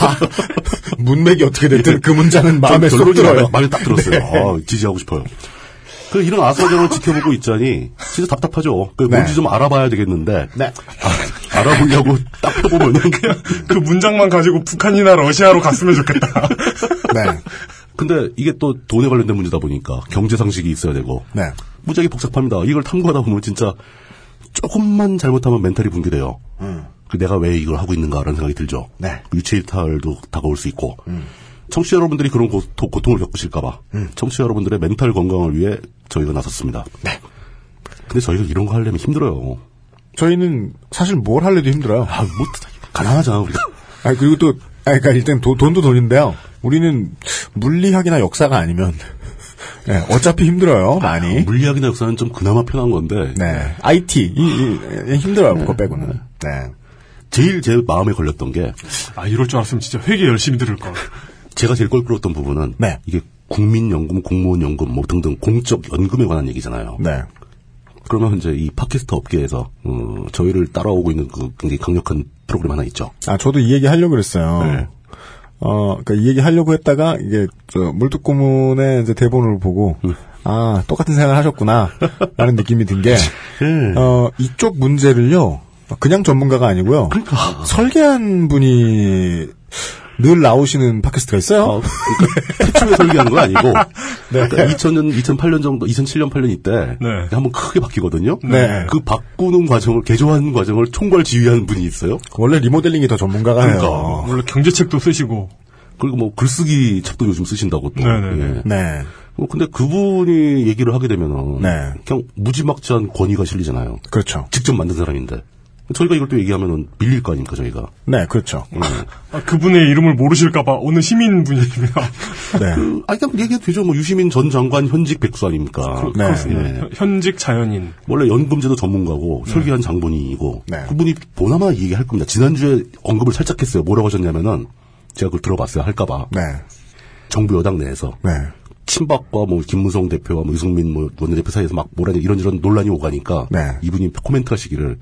Speaker 2: 아, 문맥이 어떻게 됐든 그 문자는 마음에 쏙
Speaker 4: 전 결론이
Speaker 2: 들어요. 네.
Speaker 4: 마음에- 마음에 딱 들었어요. 아, 지지하고 싶어요. 그 이런 아사장을 지켜보고 있자니 진짜 답답하죠. 그
Speaker 2: 네.
Speaker 4: 뭔지 좀 알아봐야 되겠는데
Speaker 2: 네.
Speaker 4: 아, 알아보려고 딱 펴보면
Speaker 3: 그 문장만 가지고 북한이나 러시아로 갔으면 좋겠다.
Speaker 2: 네.
Speaker 4: 근데 이게 또 돈에 관련된 문제다 보니까 경제 상식이 있어야 되고
Speaker 2: 네.
Speaker 4: 무지하게 복잡합니다. 이걸 탐구하다 보면 진짜 조금만 잘못하면 멘탈이 붕괴돼요. 그 내가 왜 이걸 하고 있는가라는 생각이 들죠.
Speaker 2: 음. 네. 음.
Speaker 4: 유체이탈도 다가올 수 있고 청취자 여러분들이 그런 고, 통을 겪으실까봐 청취자 여러분들의 멘탈 건강을 위해 저희가 나섰습니다. 네. 근데 저희가 이런 거 하려면 힘들어요.
Speaker 2: 저희는 사실 뭘 할래도 힘들어요.
Speaker 4: 아, 뭐 가난하잖아 우리가.
Speaker 2: 아 그리고 또, 아, 그러니까 일단 도- 돈도 돈인데요. 우리는 물리학이나 역사가 아니면 네, 어차피 힘들어요 많이.
Speaker 4: 물리학이나 역사는 좀 그나마 편한 건데
Speaker 2: 네, IT 이, 이- 이 힘들어요 그거 빼고는. 네,
Speaker 4: 제일 제 마음에 걸렸던 게
Speaker 3: 아, 이럴 줄 알았으면 진짜 회계 열심히 들을 걸.
Speaker 4: 제가 제일 껄끄러웠던 부분은
Speaker 2: 네.
Speaker 4: 이게 국민연금, 공무원연금 뭐 등등 공적 연금에 관한 얘기잖아요.
Speaker 2: 네,
Speaker 4: 그러면 이제 이 팟캐스트 업계에서 어, 저희를 따라오고 있는 그 굉장히 강력한 프로그램 하나 있죠.
Speaker 2: 아 저도 이 얘기 하려고 그랬어요. 어, 그니까 이 얘기 하려고 했다가 이게 저 물뚝고문의 이제 대본을 보고 아 똑같은 생각을 하셨구나라는 느낌이 든 게 어, 이쪽 문제를요 그냥 전문가가 아니고요 그러니까. 설계한 분이 늘 나오시는 팟캐스트가 있어요.
Speaker 4: 처음에 아, 그러니까 설계한 건 아니고
Speaker 2: 네.
Speaker 4: 2000년, 2008년 정도, 2007년 8년 이때 한번 크게 바뀌거든요.
Speaker 2: 네.
Speaker 4: 그 바꾸는 과정을 개조하는 과정을 총괄 지휘하는 분이 있어요.
Speaker 2: 원래 리모델링이 더 전문가가
Speaker 4: 그러니까.
Speaker 2: 해요.
Speaker 4: 원래
Speaker 3: 경제책도 쓰시고
Speaker 4: 그리고 뭐 글쓰기 책도 요즘 쓰신다고 또. 예.
Speaker 2: 네.
Speaker 4: 어, 근데 그분이 얘기를 하게 되면은
Speaker 2: 네.
Speaker 4: 그냥 무지막지한 권위가 실리잖아요.
Speaker 2: 그렇죠.
Speaker 4: 직접 만든 사람인데 저희가 이걸 또 얘기하면은 밀릴 거 아닙니까 저희가.
Speaker 2: 네, 그렇죠.
Speaker 3: 아, 그분의 이름을 모르실까봐 어느 시민분이십니다.
Speaker 2: 네.
Speaker 4: 아, 그냥 얘기해도 되죠. 뭐 유시민 전 장관 현직 백수 아닙니까?
Speaker 3: 네. 그렇습니다. 현직 자연인.
Speaker 4: 원래 연금제도 전문가고 설계한 장본인이고
Speaker 3: 네.
Speaker 4: 그분이 보나마 얘기할 겁니다. 지난주에 언급을 살짝 했어요. 뭐라고 하셨냐면은 제가 그걸 들어봤어요. 할까봐.
Speaker 2: 네.
Speaker 4: 정부 여당 내에서 친박과 뭐 김무성 대표와 뭐 유승민 뭐 원내대표 사이에서 막 뭐라 이런저런 논란이 오가니까
Speaker 3: 네.
Speaker 4: 이분이 코멘트하시기를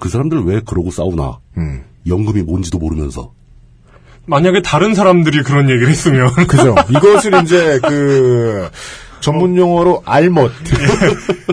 Speaker 4: 그 사람들 왜 그러고 싸우나
Speaker 2: 음.
Speaker 4: 연금이 뭔지도 모르면서
Speaker 3: 만약에 다른 사람들이 그런 얘기를 했으면.
Speaker 2: 그죠. 이것을 이제 그 전문 용어로 알못.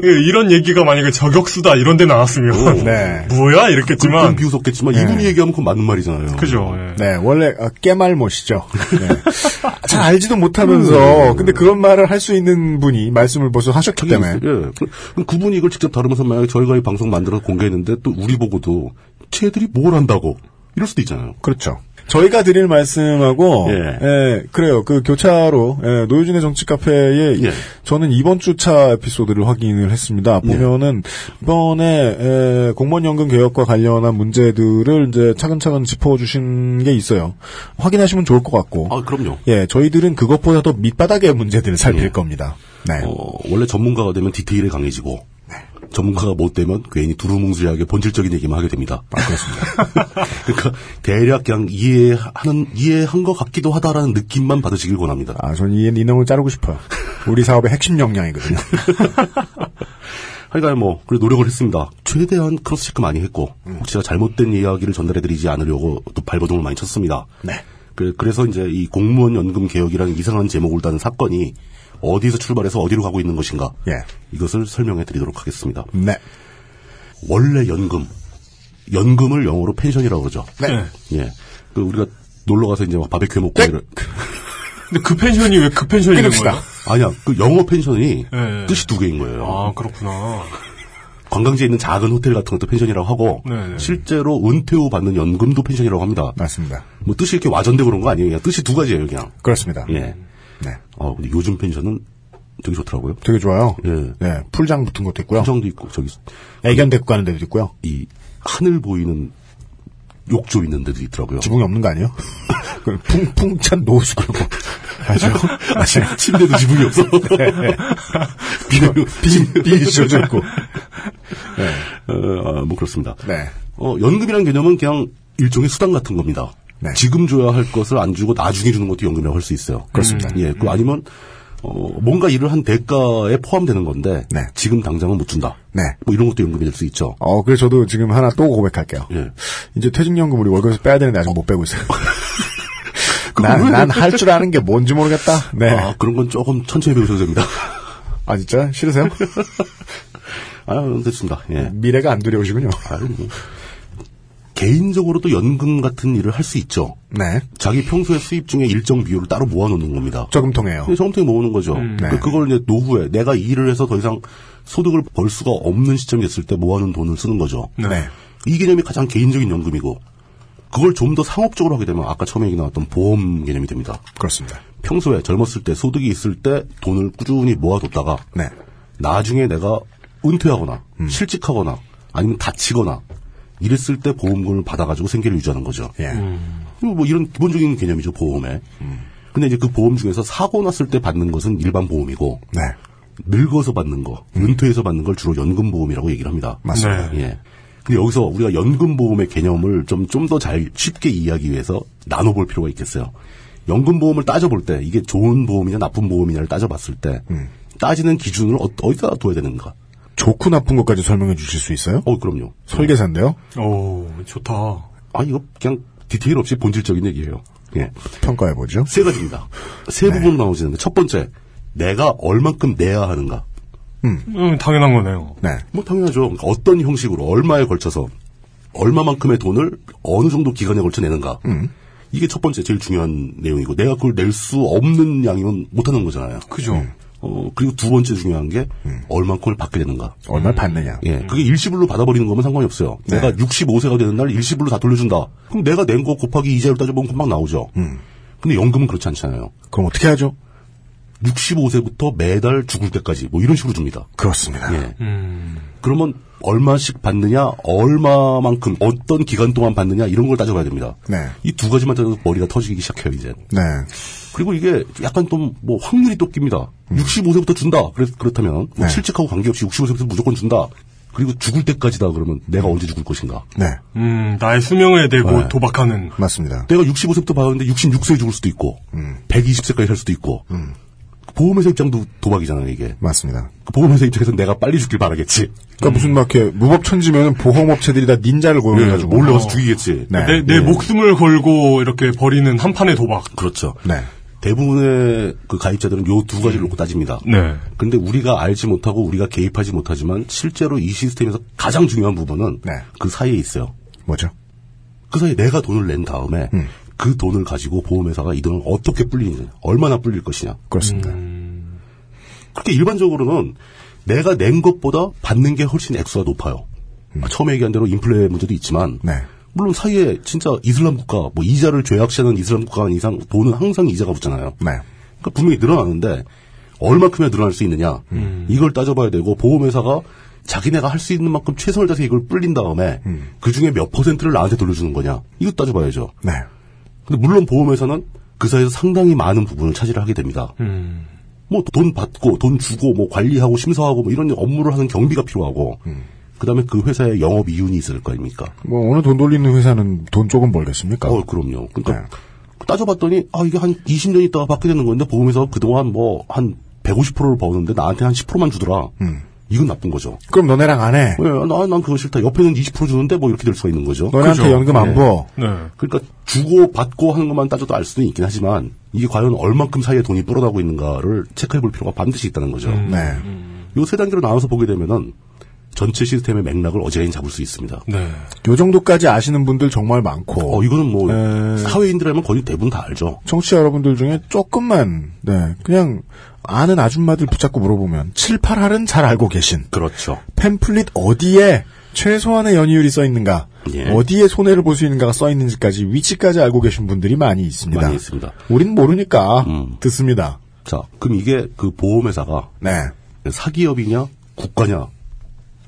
Speaker 3: 이런 얘기가 만약에 저격수다 이런 데 나왔으면. 뭐야 이랬겠지만. 네. 예.
Speaker 4: 비웃었겠지만 이분이 얘기하면 그건 맞는 말이잖아요.
Speaker 3: 그, 그죠.
Speaker 2: 네, 원래 어, 깨말못이죠. 네. 잘 알지도
Speaker 4: 음, 네,
Speaker 2: 못하면서 근데 그런 말을 할 수 있는 분이 말씀을 벌써 하셨기 때문에
Speaker 4: 예. 그- 그럼 그분이 이걸 직접 다루면서 만약에 저희가 이 방송 만들어서 공개했는데 또 우리 보고도 쟤들이 뭘 한다고 이럴 수도 있잖아요.
Speaker 2: 그렇죠. 저희가 드릴 말씀하고 예, 그래요. 그 교차로 예, 노유진의 정치 카페에
Speaker 4: 예.
Speaker 2: 저는 이번 주차 에피소드를 확인을 했습니다. 보면은 이번에 예, 공무원 연금 개혁과 관련한 문제들을 이제 차근차근 짚어 주신 게 있어요. 확인하시면 좋을 것 같고.
Speaker 4: 아, 그럼요. 예.
Speaker 2: 예, 저희들은 그것보다 더 밑바닥의 문제들을 살필 겁니다. 네.
Speaker 4: 어, 원래 전문가가 되면 디테일에 강해지고 전문가가 못 되면 괜히 두루뭉술하게 본질적인 얘기만 하게 됩니다. 그렇습니다. 그러니까 대략 그냥 이해하는 이해한 것 같기도 하다라는 느낌만 받으시길 권합니다.
Speaker 2: 아, 저는 이, 이 놈을 자르고 싶어요. 우리 사업의 핵심 역량이거든요.
Speaker 4: 하여간 뭐 그래 노력을 했습니다. 최대한 크로스 체크 많이 했고 혹시 제가 잘못된 이야기를 전달해드리지 않으려고 또 발버둥을 많이 쳤습니다.
Speaker 2: 네.
Speaker 4: 그래, 그래서 이제 이 공무원 연금 개혁이라는 이상한 제목을 단 사건이 어디서 출발해서 어디로 가고 있는 것인가
Speaker 2: 예.
Speaker 4: 이것을 설명해드리도록 하겠습니다.
Speaker 2: 네.
Speaker 4: 원래 연금 연금을 영어로 펜션이라고 그러죠.
Speaker 2: 네.
Speaker 4: 예. 그 우리가 놀러 가서 이제 막 바베큐 해 먹고 이런.
Speaker 3: 근데 그 펜션이 왜 그 펜션이 된 거예요?
Speaker 4: 아니야. 그 영어 펜션이
Speaker 3: 예, 예.
Speaker 4: 뜻이 두 개인 거예요.
Speaker 3: 아 그렇구나.
Speaker 4: 관광지에 있는 작은 호텔 같은 것도 펜션이라고 하고
Speaker 3: 네, 네.
Speaker 4: 실제로 은퇴 후 받는 연금도 펜션이라고 합니다.
Speaker 2: 맞습니다.
Speaker 4: 뭐 뜻이 이렇게 와전되고 그런 거 아니에요. 그냥 뜻이 두 가지예요, 그냥.
Speaker 2: 그렇습니다.
Speaker 4: 예.
Speaker 2: 네.
Speaker 4: 어, 근데 요즘 펜션은 되게 좋더라고요.
Speaker 2: 되게 좋아요.
Speaker 4: 예.
Speaker 2: 네, 풀장 붙은 것도 있고요.
Speaker 4: 풀장도 있고 저기
Speaker 2: 애견 데리고 가는 데도 있고요.
Speaker 4: 이 하늘 보이는 욕조 있는 데도 있더라고요.
Speaker 2: 지붕이 없는 거 아니에요? 그 풍풍찬 노수 그런 거. 아죠? 네. 아죠?
Speaker 4: 침대도 지붕이 없어. 네.
Speaker 2: 비, 비, 씌워져 있고.
Speaker 4: 어, 아, 뭐 그렇습니다.
Speaker 2: 네.
Speaker 4: 어, 연금이라는 개념은 그냥 일종의 수당 같은 겁니다.
Speaker 2: 네.
Speaker 4: 지금 줘야 할 것을 안 주고 나중에 주는 것도 연금이라고 할 수 있어요.
Speaker 2: 그렇습니다.
Speaker 4: 예, 그 아니면 어, 뭔가 일을 한 대가에 포함되는 건데 지금 당장은 못 준다.
Speaker 2: 네.
Speaker 4: 뭐 이런 것도 연금이 될 수 있죠.
Speaker 2: 어, 그래서 저도 지금 하나 또 고백할게요.
Speaker 4: 예.
Speaker 2: 이제 퇴직연금 우리 월급에서 빼야 되는데 아직 못 빼고 있어요.
Speaker 4: 왜?
Speaker 2: 난할 줄 아는 게 뭔지 모르겠다. 네.
Speaker 4: 아, 그런 건 조금 천천히 배우셔도 됩니다.
Speaker 2: 아 진짜 싫으세요?
Speaker 4: 아, 됐습니다. 예.
Speaker 2: 미래가 안 두려우시군요.
Speaker 4: 아, 뭐. 개인적으로도 연금 같은 일을 할 수 있죠.
Speaker 2: 네.
Speaker 4: 자기 평소에 수입 중에 일정 비율을 따로 모아놓는 겁니다.
Speaker 2: 저금통에요.
Speaker 4: 네, 저금통에 모으는 거죠.
Speaker 2: 네.
Speaker 4: 그- 그걸 이제 노후에 내가 일을 해서 더 이상 소득을 벌 수가 없는 시점이 됐을 때 모아놓은 돈을 쓰는 거죠.
Speaker 2: 네.
Speaker 4: 이 개념이 가장 개인적인 연금이고 그걸 좀 더 상업적으로 하게 되면 아까 처음에 얘기 나왔던 보험 개념이 됩니다.
Speaker 2: 그렇습니다.
Speaker 4: 평소에 젊었을 때 소득이 있을 때 돈을 꾸준히 모아뒀다가
Speaker 2: 네. 음.
Speaker 4: 나중에 내가 은퇴하거나 실직하거나 아니면 다치거나 이랬을 때 보험금을 받아가지고 생계를 유지하는 거죠.
Speaker 2: 예. 음.
Speaker 4: 그리고 뭐 이런 기본적인 개념이죠 보험에. 근데 이제 그 보험 중에서 사고 났을 때 받는 것은 일반 보험이고
Speaker 2: 네.
Speaker 4: 늙어서 받는 거, 은퇴해서 받는 걸 주로 연금 보험이라고 얘기를 합니다.
Speaker 2: 음. 맞습니다.
Speaker 4: 예. 근데 여기서 우리가 연금 보험의 개념을 좀 좀 더 잘 쉽게 이해하기 위해서 나눠볼 필요가 있겠어요. 연금 보험을 따져볼 때 이게 좋은 보험이냐 나쁜 보험이냐를 따져봤을 때
Speaker 2: 음.
Speaker 4: 따지는 기준을 어, 어디다 둬야 되는가?
Speaker 2: 좋고 나쁜 것까지 설명해 주실 수 있어요?
Speaker 4: 어, 그럼요.
Speaker 2: 설계사인데요?
Speaker 3: 오 좋다.
Speaker 4: 아 이거 그냥 디테일 없이 본질적인 얘기예요. 예.
Speaker 2: 평가해보죠.
Speaker 4: 세 가지입니다.
Speaker 2: 네.
Speaker 4: 세 부분으로 나눠지는데 첫 번째 내가 얼만큼 내야 하는가.
Speaker 3: 음, 당연한 거네요.
Speaker 2: 네.
Speaker 4: 뭐 당연하죠. 그러니까 어떤 형식으로 얼마에 걸쳐서 얼마만큼의 돈을 어느 정도 기간에 걸쳐 내는가. 이게 첫 번째 제일 중요한 내용이고 내가 그걸 낼 수 없는 양이면 못하는 거잖아요.
Speaker 3: 그죠.
Speaker 4: 어 그리고 두 번째 중요한 게 얼만큼을 받게 되는가.
Speaker 2: 얼마를 받느냐.
Speaker 4: 예, 그게 일시불로 받아버리는 거면 상관이 없어요. 내가 65세가 되는 날 일시불로 다 돌려준다. 그럼 내가 낸 거 곱하기 이자율 따져보면 금방 나오죠. 근데 연금은 그렇지 않잖아요.
Speaker 2: 그럼 어떻게 하죠?
Speaker 4: 65세부터 매달 죽을 때까지 뭐 이런 식으로 줍니다.
Speaker 2: 그렇습니다.
Speaker 4: 예.
Speaker 2: 음.
Speaker 4: 그러면 얼마씩 받느냐, 얼마만큼 어떤 기간 동안 받느냐 이런 걸 따져봐야 됩니다.
Speaker 2: 네.
Speaker 4: 이 두 가지만 따져서 머리가 터지기 시작해요 이제.
Speaker 2: 네.
Speaker 4: 그리고 이게 약간 좀 뭐 확률이 또 낍니다. 65세부터 준다. 그래서 그렇다면 뭐
Speaker 2: 음. 네.
Speaker 4: 실직하고 관계없이 65세부터 무조건 준다. 그리고 죽을 때까지다 그러면 내가 언제 죽을 것인가?
Speaker 2: 네.
Speaker 3: 음, 나의 수명에 대고
Speaker 4: 네.
Speaker 3: 도박하는.
Speaker 2: 맞습니다.
Speaker 4: 내가 65세부터 받았는데 66세에 죽을 수도 있고
Speaker 2: 음.
Speaker 4: 120세까지 살 수도 있고 보험회사 입장도 도박이잖아요 이게.
Speaker 2: 맞습니다.
Speaker 4: 그 보험회사 입장에서 내가 빨리 죽길 바라겠지.
Speaker 2: 그러니까 무슨 막 이렇게 무법천지면 보험업체들이 다 닌자를 고용해가지고.
Speaker 4: 예, 몰래 가서 죽이겠지.
Speaker 2: 음. 네.
Speaker 3: 내, 내 목숨을 걸고 이렇게 버리는 한 판의 도박.
Speaker 4: 그렇죠.
Speaker 2: 네.
Speaker 4: 대부분의 그 가입자들은 요 두 가지를 놓고 따집니다.
Speaker 3: 네.
Speaker 4: 근데 우리가 알지 못하고 우리가 개입하지 못하지만 실제로 이 시스템에서 가장 중요한 부분은
Speaker 2: 네.
Speaker 4: 그 사이에 있어요.
Speaker 2: 뭐죠?
Speaker 4: 그 사이에 내가 돈을 낸 다음에 그 돈을 가지고 보험회사가 이 돈을 어떻게 불리느냐, 얼마나 불릴 것이냐.
Speaker 2: 그렇습니다.
Speaker 4: 음. 그렇게 일반적으로는 내가 낸 것보다 받는 게 훨씬 액수가 높아요. 아, 처음에 얘기한 대로 인플레 문제도 있지만
Speaker 2: 네.
Speaker 4: 물론 사이에 진짜 이슬람 국가, 뭐 이자를 죄악시하는 이슬람 국가인 이상 돈은 항상 이자가 붙잖아요.
Speaker 2: 네.
Speaker 4: 그러니까 분명히 늘어나는데 얼마큼이나 늘어날 수 있느냐 이걸 따져봐야 되고 보험회사가 자기네가 할 수 있는 만큼 최선을 다해서 이걸 불린 다음에 그 중에 몇 퍼센트를 나한테 돌려주는 거냐 이거 따져봐야죠.
Speaker 2: 네.
Speaker 4: 근데 물론 보험회사는 그 사이에서 상당히 많은 부분을 차지를 하게 됩니다. 뭐 돈 받고 돈 주고 뭐 관리하고 심사하고 뭐 이런 업무를 하는 경비가 필요하고 그다음에 그 회사에 영업 이윤이 있을 거 아닙니까?
Speaker 2: 뭐 어느 돈 돌리는 회사는 돈 조금 벌겠습니까?
Speaker 4: 어, 그럼요. 그러니까 따져봤더니 아 이게 한 20년 있다가 받게 되는 건데 보험에서 그동안 뭐 한 150%를 버는데 나한테 한 10%만 주더라. 이건 나쁜 거죠.
Speaker 2: 그럼 너네랑 안 해.
Speaker 4: 예, 나, 난 그거 싫다. 옆에는 20% 주는데 뭐 이렇게 될 수가 있는 거죠.
Speaker 2: 너네한테
Speaker 4: 그죠?
Speaker 2: 연금 안
Speaker 4: 예.
Speaker 2: 부어.
Speaker 3: 네.
Speaker 4: 그러니까 주고 받고 하는 것만 따져도 알 수는 있긴 하지만 이게 과연 얼만큼 사이에 돈이 불어나고 있는가를 체크해 볼 필요가 반드시 있다는 거죠.
Speaker 2: 네.
Speaker 4: 음. 요 세 단계로 나눠서 보게 되면은 전체 시스템의 맥락을 어지간히 잡을 수 있습니다.
Speaker 3: 네.
Speaker 2: 요 정도까지 아시는 분들 정말 많고
Speaker 4: 어, 이거는 뭐
Speaker 2: 에.
Speaker 4: 사회인들이라면 거의 대부분 다 알죠.
Speaker 2: 청취자 여러분들 중에 조금만 네 그냥 아는 아줌마들 붙잡고 물어보면 7, 8할은 잘 알고 계신
Speaker 4: 그렇죠.
Speaker 2: 팸플릿 어디에 최소한의 연이율이 써 있는가
Speaker 4: 예.
Speaker 2: 어디에 손해를 볼 수 있는가가 써 있는지까지 위치까지 알고 계신 분들이 많이 있습니다.
Speaker 4: 많이 있습니다.
Speaker 2: 우린 모르니까
Speaker 4: 음.
Speaker 2: 듣습니다.
Speaker 4: 자, 그럼 이게 그 보험회사가
Speaker 2: 네.
Speaker 4: 사기업이냐 국가냐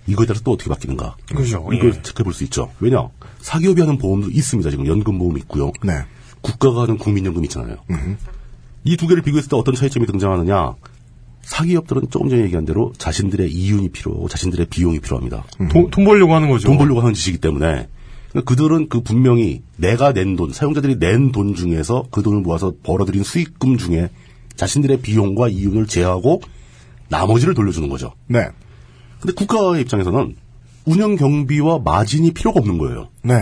Speaker 4: 이거에 따라서 또 어떻게 바뀌는가
Speaker 3: 그죠.
Speaker 4: 이걸
Speaker 3: 예.
Speaker 4: 체크해 볼 수 있죠. 왜냐 사기업이 하는 보험도 있습니다. 지금 연금보험 있고요.
Speaker 2: 네.
Speaker 4: 국가가 하는 국민연금 있잖아요. 음. 이 두 개를 비교했을 때 어떤 차이점이 등장하느냐? 사기업들은 조금 전에 얘기한 대로 자신들의 이윤이 필요하고 자신들의 비용이 필요합니다.
Speaker 3: 돈, 돈 벌려고 하는 거죠.
Speaker 4: 음. 돈 벌려고 하는 짓이기 때문에 그러니까 그들은 그 분명히 내가 낸 돈, 사용자들이 낸 돈 중에서 그 돈을 모아서 벌어들인 수익금 중에 자신들의 비용과 이윤을 제하고 나머지를 돌려주는 거죠.
Speaker 2: 네.
Speaker 4: 근데 국가의 입장에서는 운영 경비와 마진이 필요가 없는 거예요.
Speaker 2: 네.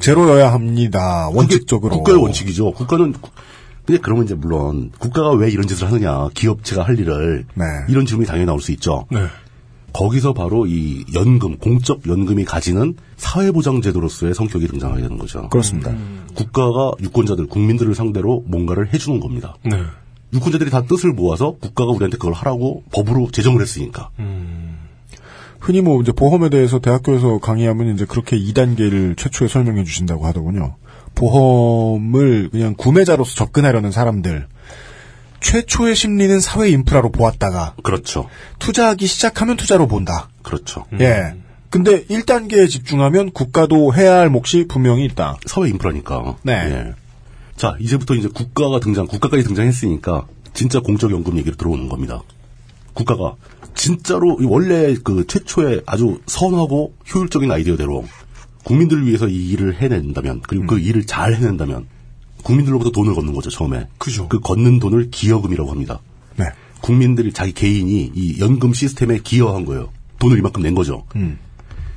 Speaker 2: 제로여야 합니다.
Speaker 4: 그게
Speaker 2: 원칙적으로.
Speaker 4: 국가의 원칙이죠. 국가는 구- 근데 그러면 이제 물론 국가가 왜 이런 짓을 하느냐 기업체가 할 일을
Speaker 2: 네.
Speaker 4: 이런 질문이 당연히 나올 수 있죠.
Speaker 3: 네.
Speaker 4: 거기서 바로 이 연금 공적 연금이 가지는 사회보장제도로서의 성격이 등장하게 되는 거죠.
Speaker 2: 그렇습니다.
Speaker 4: 국가가 유권자들 국민들을 상대로 뭔가를 해주는 겁니다.
Speaker 3: 네.
Speaker 4: 유권자들이 다 뜻을 모아서 국가가 우리한테 그걸 하라고 법으로 제정을 했으니까
Speaker 2: 음. 흔히 뭐 이제 보험에 대해서 대학교에서 강의하면 이제 그렇게 2단계를 최초에 설명해 주신다고 하더군요. 보험을 그냥 구매자로서 접근하려는 사람들. 최초의 심리는 사회 인프라로 보았다가
Speaker 4: 그렇죠,
Speaker 2: 투자하기 시작하면 투자로 본다.
Speaker 4: 그렇죠.
Speaker 3: 음.
Speaker 2: 예. 근데 1단계에 집중하면 국가도 해야 할 몫이 분명히 있다.
Speaker 4: 사회 인프라니까.
Speaker 2: 네.
Speaker 4: 예. 자, 이제부터 이제 국가가 등장, 국가까지 등장했으니까 진짜 공적 연금 얘기로 들어오는 겁니다. 국가가 진짜로 이 원래 그 최초의 아주 선하고 효율적인 아이디어대로 국민들을 위해서 이 일을 해낸다면 그리고
Speaker 3: 음.
Speaker 4: 그 일을 잘 해낸다면 국민들로부터 돈을 걷는 거죠 처음에.
Speaker 3: 그죠.
Speaker 4: 그 걷는 돈을 기여금이라고 합니다.
Speaker 2: 네.
Speaker 4: 국민들이 자기 개인이 이 연금 시스템에 기여한 거예요. 돈을 이만큼 낸 거죠.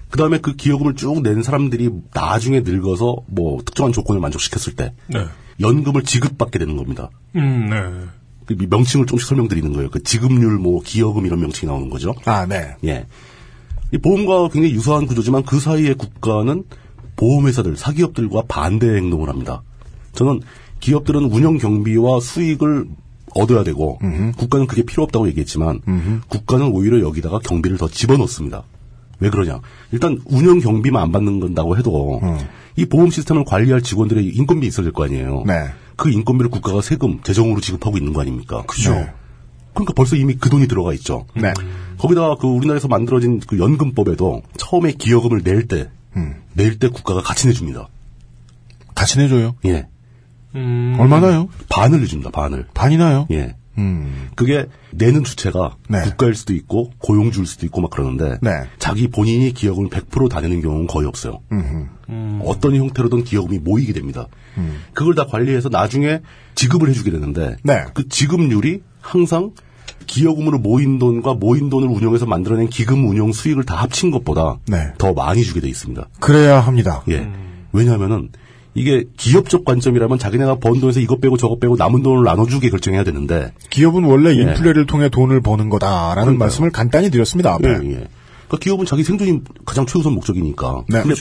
Speaker 4: 그 다음에 그 기여금을 쭉 낸 사람들이 나중에 늙어서 뭐 특정한 조건을 만족시켰을 때
Speaker 3: 네.
Speaker 4: 연금을 지급받게 되는 겁니다.
Speaker 3: 음, 네.
Speaker 4: 그 명칭을 조금씩 설명드리는 거예요. 그 지급률, 뭐 기여금 이런 명칭이 나오는 거죠.
Speaker 2: 아, 네.
Speaker 4: 예. 이 보험과 굉장히 유사한 구조지만 그 사이에 국가는 보험회사들, 사기업들과 반대 행동을 합니다. 저는 기업들은 운영 경비와 수익을 얻어야 되고 국가는 그게 필요 없다고 얘기했지만 국가는 오히려 여기다가 경비를 더 집어넣습니다. 왜 그러냐? 일단 운영 경비만 안 받는 건다고 해도
Speaker 2: 음.
Speaker 4: 이 보험 시스템을 관리할 직원들의 인건비 있어야 될 거 아니에요.
Speaker 2: 네.
Speaker 4: 그 인건비를 국가가 세금, 재정으로 지급하고 있는 거 아닙니까?
Speaker 2: 그죠. 네.
Speaker 4: 그러니까 벌써 이미 그 돈이 들어가 있죠.
Speaker 2: 네.
Speaker 4: 거기다가 그 우리나라에서 만들어진 그 연금법에도 처음에 기여금을 낼 때, 낼 때 국가가 같이 내줍니다.
Speaker 2: 같이 내줘요?
Speaker 4: 예.
Speaker 3: 음.
Speaker 2: 얼마나요?
Speaker 4: 반을 내줍니다, 반을.
Speaker 2: 반이나요?
Speaker 4: 예.
Speaker 2: 음.
Speaker 4: 그게 내는 주체가
Speaker 2: 네.
Speaker 4: 국가일 수도 있고 고용주일 수도 있고 막 그러는데
Speaker 2: 네.
Speaker 4: 자기 본인이 기여금을 100%다 내는 경우는 거의 없어요.
Speaker 2: 음흠.
Speaker 4: 어떤 형태로든 기여금이 모이게 됩니다. 그걸 다 관리해서 나중에 지급을 해주게 되는데
Speaker 2: 음. 네.
Speaker 4: 그 지급률이 항상 기여금으로 모인 돈과 모인 돈을 운영해서 만들어낸 기금 운용 수익을 다 합친 것보다
Speaker 2: 네.
Speaker 4: 더 많이 주게 돼 있습니다.
Speaker 2: 그래야 합니다.
Speaker 4: 예. 왜냐하면은 이게 기업적 관점이라면 자기네가 번 돈에서 이것 빼고 저것 빼고 남은 돈을 나눠주게 결정해야 되는데
Speaker 2: 기업은 원래
Speaker 3: 예.
Speaker 2: 인플레를 통해 돈을 버는 거다라는 말씀을 간단히 드렸습니다. 앞에.
Speaker 4: 예, 예. 그러니까 기업은 자기 생존이 가장 최우선 목적이니까.
Speaker 2: 네.
Speaker 4: 근데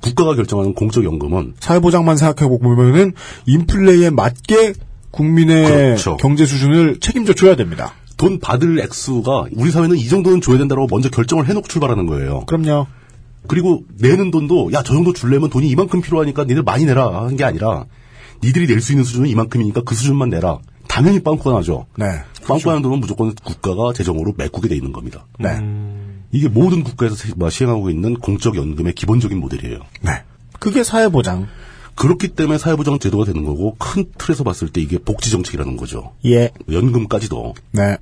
Speaker 4: 국가가 결정하는 공적 연금은
Speaker 2: 사회보장만 생각해 보면은 인플레이에 맞게 국민의
Speaker 4: 그렇죠.
Speaker 2: 경제 수준을 책임져 줘야 됩니다.
Speaker 4: 돈 받을 액수가 우리 사회는 이 정도는 줘야 된다고 먼저 결정을 해놓고 출발하는 거예요.
Speaker 2: 그럼요.
Speaker 4: 그리고 내는 돈도 야 저 정도 줄려면 돈이 이만큼 필요하니까 니들 많이 내라 하는 게 아니라 니들이 낼 수 있는 수준은 이만큼이니까 그 수준만 내라. 당연히 빵꾸가 나죠.
Speaker 2: 네.
Speaker 4: 빵꾸가 난 돈은 무조건 국가가 재정으로 메꾸게 돼 있는 겁니다.
Speaker 2: 네.
Speaker 4: 이게 모든 국가에서 시- 시행하고 있는 공적연금의 기본적인 모델이에요.
Speaker 2: 네. 그게 사회보장.
Speaker 4: 그렇기 때문에 사회보장 제도가 되는 거고 큰 틀에서 봤을 때 이게 복지 정책이라는 거죠.
Speaker 2: 예.
Speaker 4: 연금까지도
Speaker 2: 네.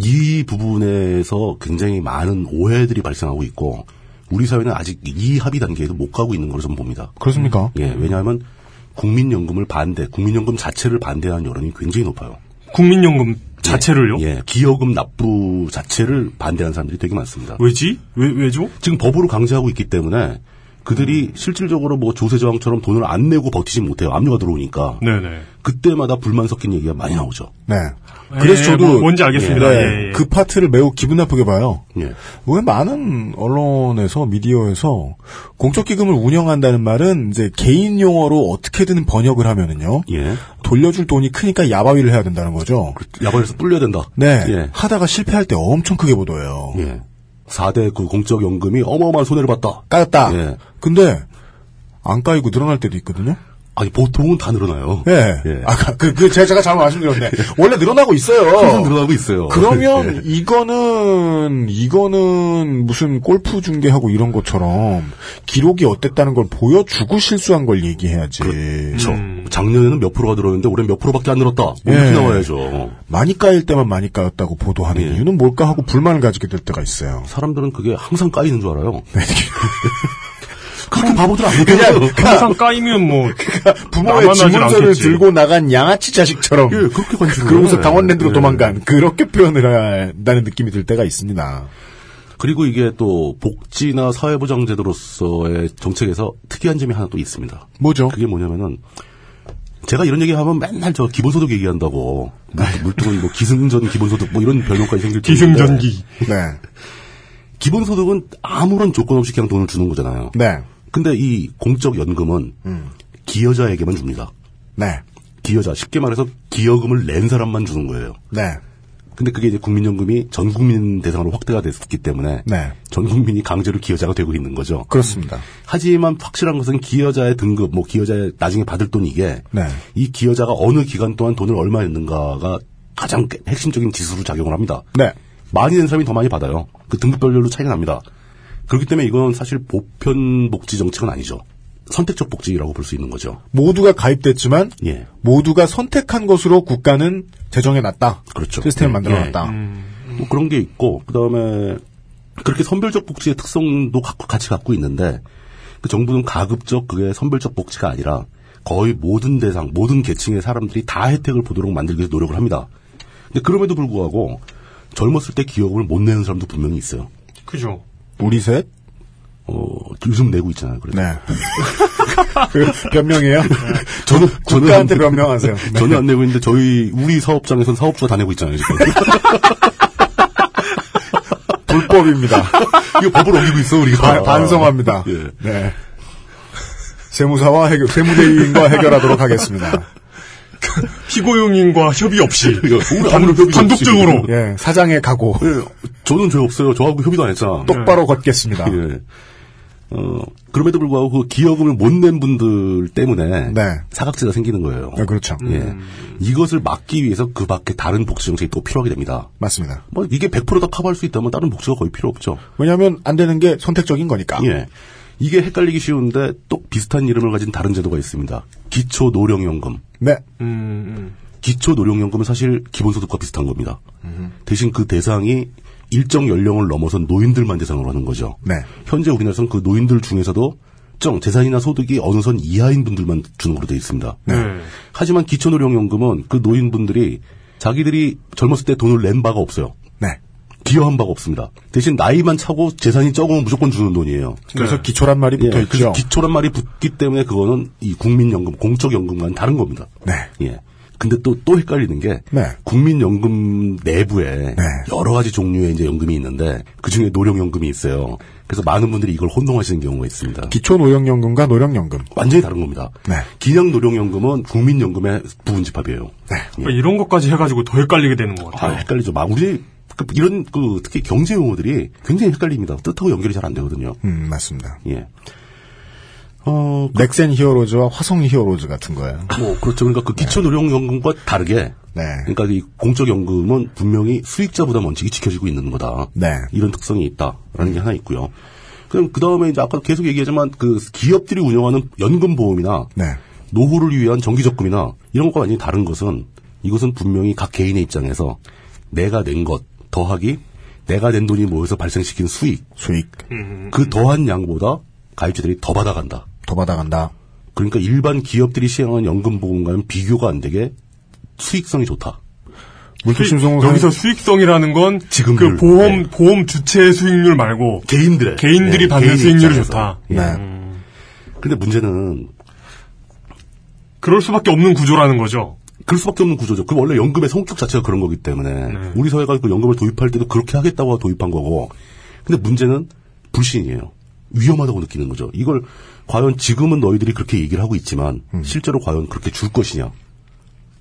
Speaker 4: 이 부분에서 굉장히 많은 오해들이 발생하고 있고 우리 사회는 아직 이 합의 단계에도 못 가고 있는 걸로 저는 봅니다.
Speaker 2: 그렇습니까?
Speaker 4: 예, 왜냐하면 국민연금을 반대, 국민연금 자체를 반대하는 여론이 굉장히 높아요.
Speaker 3: 국민연금 자체를요?
Speaker 4: 예, 기여금 납부 자체를 반대하는 사람들이 되게 많습니다.
Speaker 3: 왜지? 왜, 왜죠?
Speaker 4: 지금 법으로 강제하고 있기 때문에 그들이 실질적으로 뭐 조세저항처럼 돈을 안 내고 버티지 못해요. 압류가 들어오니까.
Speaker 3: 네네.
Speaker 4: 그때마다 불만 섞인 얘기가 많이 나오죠.
Speaker 2: 네.
Speaker 3: 예,
Speaker 2: 그래서 저도
Speaker 3: 뭐, 뭔지 알겠습니다.
Speaker 2: 네,
Speaker 3: 예, 예.
Speaker 2: 그 파트를 매우 기분 나쁘게 봐요.
Speaker 4: 예.
Speaker 2: 왜 많은 언론에서 미디어에서 공적 기금을 운영한다는 말은 이제 개인 용어로 어떻게든 번역을 하면은요.
Speaker 4: 예.
Speaker 2: 돌려줄 돈이 크니까 야바위를 해야 된다는 거죠.
Speaker 4: 야발에서 뿔려야 된다.
Speaker 2: 네.
Speaker 4: 예.
Speaker 2: 하다가 실패할 때 엄청 크게 보도해요.
Speaker 4: 예. 4대 그 공적연금이 어마어마한 손해를 봤다.
Speaker 2: 까였다.
Speaker 4: 예.
Speaker 2: 근데 안 까이고 늘어날 때도 있거든요.
Speaker 4: 아니, 보통은 다 늘어나요.
Speaker 2: 예.
Speaker 4: 예.
Speaker 2: 아까 그, 그 제가, 제가 잘못 말씀드렸네. 원래 늘어나고
Speaker 4: 항상
Speaker 2: 있어요.
Speaker 4: 늘어나고 있어요.
Speaker 2: 그러면
Speaker 4: 예.
Speaker 2: 이거는 이거는 무슨 골프 중계하고 이런 것처럼 기록이 어땠다는 걸 보여주고 실수한 걸 얘기해야지. 음.
Speaker 4: 그렇죠. 작년에는 몇 프로가 늘었는데 올해 몇 프로밖에 안 늘었다. 뭐 이렇게
Speaker 2: 예.
Speaker 4: 나와야죠.
Speaker 2: 많이 까일 때만 많이 까였다고 보도하는
Speaker 4: 예.
Speaker 2: 이유는 뭘까 하고 불만을 가지게 될 때가 있어요.
Speaker 4: 사람들은 그게 항상 까이는 줄 알아요.
Speaker 2: 네.
Speaker 4: 그렇게 바보들 안 돼요.
Speaker 3: 항상 까이면 뭐
Speaker 2: 부모의
Speaker 3: 나만 하진
Speaker 2: 지문서를
Speaker 3: 않겠지.
Speaker 2: 들고 나간 양아치 자식처럼
Speaker 4: 예, 그렇게 관심을
Speaker 2: 그러고서
Speaker 4: 해.
Speaker 2: 강원랜드로
Speaker 4: 예.
Speaker 2: 도망간 그렇게 표현을 한다는 느낌이 들 때가 있습니다.
Speaker 4: 그리고 이게 또 복지나 사회보장제도로서의 정책에서 특이한 점이 하나 또 있습니다.
Speaker 2: 뭐죠?
Speaker 4: 그게 뭐냐면은 제가 이런 얘기 하면 맨날 저 기본소득 얘기한다고 물- 물뚱이 뭐 기승전 기본소득 뭐 이런 변호까지 생길 정도인데
Speaker 3: 네. 기승전기.
Speaker 2: 네.
Speaker 4: 기본소득은 아무런 조건 없이 그냥 돈을 주는 거잖아요.
Speaker 2: 네.
Speaker 4: 근데 이 공적 연금은
Speaker 3: 음.
Speaker 4: 기여자에게만 줍니다.
Speaker 2: 네.
Speaker 4: 기여자 쉽게 말해서 기여금을 낸 사람만 주는 거예요.
Speaker 2: 네.
Speaker 4: 근데 그게 이제 국민연금이 전 국민 대상으로 확대가 됐기 때문에
Speaker 2: 네.
Speaker 4: 전 국민이 강제로 기여자가 되고 있는 거죠.
Speaker 2: 그렇습니다.
Speaker 4: 하지만 확실한 것은 기여자의 등급, 뭐 기여자의 나중에 받을 돈 이게
Speaker 2: 네.
Speaker 4: 이 기여자가 어느 기간 동안 돈을 얼마 냈는가가 가장 깨- 핵심적인 지수로 작용을 합니다.
Speaker 2: 네.
Speaker 4: 많이 낸 사람이 더 많이 받아요. 그 등급별로 차이가 납니다. 그렇기 때문에 이건 사실 보편 복지 정책은 아니죠. 선택적 복지라고 볼 수 있는 거죠.
Speaker 2: 모두가 가입됐지만
Speaker 4: 예.
Speaker 2: 모두가 선택한 것으로 국가는 재정해 놨다.
Speaker 4: 그렇죠.
Speaker 2: 시스템을
Speaker 4: 예,
Speaker 2: 만들어
Speaker 4: 예.
Speaker 2: 놨다.
Speaker 4: 뭐 그런 게 있고 그다음에 그렇게 선별적 복지의 특성도 갖고- 같이 갖고 있는데 그 정부는 가급적 그게 선별적 복지가 아니라 거의 모든 대상 모든 계층의 사람들이 다 혜택을 보도록 만들기 위해서 노력을 합니다. 근데 그럼에도 불구하고 젊었을 때 기여금을 못 내는 사람도 분명히 있어요.
Speaker 3: 그죠.
Speaker 2: 우리 셋?
Speaker 4: 어 요즘 내고 있잖아요. 그래도
Speaker 2: 네. 그 변명이에요?
Speaker 4: 저는
Speaker 2: 국가한테
Speaker 4: 안-
Speaker 2: 변명하세요. 네.
Speaker 4: 전혀 안 내고 있는데 저희 우리 사업장에선 사업주가 다 내고 있잖아요. 지금.
Speaker 2: 불법입니다.
Speaker 4: 이거 법을 어기고 있어 우리가.
Speaker 2: 바- 반성합니다.
Speaker 4: 아, 예.
Speaker 2: 네. 세무사와 해결, 세무대리인과 해결하도록 하겠습니다.
Speaker 3: 피고용인과 협의 없이
Speaker 4: 우리
Speaker 3: 단-
Speaker 4: 아무런 협의도 없이
Speaker 3: 단독적으로
Speaker 2: 예, 사장의 각오.
Speaker 4: 예, 저는 죄 없어요. 저하고 협의도 안 했잖아.
Speaker 2: 똑바로 걷겠습니다.
Speaker 4: 예.
Speaker 2: 아.
Speaker 4: 어, 그럼에도 불구하고 그 기여금을 못 낸 분들 때문에
Speaker 2: 네.
Speaker 4: 사각지가 생기는 거예요.
Speaker 2: 네, 그렇죠.
Speaker 4: 예. 이것을 막기 위해서 그 밖에 다른 복지 정책이 또 필요하게 됩니다.
Speaker 2: 맞습니다.
Speaker 4: 뭐 이게 100%다 커버할 수 있다면 다른 복지가 거의 필요 없죠.
Speaker 2: 왜냐하면 안 되는 게 선택적인 거니까.
Speaker 4: 예. 이게 헷갈리기 쉬운데 또 비슷한 이름을 가진 다른 제도가 있습니다. 기초 노령연금.
Speaker 2: 네.
Speaker 4: 기초 노령연금은 사실 기본소득과 비슷한 겁니다. 대신 그 대상이 일정 연령을 넘어선 노인들만 대상으로 하는 거죠.
Speaker 2: 네.
Speaker 4: 현재 우리나라에서는 그 노인들 중에서도 정 재산이나 소득이 어느 선 이하인 분들만 주는 걸로 되어 있습니다. 하지만 기초노령연금은 그 노인분들이 자기들이 젊었을 때 돈을 낸 바가 없어요.
Speaker 2: 네.
Speaker 4: 기여한 바가 없습니다. 대신 나이만 차고 재산이 적으면 무조건 주는 돈이에요.
Speaker 2: 그래서 기초란 말이 붙어
Speaker 4: 예,
Speaker 2: 있죠.
Speaker 4: 그래서 기초란 말이 붙기 때문에 그거는 이 국민연금, 공적연금과는 다른 겁니다.
Speaker 2: 네.
Speaker 4: 예. 근데 또, 또 헷갈리는 게,
Speaker 2: 네.
Speaker 4: 국민연금 내부에
Speaker 2: 네.
Speaker 4: 여러 가지 종류의 이제 연금이 있는데, 그 중에 노령연금이 있어요. 그래서 많은 분들이 이걸 혼동하시는 경우가 있습니다.
Speaker 2: 기초 노령연금과 노령연금.
Speaker 4: 완전히 다른 겁니다.
Speaker 2: 네.
Speaker 4: 기냥 노령연금은 국민연금의 부분집합이에요.
Speaker 2: 네.
Speaker 3: 그러니까 이런 것까지 해가지고 더 헷갈리게 되는 것
Speaker 4: 아,
Speaker 3: 같아요.
Speaker 4: 헷갈리죠. 막 우리, 그- 이런, 그, 특히 경제 용어들이 굉장히 헷갈립니다. 뜻하고 연결이 잘 안 되거든요.
Speaker 2: 음, 맞습니다.
Speaker 4: 예. 어,
Speaker 2: 넥센 히어로즈와 화성 히어로즈 같은 거예요.
Speaker 4: 뭐 그렇죠. 그러니까 그 기초 노령연금과 다르게
Speaker 2: 네.
Speaker 4: 그러니까 이 공적 연금은 분명히 수익자보다 원칙이 지켜지고 있는 거다.
Speaker 2: 네.
Speaker 4: 이런 특성이 있다라는 게 하나 있고요. 그럼 그 다음에 이제 아까 계속 얘기하지만 그 기업들이 운영하는 연금 보험이나
Speaker 2: 네.
Speaker 4: 노후를 위한 정기 적금이나 이런 것과 완전히 다른 것은 이것은 분명히 각 개인의 입장에서 내가 낸 것 더하기 내가 낸 돈이 모여서 발생시킨 수익
Speaker 2: 수익
Speaker 4: 그 더한 양보다 가입자들이 더 받아간다.
Speaker 2: 더 받아간다.
Speaker 4: 그러니까 일반 기업들이 시행하는 연금보험과는 비교가 안 되게 수익성이 좋다.
Speaker 3: 수익-
Speaker 2: 물뚝심송은
Speaker 3: 그 여기서 수익성이라는 건
Speaker 4: 지금
Speaker 3: 그
Speaker 4: 늘,
Speaker 3: 보험
Speaker 4: 네.
Speaker 3: 보험 주체의 수익률 말고
Speaker 4: 개인들의 네.
Speaker 3: 개인들이 받는
Speaker 4: 개인
Speaker 3: 수익률이
Speaker 4: 입장에서.
Speaker 3: 좋다.
Speaker 4: 예.
Speaker 2: 네.
Speaker 4: 근데 문제는
Speaker 3: 그럴 수밖에 없는 구조라는 거죠.
Speaker 4: 그럴 수밖에 없는 구조죠. 그 원래 연금의 성격 자체가 그런 거기 때문에 우리 사회가 그 연금을 도입할 때도 그렇게 하겠다고 도입한 거고. 근데 문제는 불신이에요. 위험하다고 느끼는 거죠. 이걸 과연 지금은 너희들이 그렇게 얘기를 하고 있지만 실제로 과연 그렇게 줄 것이냐?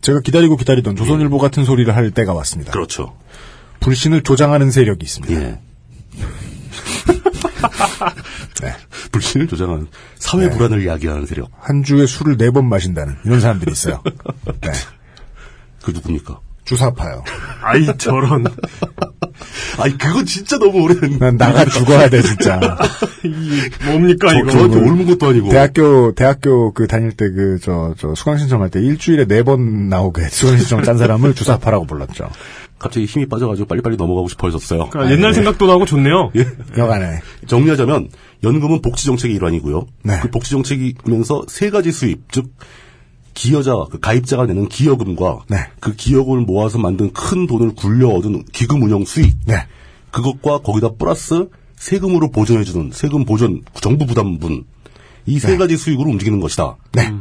Speaker 2: 제가 기다리고 기다리던 조선일보 같은 소리를 할 때가 왔습니다.
Speaker 4: 그렇죠.
Speaker 2: 불신을 조장하는 세력이 있습니다.
Speaker 4: 예. 불신을 조장하는 사회
Speaker 2: 네.
Speaker 4: 불안을 야기하는 세력.
Speaker 2: 한 주에 술을 네 번 마신다는 이런 사람들이 있어요. 네.
Speaker 4: 그 누굽니까?
Speaker 2: 주사파요.
Speaker 3: 아이 저런
Speaker 4: 아니 그거 진짜 너무 오래된
Speaker 2: 난 나가 죽어야 돼 진짜. 그
Speaker 3: 이 뭡니까
Speaker 4: 저,
Speaker 3: 이거?
Speaker 4: 저한테 옮은 것도 아니고
Speaker 2: 대학교 대학교 그 다닐 때 그 저 저 수강 신청할 때 일주일에 네 번 나오게 수강 신청 짠 사람을 주사파라고 불렀죠.
Speaker 4: 갑자기 힘이 빠져가지고 빨리빨리 넘어가고 싶어졌어요.
Speaker 2: 아,
Speaker 4: 네.
Speaker 3: 그러니까
Speaker 2: 예.
Speaker 3: 옛날 생각도 나고 좋네요.
Speaker 2: 여간에
Speaker 4: 정리하자면 연금은 복지 정책의 일환이고요.
Speaker 2: 네.
Speaker 4: 그 복지 정책이면서 세 가지 수입, 즉 기여자, 그 가입자가 내는 기여금과
Speaker 2: 네.
Speaker 4: 그 기여금을 모아서 만든 큰 돈을 굴려 얻은 기금 운영 수익,
Speaker 2: 네.
Speaker 4: 그것과 거기다 플러스 세금으로 보전해주는 세금 보전 정부 부담분 이
Speaker 3: 네.
Speaker 4: 세 가지 수익으로 움직이는 것이다.
Speaker 2: 네.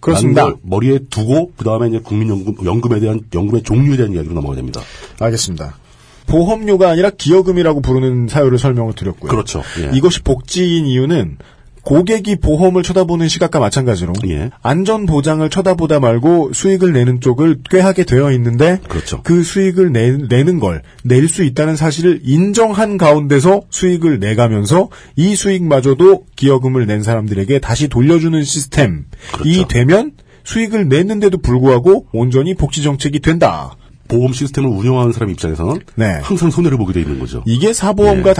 Speaker 2: 그렇습니다.
Speaker 4: 라는 걸 머리에 두고 그 다음에 이제 국민연금 연금에 대한 연금의 종류에 대한 이야기로 넘어가야 됩니다.
Speaker 2: 알겠습니다. 보험료가 아니라 기여금이라고 부르는 사유를 설명을 드렸고요.
Speaker 4: 그렇죠. 예.
Speaker 2: 이것이 복지인 이유는 고객이 보험을 쳐다보는 시각과 마찬가지로
Speaker 4: 예.
Speaker 2: 안전 보장을 쳐다보다 말고 수익을 내는 쪽을 꾀하게 되어 있는데
Speaker 4: 그렇죠.
Speaker 2: 그 수익을 내, 내는 걸 낼 수 있다는 사실을 인정한 가운데서 수익을 내가면서 이 수익마저도 기여금을 낸 사람들에게 다시 돌려주는 시스템이
Speaker 4: 그렇죠.
Speaker 2: 되면 수익을 냈는데도 불구하고 온전히 복지 정책이 된다.
Speaker 4: 보험 시스템을 운영하는 사람 입장에서는
Speaker 2: 네.
Speaker 4: 항상 손해를 보게 돼 있는 거죠.
Speaker 2: 이게 사보험과
Speaker 4: 예.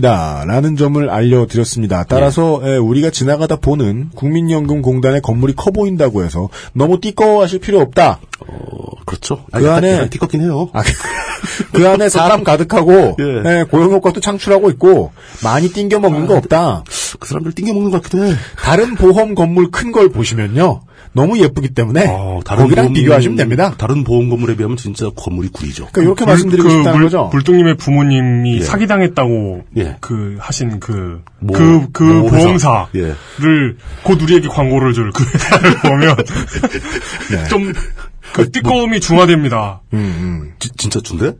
Speaker 2: 다연점이다라는 점을 알려드렸습니다. 따라서 예, 우리가 지나가다 보는 국민연금공단의 건물이 커 보인다고 해서 너무 띠꺼워하실 필요 없다.
Speaker 4: 어, 그렇죠.
Speaker 2: 그
Speaker 4: 약간-
Speaker 2: 안에-
Speaker 4: 약간 티껍긴 해요.
Speaker 2: 아, 그- 그 안에 사람 가득하고
Speaker 4: 예. 아.
Speaker 2: 예, 고용 효과도 창출하고 있고 많이 띵겨 먹는 거 없다.
Speaker 4: 그 사람들 띵겨 먹는 것 같기도 해.
Speaker 2: 다른 보험 건물 큰 걸 보시면요. 너무 예쁘기 때문에 거기랑
Speaker 4: 아, 어, 보험-
Speaker 2: 비교하시면 됩니다.
Speaker 4: 다른 보험 건물에 비하면 진짜 건물이 구리죠.
Speaker 2: 그러니까 이렇게 말씀드리고 싶다는
Speaker 3: 물-
Speaker 2: 거죠.
Speaker 3: 불뚱님의 부모님이
Speaker 4: 예.
Speaker 3: 사기당했다고
Speaker 4: 예.
Speaker 3: 그 하신 그
Speaker 4: 모-
Speaker 3: 그 그
Speaker 4: 모 회사.
Speaker 3: 보험사를
Speaker 4: 예.
Speaker 3: 곧 우리에게 광고를 줄 그 회사를 보면
Speaker 2: 네.
Speaker 3: 좀 그 띠꺼움이 중화됩니다.
Speaker 2: 음, 음.
Speaker 4: 지- 진짜 준대?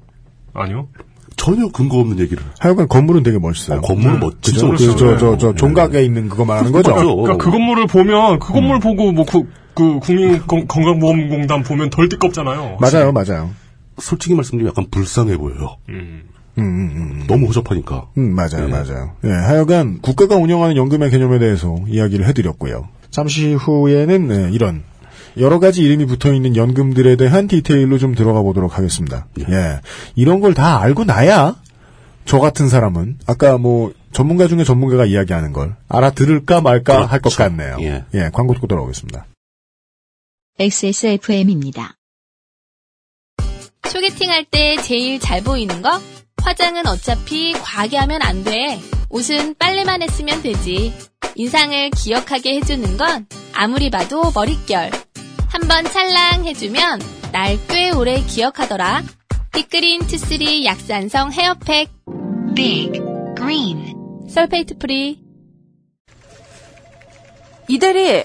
Speaker 3: 아니요.
Speaker 4: 전혀 근거 없는 얘기를.
Speaker 2: 하여간 건물은 되게 멋있어요.
Speaker 4: 아, 건물은 네.
Speaker 2: 음.
Speaker 4: 멋- 진짜
Speaker 2: 그죠?
Speaker 4: 멋있어요. 예.
Speaker 2: 저, 저, 저, 종각에 있는 그거 말하는 거죠.
Speaker 4: 그죠.
Speaker 3: 그러니까 그 건물을 보면 그 건물
Speaker 2: 음.
Speaker 3: 보고 뭐 그 국민 건- 건강보험공단 보면 덜 띠껍잖아요.
Speaker 2: 맞아요, 맞아요.
Speaker 4: 솔직히 말씀드리면 약간 불쌍해 보여요.
Speaker 3: 음.
Speaker 2: 음, 음, 음.
Speaker 4: 너무 허접하니까.
Speaker 2: 음, 맞아요, 맞아요. 예, 하여간 국가가 운영하는 연금의 개념에 대해서 이야기를 해드렸고요. 잠시 후에는 예, 이런 여러 가지 이름이 붙어 있는 연금들에 대한 디테일로 좀 들어가 보도록 하겠습니다. 예, 이런 걸 다 알고 나야 저 같은 사람은 아까 뭐 전문가 중에 전문가가 이야기하는 걸 알아들을까 말까 할 것 같네요.
Speaker 4: 예.
Speaker 2: 그렇죠. 예, 광고 듣고 돌아오겠습니다.
Speaker 1: XSFM입니다.
Speaker 6: 소개팅할 때 제일 잘 보이는 거? 화장은 어차피 과하게 하면 안 돼. 옷은 빨래만 했으면 되지. 인상을 기억하게 해주는 건 아무리 봐도 머릿결. 한번 찰랑 해주면 날 꽤 오래 기억하더라. 빅그린 투쓰리 약산성 헤어팩. 빅 그린 설페이트 프리.
Speaker 7: 이대리,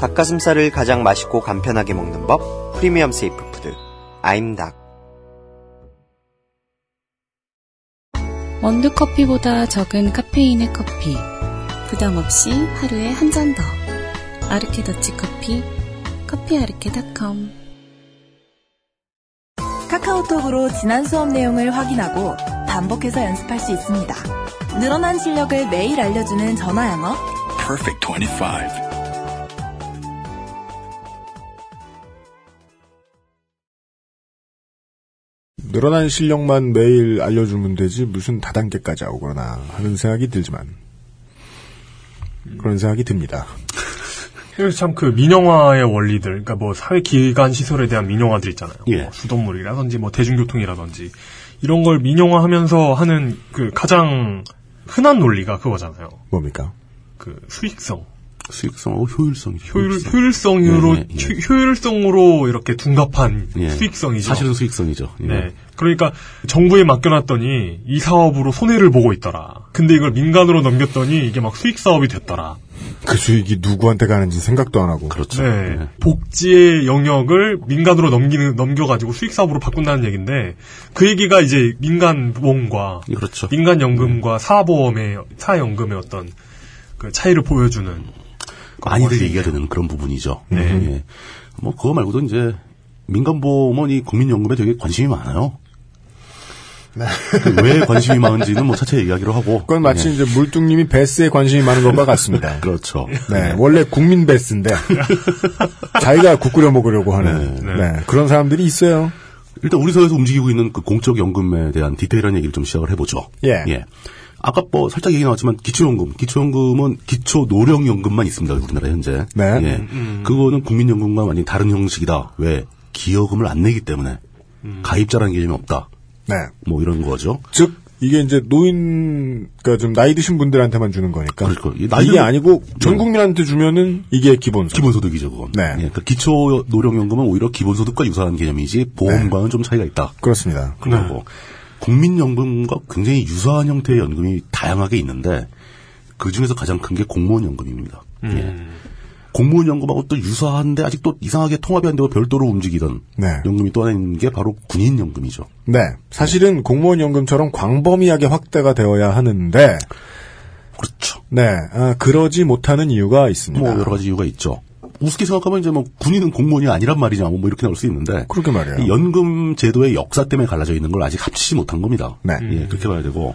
Speaker 9: 닭가슴살을 가장 맛있고 간편하게 먹는 법 프리미엄 세이프 푸드 아임닭
Speaker 11: 원두 커피보다 적은 카페인의 커피. 부담 없이 하루에 한 잔 더. 아르케 더치 커피. 커피아르케닷컴.
Speaker 13: 카카오톡으로 지난 수업 내용을 확인하고 반복해서 연습할 수 있습니다. 늘어난 실력을 매일 알려주는 전화 영어.
Speaker 10: Perfect 25.
Speaker 2: 늘어난 실력만 매일 알려주면 되지 무슨 다단계까지 오거나 하는 생각이 들지만 그런 생각이 듭니다.
Speaker 3: 그래서 참 그 민영화의 원리들, 그러니까 뭐 사회기관 시설에 대한 민영화들 있잖아요.
Speaker 4: 예.
Speaker 3: 뭐 수돗물이라든지 뭐 대중교통이라든지 이런 걸 민영화하면서 하는 그 가장 흔한 논리가 그거잖아요.
Speaker 2: 뭡니까?
Speaker 3: 그 수익성.
Speaker 2: 어,
Speaker 4: 수익성, 효율성,
Speaker 3: 효율, 효율성으로,
Speaker 4: 예, 예, 예.
Speaker 3: 휴- 효율성으로 이렇게 둔갑한
Speaker 4: 예.
Speaker 3: 수익성이죠.
Speaker 4: 사실은 수익성이죠. 예.
Speaker 3: 네. 그러니까 정부에 맡겨놨더니 이 사업으로 손해를 보고 있더라. 근데 이걸 민간으로 넘겼더니 이게 막 수익 사업이 됐더라.
Speaker 2: 그 수익이 누구한테 가는지 생각도 안 하고.
Speaker 4: 그렇죠.
Speaker 3: 네. 복지의 영역을 민간으로 넘기는 넘겨가지고 수익 사업으로 바꾼다는 얘기인데 그 얘기가 이제 민간 보험과
Speaker 4: 그렇죠.
Speaker 3: 민간 연금과 사보험의 사연금의 어떤 그 차이를 보여주는
Speaker 4: 많이들 얘기가 되는 그런 부분이죠.
Speaker 2: 네.
Speaker 4: 예. 뭐 그거 말고도 이제 민간보험은 이 국민연금에 되게 관심이 많아요. 왜 관심이 많은지는 뭐 차차 얘기하기로 하고.
Speaker 2: 네.
Speaker 4: 예.
Speaker 2: 그건 마치 이제 물뚱님이 베스에 관심이 많은 것과 같습니다.
Speaker 4: 네. 그렇죠.
Speaker 2: 네, 원래 국민 베스인데 자기가 국끓여 먹으려고 하는 네, 그런 사람들이 있어요.
Speaker 4: 일단 우리 사회에서 움직이고 있는 그 공적 연금에 대한 디테일한 얘기를 좀 시작을 해보죠.
Speaker 2: 예.
Speaker 4: 아까 뭐 살짝 얘기 나왔지만 기초연금, 기초연금은 기초 노령연금만 있습니다. 우리나라 현재.
Speaker 2: 네.
Speaker 4: 예. 그거는 국민연금과 완전히 다른 형식이다. 왜 기여금을 안 내기 때문에
Speaker 2: 음.
Speaker 4: 가입자라는 개념이 없다.
Speaker 2: 네.
Speaker 4: 뭐 이런 거죠.
Speaker 2: 즉 이게 이제 노인 그러니까 좀 나이 드신 분들한테만 주는 거니까.
Speaker 4: 그렇죠. 이 나이
Speaker 2: 이게
Speaker 4: 든-
Speaker 2: 아니고 전 국민한테 주면은 이게 기본소득.
Speaker 4: 기본소득이죠, 그건. 네. 그러니까 기초 노령연금은 오히려 기본소득과 유사한 개념이지 보험과는 좀 차이가 있다.
Speaker 2: 그렇습니다.
Speaker 4: 그리고 국민연금과 굉장히 유사한 형태의 연금이 다양하게 있는데 그 중에서 가장 큰 게 공무원연금입니다. 예. 음. 공무원연금하고 또 유사한데 아직도 이상하게 통합이 안 되고 별도로 움직이던
Speaker 2: 네.
Speaker 4: 연금이 또 하나 있는 게 바로 군인연금이죠.
Speaker 2: 네. 사실은 공무원 연금처럼 광범위하게 확대가 되어야 하는데.
Speaker 4: 그렇죠.
Speaker 2: 네. 아, 그러지 못하는 이유가 있습니다.
Speaker 4: 뭐 여러 가지 이유가 있죠. 우습게 생각하면 이제 뭐 군인은 공무원이 아니란 말이냐 뭐 이렇게 나올 수 있는데
Speaker 2: 그렇게 말이에요.
Speaker 4: 이 연금 제도의 역사 때문에 갈라져 있는 걸 아직 합치지 못한 겁니다.
Speaker 2: 네.
Speaker 4: 예, 그렇게 봐야 되고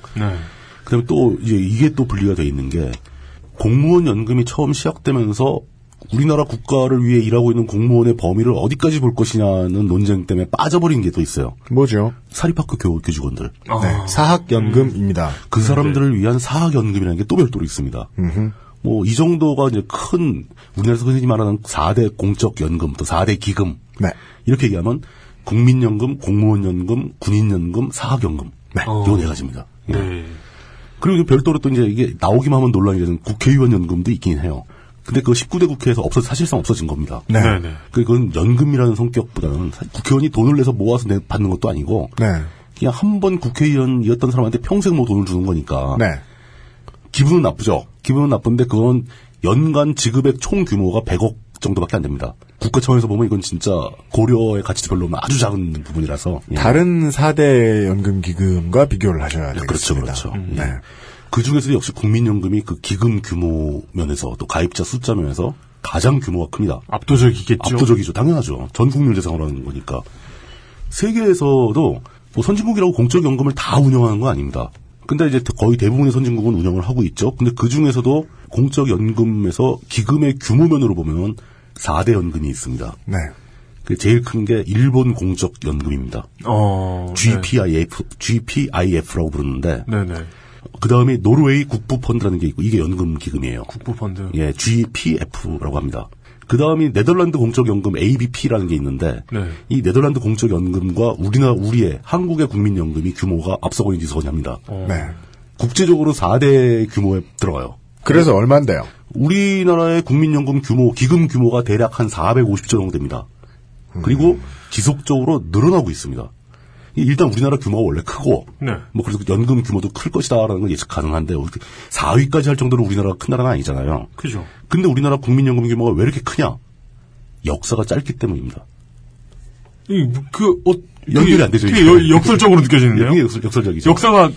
Speaker 4: 그다음에 또 이제 이게 또 분리가 돼 있는 게 공무원 연금이 처음 시작되면서 우리나라 국가를 위해 일하고 있는 공무원의 범위를 어디까지 볼 것이냐는 논쟁 때문에 빠져버린 게 또 있어요.
Speaker 2: 뭐죠?
Speaker 4: 사립학교 교, 교직원들.
Speaker 2: 네, 사학연금입니다.
Speaker 4: 그 사람들을 위한 사학연금이라는 게 또 별도로 있습니다. 뭐, 이 정도가 이제 큰, 우리나라에서 흔히 말하는 4대 공적연금, 또 4대 기금. 이렇게 얘기하면, 국민연금, 공무원연금, 군인연금, 사학연금. 요 네 가지입니다. 예. 그리고 별도로 또 이제 이게 나오기만 하면 논란이 되는 국회의원 연금도 있긴 해요. 근데 그 19대 국회에서 없어 사실상 없어진 겁니다.
Speaker 2: 네. 네, 네.
Speaker 4: 그 그건 연금이라는 성격보다는 사- 국회의원이 돈을 내서 모아서 내- 받는 것도 아니고
Speaker 2: 네.
Speaker 4: 그냥 한 번 국회의원이었던 사람한테 평생 뭐 돈을 주는 거니까
Speaker 2: 네.
Speaker 4: 기분은 나쁘죠. 기분은 나쁜데 그건 연간 지급액 총 규모가 100억 정도밖에 안 됩니다. 국가 차원에서 보면 이건 진짜 고려의 가치도 별로 없는 아주 작은 부분이라서 예.
Speaker 2: 다른 4대 연금기금과 비교를 하셔야 되겠습니다. 음.
Speaker 4: 그렇죠, 그렇죠. 그 중에서도 역시 국민연금이 그 기금 규모 면에서 또 가입자 숫자 면에서 가장 규모가 큽니다.
Speaker 3: 압도적이겠죠.
Speaker 4: 그렇죠. 압도적이죠. 당연하죠. 전 국민 대상으로 하는 거니까. 세계에서도 뭐 선진국이라고 공적 연금을 다 운영하는 건 아닙니다. 근데 이제 거의 대부분의 선진국은 운영을 하고 있죠. 근데 그 중에서도 공적 연금에서 기금의 규모면으로 보면 4대 연금이 있습니다.
Speaker 2: 네.
Speaker 4: 그 제일 큰 게 일본 공적 연금입니다.
Speaker 3: 어,
Speaker 4: GPIF, GPIF라고 부르는데
Speaker 3: 네네.
Speaker 4: 그 다음에 노르웨이 국부펀드라는 게 있고 이게 연금 기금이에요.
Speaker 3: 국부펀드.
Speaker 4: 예, GPF라고 합니다. 그 다음이 네덜란드 공적연금 ABP라는 게 있는데
Speaker 3: 네.
Speaker 4: 이 네덜란드 공적연금과 우리나 우리의 한국의 국민연금이 규모가 앞서고 있는지 소냐합니다.
Speaker 3: 어.
Speaker 2: 네.
Speaker 4: 국제적으로 4대 규모에 들어가요.
Speaker 2: 그래서 얼마인데요?
Speaker 4: 우리나라의 국민연금 규모, 기금 규모가 대략 한 450조 정도 됩니다. 그리고
Speaker 3: 음.
Speaker 4: 지속적으로 늘어나고 있습니다. 이- 일단 우리나라 규모가 원래 크고
Speaker 3: 네.
Speaker 4: 뭐 그래서 연금 규모도 클 것이다라는 건 예측 가능한데 4위까지 할 정도로 우리나라가 큰 나라가 아니잖아요.
Speaker 3: 그죠.
Speaker 4: 근데 우리나라 국민연금 규모가 왜 이렇게 크냐? 역사가 짧기 때문입니다.
Speaker 3: 이그 어,
Speaker 4: 연결이 안 되죠.
Speaker 3: 되게
Speaker 4: 이게.
Speaker 3: 역- 역설적으로 느껴지는데요.
Speaker 4: 예, 그게 역설, 역설적이죠.
Speaker 3: 역사가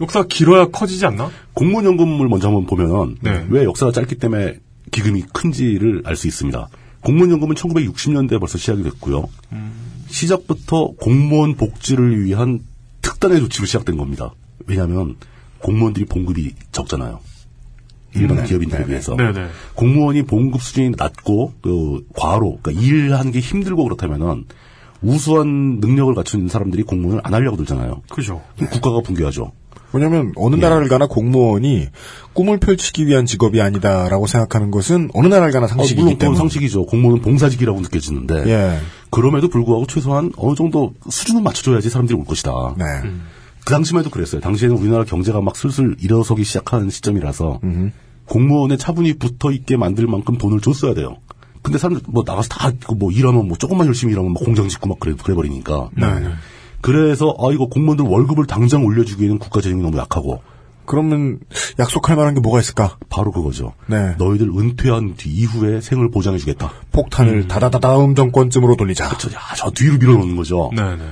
Speaker 3: 역사 길어야 커지지 않나?
Speaker 4: 공무원연금을 먼저 한번 보면
Speaker 3: 네.
Speaker 4: 왜 역사가 짧기 때문에 기금이 큰지를 알 수 있습니다. 공무원연금은 1960년대에 벌써 시작이 됐고요. 시작부터 공무원 복지를 위한 특단의 조치로 시작된 겁니다. 왜냐하면 공무원들이 봉급이 적잖아요. 일반
Speaker 2: 음, 네.
Speaker 4: 기업인들에
Speaker 2: 네, 네.
Speaker 4: 비해서
Speaker 2: 네, 네.
Speaker 4: 공무원이 봉급 수준이 낮고 그 과로 그러니까 일하는 게 힘들고 그렇다면은 우수한 능력을 갖춘 사람들이 공무원을 안 하려고 들잖아요.
Speaker 3: 그죠.
Speaker 2: 네.
Speaker 4: 그럼 국가가 붕괴하죠.
Speaker 2: 왜냐면 어느
Speaker 4: 예.
Speaker 2: 나라를 가나 공무원이 꿈을 펼치기 위한 직업이 아니다라고 생각하는 것은 어느 나라를 가나 상식이기
Speaker 4: 아, 물론 그건
Speaker 2: 때문에
Speaker 4: 상식이죠. 공무원은 봉사직이라고 느껴지는데
Speaker 2: 예.
Speaker 4: 그럼에도 불구하고 최소한 어느 정도 수준은 맞춰줘야지 사람들이 올 것이다.
Speaker 2: 네.
Speaker 4: 그 당시만 해도 그랬어요. 당시에는 우리나라 경제가 막 슬슬 일어서기 시작하는 시점이라서 공무원의 차분히 붙어 있게 만들 만큼 돈을 줬어야 돼요. 근데 사람들 뭐 나가서 다 뭐 일하면 뭐 조금만 열심히 일하면 막 공장 짓고 막 그래 그래 버리니까.
Speaker 2: 네.
Speaker 4: 그래서 아 이거 공무원들 월급을 당장 올려주기에는 국가 재정이 너무 약하고.
Speaker 2: 그러면 약속할 만한 게 뭐가 있을까?
Speaker 4: 바로 그거죠.
Speaker 2: 네.
Speaker 4: 너희들 은퇴한 뒤 이후에 생을 보장해주겠다.
Speaker 2: 폭탄을 다다다 다음 정권쯤으로 돌리자.
Speaker 4: 그렇죠. 야, 저 뒤로 밀어놓는 거죠.
Speaker 3: 네네.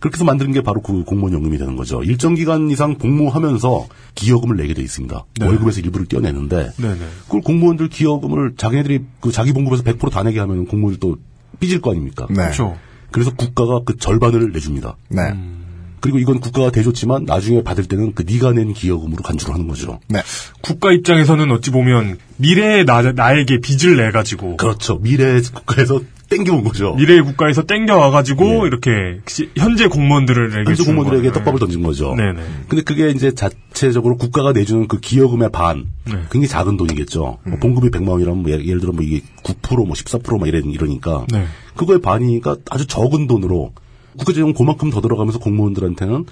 Speaker 4: 그렇게 해서 만드는 게 바로 그 공무원 연금이 되는 거죠. 일정 기간 이상 복무하면서 기여금을 내게 돼 있습니다.
Speaker 3: 네.
Speaker 4: 월급에서 일부를 떼어내는데
Speaker 3: 네네.
Speaker 4: 그걸 공무원들 기여금을 자기네들이 그 자기 봉급에서 100%다 내게 하면 공무원들 또 삐질 거 아닙니까?
Speaker 3: 그렇죠.
Speaker 4: 그래서 국가가 그 절반을 내줍니다.
Speaker 2: 네.
Speaker 4: 음. 그리고 이건 국가가 대줬지만 나중에 받을 때는 그 네가 낸 기여금으로 간주를 하는 거죠.
Speaker 2: 네.
Speaker 3: 국가 입장에서는 어찌 보면 미래의 나, 나에게 빚을 내 가지고
Speaker 4: 그렇죠. 미래 국가에서 땡겨온 거죠.
Speaker 3: 미래의 국가에서 땡겨와 가지고 이렇게 시- 현재 공무원들에게
Speaker 4: 예. 현재
Speaker 3: 주는
Speaker 4: 공무원들에게
Speaker 3: 거예요.
Speaker 4: 떡밥을 던진 거죠.
Speaker 3: 네네.
Speaker 4: 근데 그게 이제 자체적으로 국가가 내주는 그 기여금의 반,
Speaker 3: 네. 음.
Speaker 4: 굉장히 작은 돈이겠죠. 뭐 봉급이 100만 원이라면 뭐 예- 예를 들어 뭐 이게 9%, 뭐 14%막 이러, 이러니까.
Speaker 3: 네.
Speaker 4: 그거의 반이니까 아주 적은 돈으로 국가재정 그만큼 더 들어가면서 공무원들한테는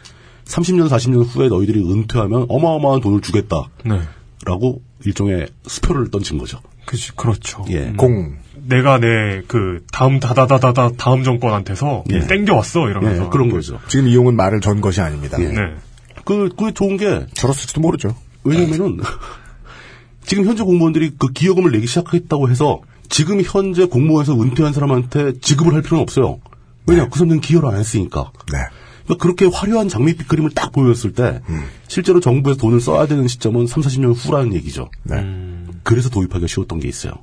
Speaker 4: 30년, 40년 후에 너희들이 은퇴하면 어마어마한 돈을 주겠다.
Speaker 3: 네.
Speaker 4: 라고 일종의 수표를 던진 거죠.
Speaker 3: 그, 그렇죠.
Speaker 4: 예.
Speaker 2: 공.
Speaker 3: 내가 내 그 다음 다다다다다 다음 정권한테서
Speaker 4: 예.
Speaker 3: 땡겨왔어 이러면서 네.
Speaker 4: 예, 그런 거죠.
Speaker 2: 지금 이용은 말을 전 것이 아닙니다. 네.
Speaker 4: 예. 그, 그게 좋은 게.
Speaker 2: 저랬을지도 모르죠.
Speaker 4: 왜냐면은, 지금 현재 공무원들이 그 기여금을 내기 시작했다고 해서, 지금 현재 공무원에서 은퇴한 사람한테 지급을 할 필요는 없어요. 왜냐, 그 사람들은 기여를 안 했으니까.
Speaker 2: 네.
Speaker 4: 그렇게 화려한 장밋빛 그림을 딱 보였을 때, 실제로 정부에서 돈을 써야 되는 시점은 3, 40년 후라는 얘기죠.
Speaker 2: 네.
Speaker 4: 그래서 도입하기가 쉬웠던 게 있어요.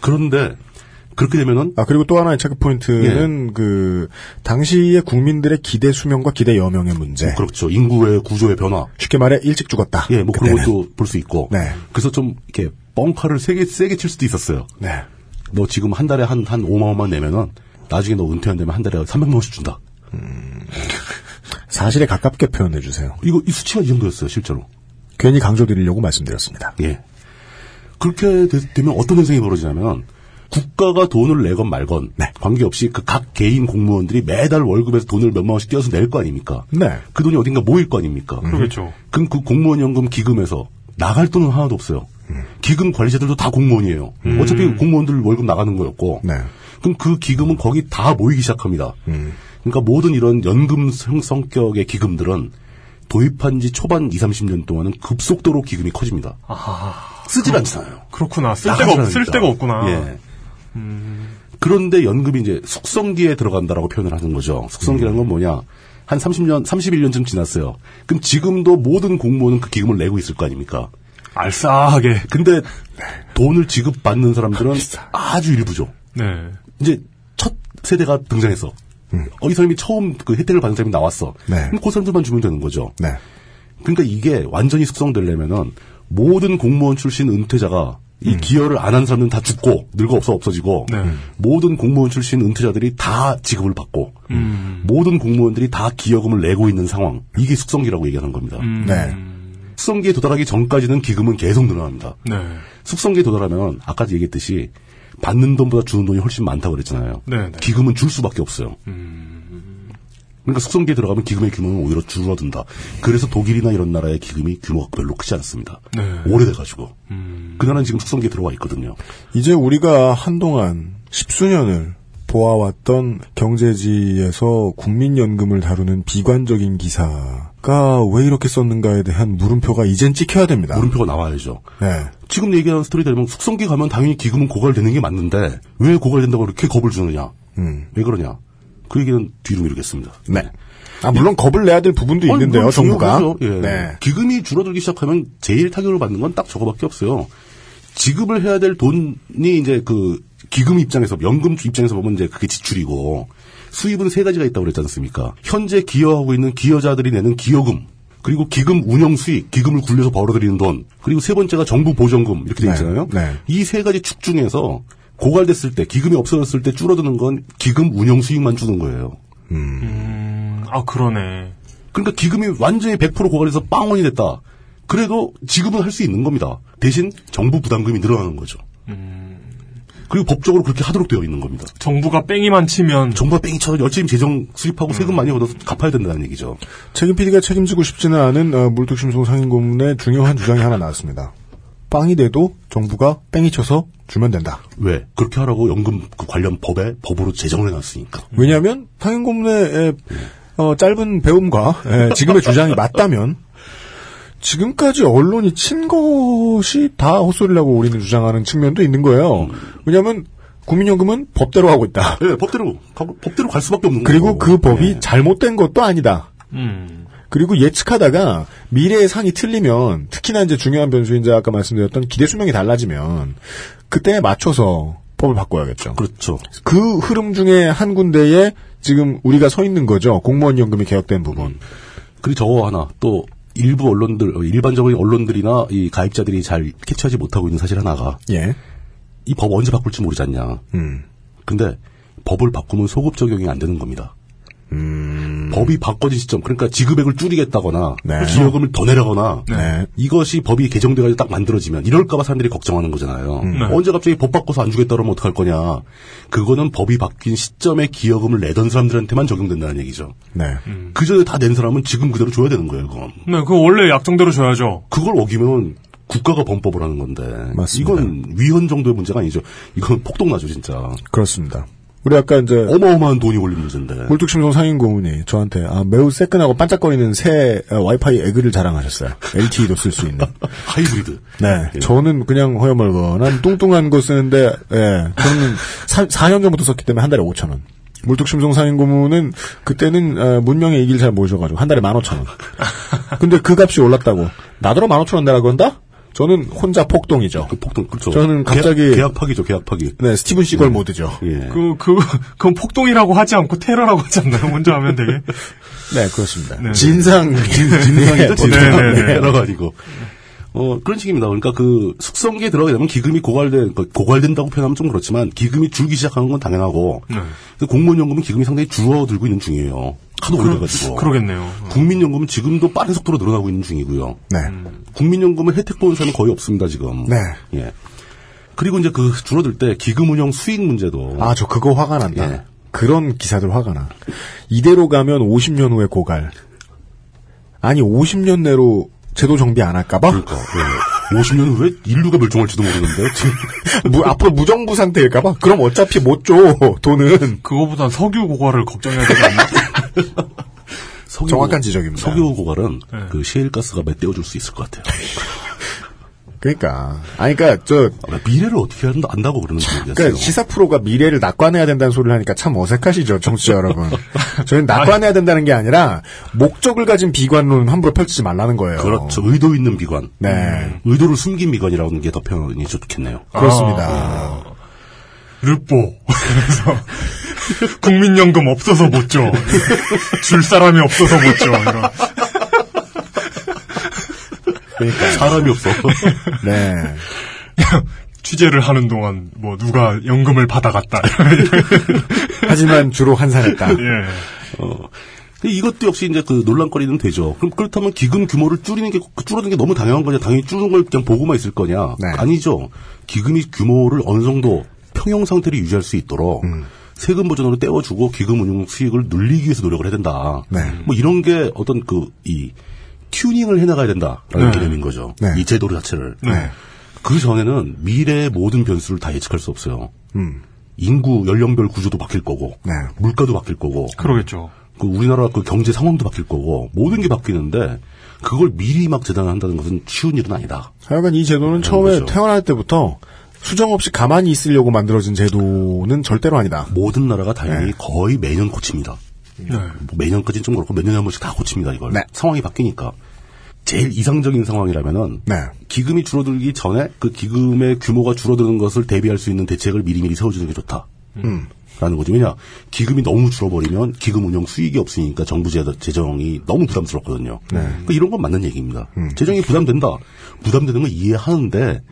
Speaker 4: 그런데, 그렇게 되면은.
Speaker 2: 아, 그리고 또 하나의 체크
Speaker 4: 예.
Speaker 2: 포인트는 그, 당시의 국민들의 기대 수명과 기대 여명의 문제.
Speaker 4: 그렇죠. 인구의 구조의 변화.
Speaker 2: 쉽게 말해, 일찍 죽었다.
Speaker 4: 예, 뭐 그런
Speaker 2: 그때는.
Speaker 4: 것도 볼 수 있고.
Speaker 2: 네.
Speaker 4: 그래서 좀 이렇게 뻥커를 세게 세게 칠 수도 있었어요.
Speaker 2: 네.
Speaker 4: 너 지금 한 달에 한 한 5만 원만 내면은 나중에 너 은퇴 안 되면 한 달에 300만 원씩 준다.
Speaker 2: 사실에 가깝게 표현해 주세요.
Speaker 4: 이거 이 수치가 이 정도였어요 실제로.
Speaker 2: 괜히 강조드리려고 말씀드렸습니다.
Speaker 4: 예. 그렇게 되, 면 어떤 현상이 벌어지냐면 국가가 돈을 내건 말건 관계없이 그 각 개인 공무원들이 매달 월급에서 돈을 몇만 원씩 떼어서 낼 거 아닙니까?
Speaker 2: 네.
Speaker 4: 그 돈이 어딘가 모일 거 아닙니까?
Speaker 3: 그렇죠.
Speaker 4: 그럼 그 공무원연금 기금에서 나갈 돈은 하나도 없어요. 기금 관리자들도 다 공무원이에요.
Speaker 2: 음.
Speaker 4: 어차피 공무원들 월급 나가는 거였고.
Speaker 3: 네.
Speaker 4: 그럼 그 기금은 거기 다 모이기 시작합니다.
Speaker 3: 음.
Speaker 4: 그러니까 모든 이런 연금 성- 성격의 기금들은 도입한 지 초반 2, 30년 동안은 급속도로 기금이 커집니다.
Speaker 3: 아하.
Speaker 4: 쓰질 않잖아요.
Speaker 3: 그렇구나. 쓸
Speaker 4: 나가질
Speaker 3: 데가, 없, 쓸
Speaker 4: 않으니까.
Speaker 3: 데가 없구나. 음.
Speaker 4: 예. 그런데 연금이 이제 숙성기에 들어간다라고 표현을 하는 거죠. 숙성기라는 건 뭐냐? 한 30년, 31년쯤 지났어요. 그럼 지금도 모든 공무원은 그 기금을 내고 있을 거 아닙니까?
Speaker 3: 알싸하게.
Speaker 4: 근데 돈을 지급받는 사람들은 아주 일부죠.
Speaker 3: 네.
Speaker 4: 이제 첫 세대가 등장해서 어, 이 사람이 처음 그 혜택을 받은 사람이 나왔어.
Speaker 2: 네.
Speaker 4: 그럼 그 사람들만 주면 되는 거죠.
Speaker 2: 네.
Speaker 4: 그러니까 이게 완전히 숙성되려면은 모든 공무원 출신 은퇴자가 이 기여를 안 한 사람들은 다 죽고 늙어 없어 없어지고 모든 공무원 출신 은퇴자들이 다 지급을 받고 모든 공무원들이 다 기여금을 내고 있는 상황 이게 숙성기라고 얘기하는 겁니다.
Speaker 2: 네.
Speaker 4: 숙성기에 도달하기 전까지는 기금은 계속 늘어납니다.
Speaker 3: 네.
Speaker 4: 숙성기에 도달하면 아까 얘기했듯이 받는 돈보다 주는 돈이 훨씬 많다고 그랬잖아요.
Speaker 3: 네, 네.
Speaker 4: 기금은 줄 수밖에 없어요. 그러니까 숙성기에 들어가면 기금의 규모는 오히려 줄어든다. 그래서 독일이나 이런 나라의 기금이 규모가 별로 크지 않습니다.
Speaker 2: 네. 음.
Speaker 4: 오래돼가지고. 그 나라는 지금 숙성기에 들어와 있거든요.
Speaker 2: 이제 우리가 한동안 십수년을 보아왔던 경제지에서 국민연금을 다루는 비관적인 기사가 왜 이렇게 썼는가에 대한 물음표가 이젠 찍혀야 됩니다.
Speaker 4: 물음표가 나와야죠.
Speaker 2: 아. 네.
Speaker 4: 지금 얘기하는 스토리대로 숙성기 가면 당연히 기금은 고갈되는 게 맞는데 왜 고갈된다고 이렇게 겁을 주느냐.
Speaker 2: 음.
Speaker 4: 왜 그러냐. 그 얘기는 뒤로 미루겠습니다.
Speaker 2: 네. 아, 물론 겁을 내야 될 부분도
Speaker 4: 아니,
Speaker 2: 있는데요,
Speaker 4: 어, 물론
Speaker 2: 정부가.
Speaker 4: 중요하죠. 예.
Speaker 2: 네.
Speaker 4: 기금이 줄어들기 시작하면 제일 타격을 받는 건 딱 저거밖에 없어요. 지급을 해야 될 돈이 이제 그 기금 입장에서 연금 입장에서 보면 이제 그게 지출이고 수입은 세 가지가 있다고 그랬지 않습니까? 현재 기여하고 있는 기여자들이 내는 기여금 그리고 기금 운영 수익, 기금을 굴려서 벌어들이는 돈, 그리고 세 번째가 정부 보전금 이렇게 돼 있잖아요.
Speaker 2: 네.
Speaker 4: 이 세 가지 축 중에서 고갈됐을 때 기금이 없어졌을 때 줄어드는 건 기금 운영 수익만 주는 거예요.
Speaker 3: 아, 그러네.
Speaker 4: 그러니까 기금이 완전히 100% 고갈해서 빵원이 됐다. 그래도 지급은 할 수 있는 겁니다. 대신 정부 부담금이 늘어나는 거죠. 그리고 법적으로 그렇게 하도록 되어 있는 겁니다.
Speaker 3: 정부가 뺑이만 치면.
Speaker 4: 정부가 뺑이 쳐서 열심히 재정 수입하고 세금 많이 걷어서 갚아야 된다는 얘기죠.
Speaker 2: 책임 PD가 책임지고 싶지는 않은 어, 물뚝심송 상인고문의 중요한 주장이 하나 나왔습니다. 빵이 돼도 정부가 뺑이 쳐서 주면 된다.
Speaker 4: 왜? 그렇게 하라고 연금 그 관련 법에 법으로 제정을 해놨으니까.
Speaker 2: 왜냐하면 상인고문의 에, 어, 짧은 배움과 에, 지금의 주장이 맞다면 지금까지 언론이 친 것이 다 헛소리라고 우리는 주장하는 측면도 있는 거예요. 왜냐하면 국민연금은 법대로 하고 있다.
Speaker 4: 예, 법대로 가- 법대로 갈 수밖에 없는
Speaker 2: 그리고
Speaker 4: 거고.
Speaker 2: 그 법이 잘못된 것도 아니다. 그리고 예측하다가 미래의 상이 틀리면 특히나 이제 중요한 변수인 이 아까 말씀드렸던 기대 수명이 달라지면 그때에 맞춰서 법을 바꿔야겠죠.
Speaker 4: 그렇죠.
Speaker 2: 그 흐름 중에 한 군데에 지금 우리가 서 있는 거죠. 공무원 연금이 개혁된 부분.
Speaker 4: 그리고 저거 하나 또 일부 언론들 어, 일반적인 언론들이나 이 가입자들이 잘 캐치하지 못하고 있는 사실 하나가
Speaker 2: 예.
Speaker 4: 이 법 언제 바꿀지 모르지 않냐.
Speaker 2: 음.
Speaker 4: 근데 법을 바꾸면 소급 적용이 안 되는 겁니다. 법이 바꿔진 시점, 그러니까 지급액을 줄이겠다거나
Speaker 2: 음. 네.
Speaker 4: 기여금을 더 내려거나
Speaker 2: 네.
Speaker 4: 이것이 법이 개정돼가지고 딱 만들어지면 이럴까봐 사람들이 걱정하는 거잖아요.
Speaker 2: 음. 네.
Speaker 4: 언제 갑자기 법 바꿔서 안 주겠다 그러면 어떡할 거냐. 그거는 법이 바뀐 시점에 기여금을 내던 사람들한테만 적용된다는 얘기죠.
Speaker 2: 네.
Speaker 4: 그 전에 다 낸 사람은 지금 그대로 줘야 되는 거예요. 그건.
Speaker 3: 네, 그거 원래 약정대로 줘야죠.
Speaker 4: 그걸 어기면 국가가 범법을 하는 건데
Speaker 2: 맞습니다.
Speaker 4: 이건 위헌 정도의 문제가 아니죠. 이건 폭동나죠 진짜.
Speaker 2: 그렇습니다. 우리 아까 이제
Speaker 4: 어마어마한 돈이 올린 문제인데.
Speaker 2: 물뚝심송 상인 고문이 저한테 아, 매우 새끈하고 반짝거리는 새 어, 와이파이 에그를 자랑하셨어요. LTE도 쓸 수 있는.
Speaker 4: 하이브리드.
Speaker 2: 네. 저는 그냥 허여멀건한 뚱뚱한 거 쓰는데, 예. 저는 4, 4년 전부터 썼기 때문에 한 달에 5천원. 물뚝심송 상인고문은 그때는 어, 문명의 이길 잘 모셔가지고 한 달에 15,000원. 근데 그 값이 올랐다고. 나더러 15,000원 내라 그런다? 저는 혼자 폭동이죠.
Speaker 4: 폭동, 그렇죠.
Speaker 2: 저는 갑자기
Speaker 4: 계약, 계약 파기죠, 계약 파기.
Speaker 2: 네, 스티븐 시걸 모드죠.
Speaker 4: 예.
Speaker 3: 그, 그, 그건 폭동이라고 하지 않고 테러라고 하지 않나요? 먼저 하면 되게.
Speaker 2: 네, 그렇습니다.
Speaker 3: 네.
Speaker 2: 진상, 예,
Speaker 4: 진- 그 진상이죠, 진상.
Speaker 3: 네, 네, 네.
Speaker 4: 테러가 아니고. 어, 그런 식입니다. 그러니까 그 숙성기에 들어가게 되면 기금이 고갈된, 그 고갈된다고 표현하면 좀 그렇지만 기금이 줄기 시작하는 건 당연하고 그래서 공무원연금은 기금이 상당히 줄어들고 있는 중이에요. 하도
Speaker 3: 그러-
Speaker 4: 오래돼가지고.
Speaker 3: 그러겠네요.
Speaker 4: 국민연금은 지금도 빠른 속도로 늘어나고 있는 중이고요.
Speaker 2: 네.
Speaker 4: 국민연금은 혜택 보는 사람은 거의 없습니다, 지금.
Speaker 2: 네.
Speaker 4: 예. 그리고 이제 그 줄어들 때 기금 운영 수익 문제도.
Speaker 2: 아, 저 그거 화가 난다.
Speaker 4: 예.
Speaker 2: 그런 기사들 화가 나. 이대로 가면 50년 후에 고갈. 아니, 50년 내로 제도 정비 안 할까봐?
Speaker 4: 그러니까, 50년 후에 인류가 멸종할지도 모르는데,
Speaker 2: 지금. 무- 앞으로 무정부 상태일까봐? 그럼 어차피 못 줘, 돈은.
Speaker 3: 그거보단 석유 고갈을 걱정해야 되지 않나?
Speaker 4: 석유-
Speaker 2: 정확한 지적입니다.
Speaker 4: 석유 고갈은 그 시일가스가 맺대어줄 수 있을 것 같아요.
Speaker 2: 그러니까. 아니, 그러니까, 저.
Speaker 4: 미래를 어떻게 한다, 안다고 그러는지 모르겠어요.
Speaker 2: 그러니까 시사 프로가 미래를 낙관해야 된다는 소리를 하니까 참 어색하시죠, 청취자 여러분. 저희는 낙관해야 된다는 게 아니라 목적을 가진 비관론 함부로 펼치지 말라는 거예요.
Speaker 4: 그렇죠. 의도 있는 비관. 음.
Speaker 2: 네.
Speaker 4: 의도를 숨긴 비관이라는 게 더 표현이 좋겠네요.
Speaker 2: 아, 그렇습니다.
Speaker 4: 아.
Speaker 3: 르뽀. 그래서 국민연금 없어서 못 줘. 줄 사람이 없어서 못 줘. 이런.
Speaker 2: 그러니까
Speaker 4: 사람이 없어.
Speaker 2: 네.
Speaker 3: 취재를 하는 동안 뭐 누가 연금을 받아갔다.
Speaker 2: 하지만 주로 한산했다.
Speaker 4: 네.
Speaker 3: 예.
Speaker 4: 어. 근데 이것도 역시 이제 그 논란거리는 되죠. 그럼 그렇다면 기금 규모를 줄이는 게, 줄어드는 게 너무 당연한 거냐. 당연히 줄는 걸 그냥 보고만 있을 거냐.
Speaker 2: 네.
Speaker 4: 아니죠. 기금이 규모를 어느 정도 평형 상태를 유지할 수 있도록
Speaker 2: 음.
Speaker 4: 세금 보전으로 떼어주고 기금 운용 수익을 늘리기 위해서 노력을 해야 된다.
Speaker 2: 네.
Speaker 4: 뭐 이런 게 어떤 그 이 튜닝을 해나가야
Speaker 2: 네.
Speaker 4: 된다라는 개념인 거죠.
Speaker 2: 네.
Speaker 4: 이 제도를 자체를.
Speaker 2: 네.
Speaker 4: 그 전에는 미래의 모든 변수를 다 예측할 수 없어요.
Speaker 2: 음. 네.
Speaker 4: 인구 연령별 구조도 바뀔 거고 물가도 바뀔 거고
Speaker 3: 그러겠죠.
Speaker 4: 그 우리나라 그 경제 상황도 바뀔 거고 모든 게 바뀌는데 그걸 미리 막 재단한다는 것은 쉬운 일은 아니다.
Speaker 2: 하여간 이 제도는 처음에
Speaker 3: 그렇죠.
Speaker 2: 태어날 때부터 수정 없이 가만히 있으려고 만들어진 제도는 절대로 아니다.
Speaker 4: 모든 나라가
Speaker 2: 네.
Speaker 4: 당연히 거의 매년 고칩니다. 뭐 매년까지는 좀 그렇고 몇 년에 한 번씩 다 고칩니다 이걸
Speaker 2: 네.
Speaker 4: 상황이 바뀌니까 제일 이상적인 상황이라면은
Speaker 2: 네.
Speaker 4: 기금이 줄어들기 전에 그 기금의 규모가 줄어드는 것을 대비할 수 있는 대책을 미리미리 세워주는 게 좋다.
Speaker 2: 음.
Speaker 4: 라는 거죠. 왜냐, 기금이 너무 줄어버리면 기금 운용 수익이 없으니까 정부 재- 재정이 너무 부담스럽거든요.
Speaker 2: 네.
Speaker 4: 그러니까 이런 건 맞는 얘기입니다.
Speaker 2: 음.
Speaker 4: 재정이 부담된다. 부담되는 건 이해하는데,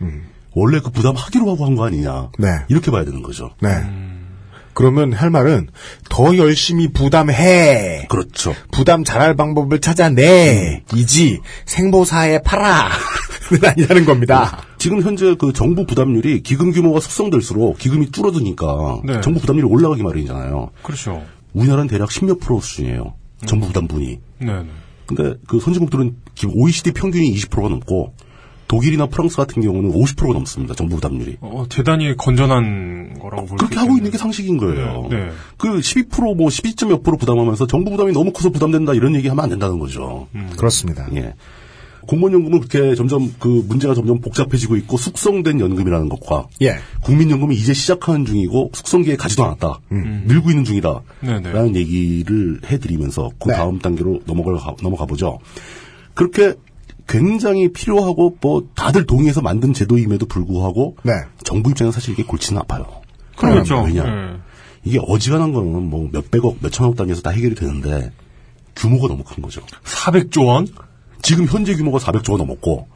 Speaker 4: 원래 그 부담하기로 하고 한 거 아니냐.
Speaker 2: 음. 네.
Speaker 4: 이렇게 봐야 되는 거죠.
Speaker 2: 네.
Speaker 3: 음.
Speaker 2: 그러면 할 말은 더 열심히 부담해.
Speaker 4: 그렇죠.
Speaker 2: 부담 잘할 방법을 찾아내. 이지 생보사에 팔아. 는 아니라는 겁니다.
Speaker 4: 지금 현재 그 정부 부담률이 기금 규모가 숙성될수록 기금이 줄어드니까
Speaker 3: 네.
Speaker 4: 정부 부담률이 올라가기 마련이잖아요.
Speaker 3: 그렇죠.
Speaker 4: 우리나라는 대략 10몇 프로 수준이에요. 정부 부담분이.
Speaker 3: 네. 네.
Speaker 4: 근데 그 선진국들은 지금 OECD 평균이 20%가 넘고 독일이나 프랑스 같은 경우는 50%가 넘습니다. 정부 부담률이.
Speaker 3: 어, 대단히 건전한 거라고 볼수
Speaker 4: 그렇게 하고 있는 게 상식인 거예요.
Speaker 3: 네.
Speaker 4: 그 12%뭐 12점 몇 프로 부담하면서 정부 부담이 너무 커서 부담된다 이런 얘기 하면 안 된다는 거죠.
Speaker 3: 음.
Speaker 2: 그렇습니다.
Speaker 4: 예. 공무원연금은 그렇게 점점 그 문제가 점점 복잡해지고 있고 숙성된 연금이라는 것과
Speaker 2: 예.
Speaker 4: 국민연금이 이제 시작하는 중이고 숙성기에 가지도 않았다.
Speaker 2: 음.
Speaker 4: 음. 늘고 있는 중이다.
Speaker 3: 네네.
Speaker 4: 라는 얘기를 해드리면서 그
Speaker 2: 네.
Speaker 4: 다음 단계로 넘어가, 넘어가 보죠. 그렇게 굉장히 필요하고 뭐 다들 동의해서 만든 제도임에도 불구하고
Speaker 2: 네.
Speaker 4: 정부 입장에서 사실 이게 골치는 아파요.
Speaker 3: 그러겠죠.
Speaker 4: 왜냐
Speaker 3: 네.
Speaker 4: 이게 어지간한 거는 뭐 몇백억, 몇천억 단위에서 다 해결이 되는데 규모가 너무 큰 거죠.
Speaker 3: 400조 원?
Speaker 4: 지금 현재 규모가 400조가 넘었고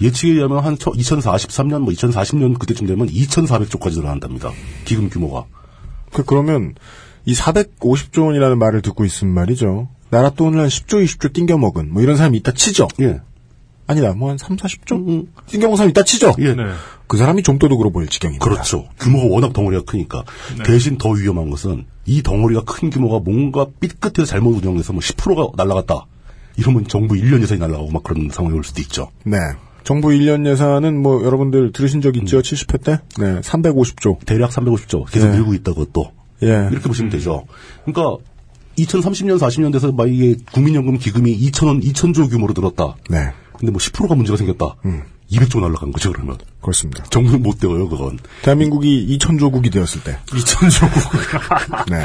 Speaker 4: 예측에 의하면 한 2043년, 뭐 2040년 그때쯤 되면 2,400조까지 늘어난답니다. 기금 규모가.
Speaker 2: 그, 그러면, 이 450조 원이라는 말을 듣고 있으면 말이죠. 나라 돈을 한 10조, 20조 띵겨 먹은, 뭐 이런 사람이 있다 치죠?
Speaker 4: 예.
Speaker 2: 아니다, 뭐 한 3, 40조? 띵겨 먹은 사람이 있다 치죠?
Speaker 4: 예.
Speaker 2: 그 사람이 좀 도둑으로 보일 지경입니다.
Speaker 4: 그렇죠. 규모가 워낙 덩어리가 크니까. 대신 더 위험한 것은 이 덩어리가 큰 규모가 뭔가 삐끗해서 잘못 운영돼서 뭐 10%가 날라갔다. 이러면 정부 1년 예산이 날라가고 막 그런 상황이 올 수도 있죠.
Speaker 2: 네. 정부 1년 예산은 뭐 여러분들 들으신 적 있죠? 70회 때? 네. 350조.
Speaker 4: 대략 350조. 계속
Speaker 2: 네.
Speaker 4: 늘고 있다 그것도.
Speaker 2: 예.
Speaker 4: 이렇게 보시면 되죠. 그러니까 2030년, 40년 돼서 막 이게 국민연금 기금이 2,000원, 2,000조 규모로 늘었다.
Speaker 2: 네.
Speaker 4: 근데 뭐 10%가 문제가 생겼다. 200조 날라간 거죠, 그러면.
Speaker 2: 그렇습니다.
Speaker 4: 정부는 못 되어요, 그건.
Speaker 2: 대한민국이 2,000조국이 되었을 때.
Speaker 3: 2,000조국.
Speaker 2: 네.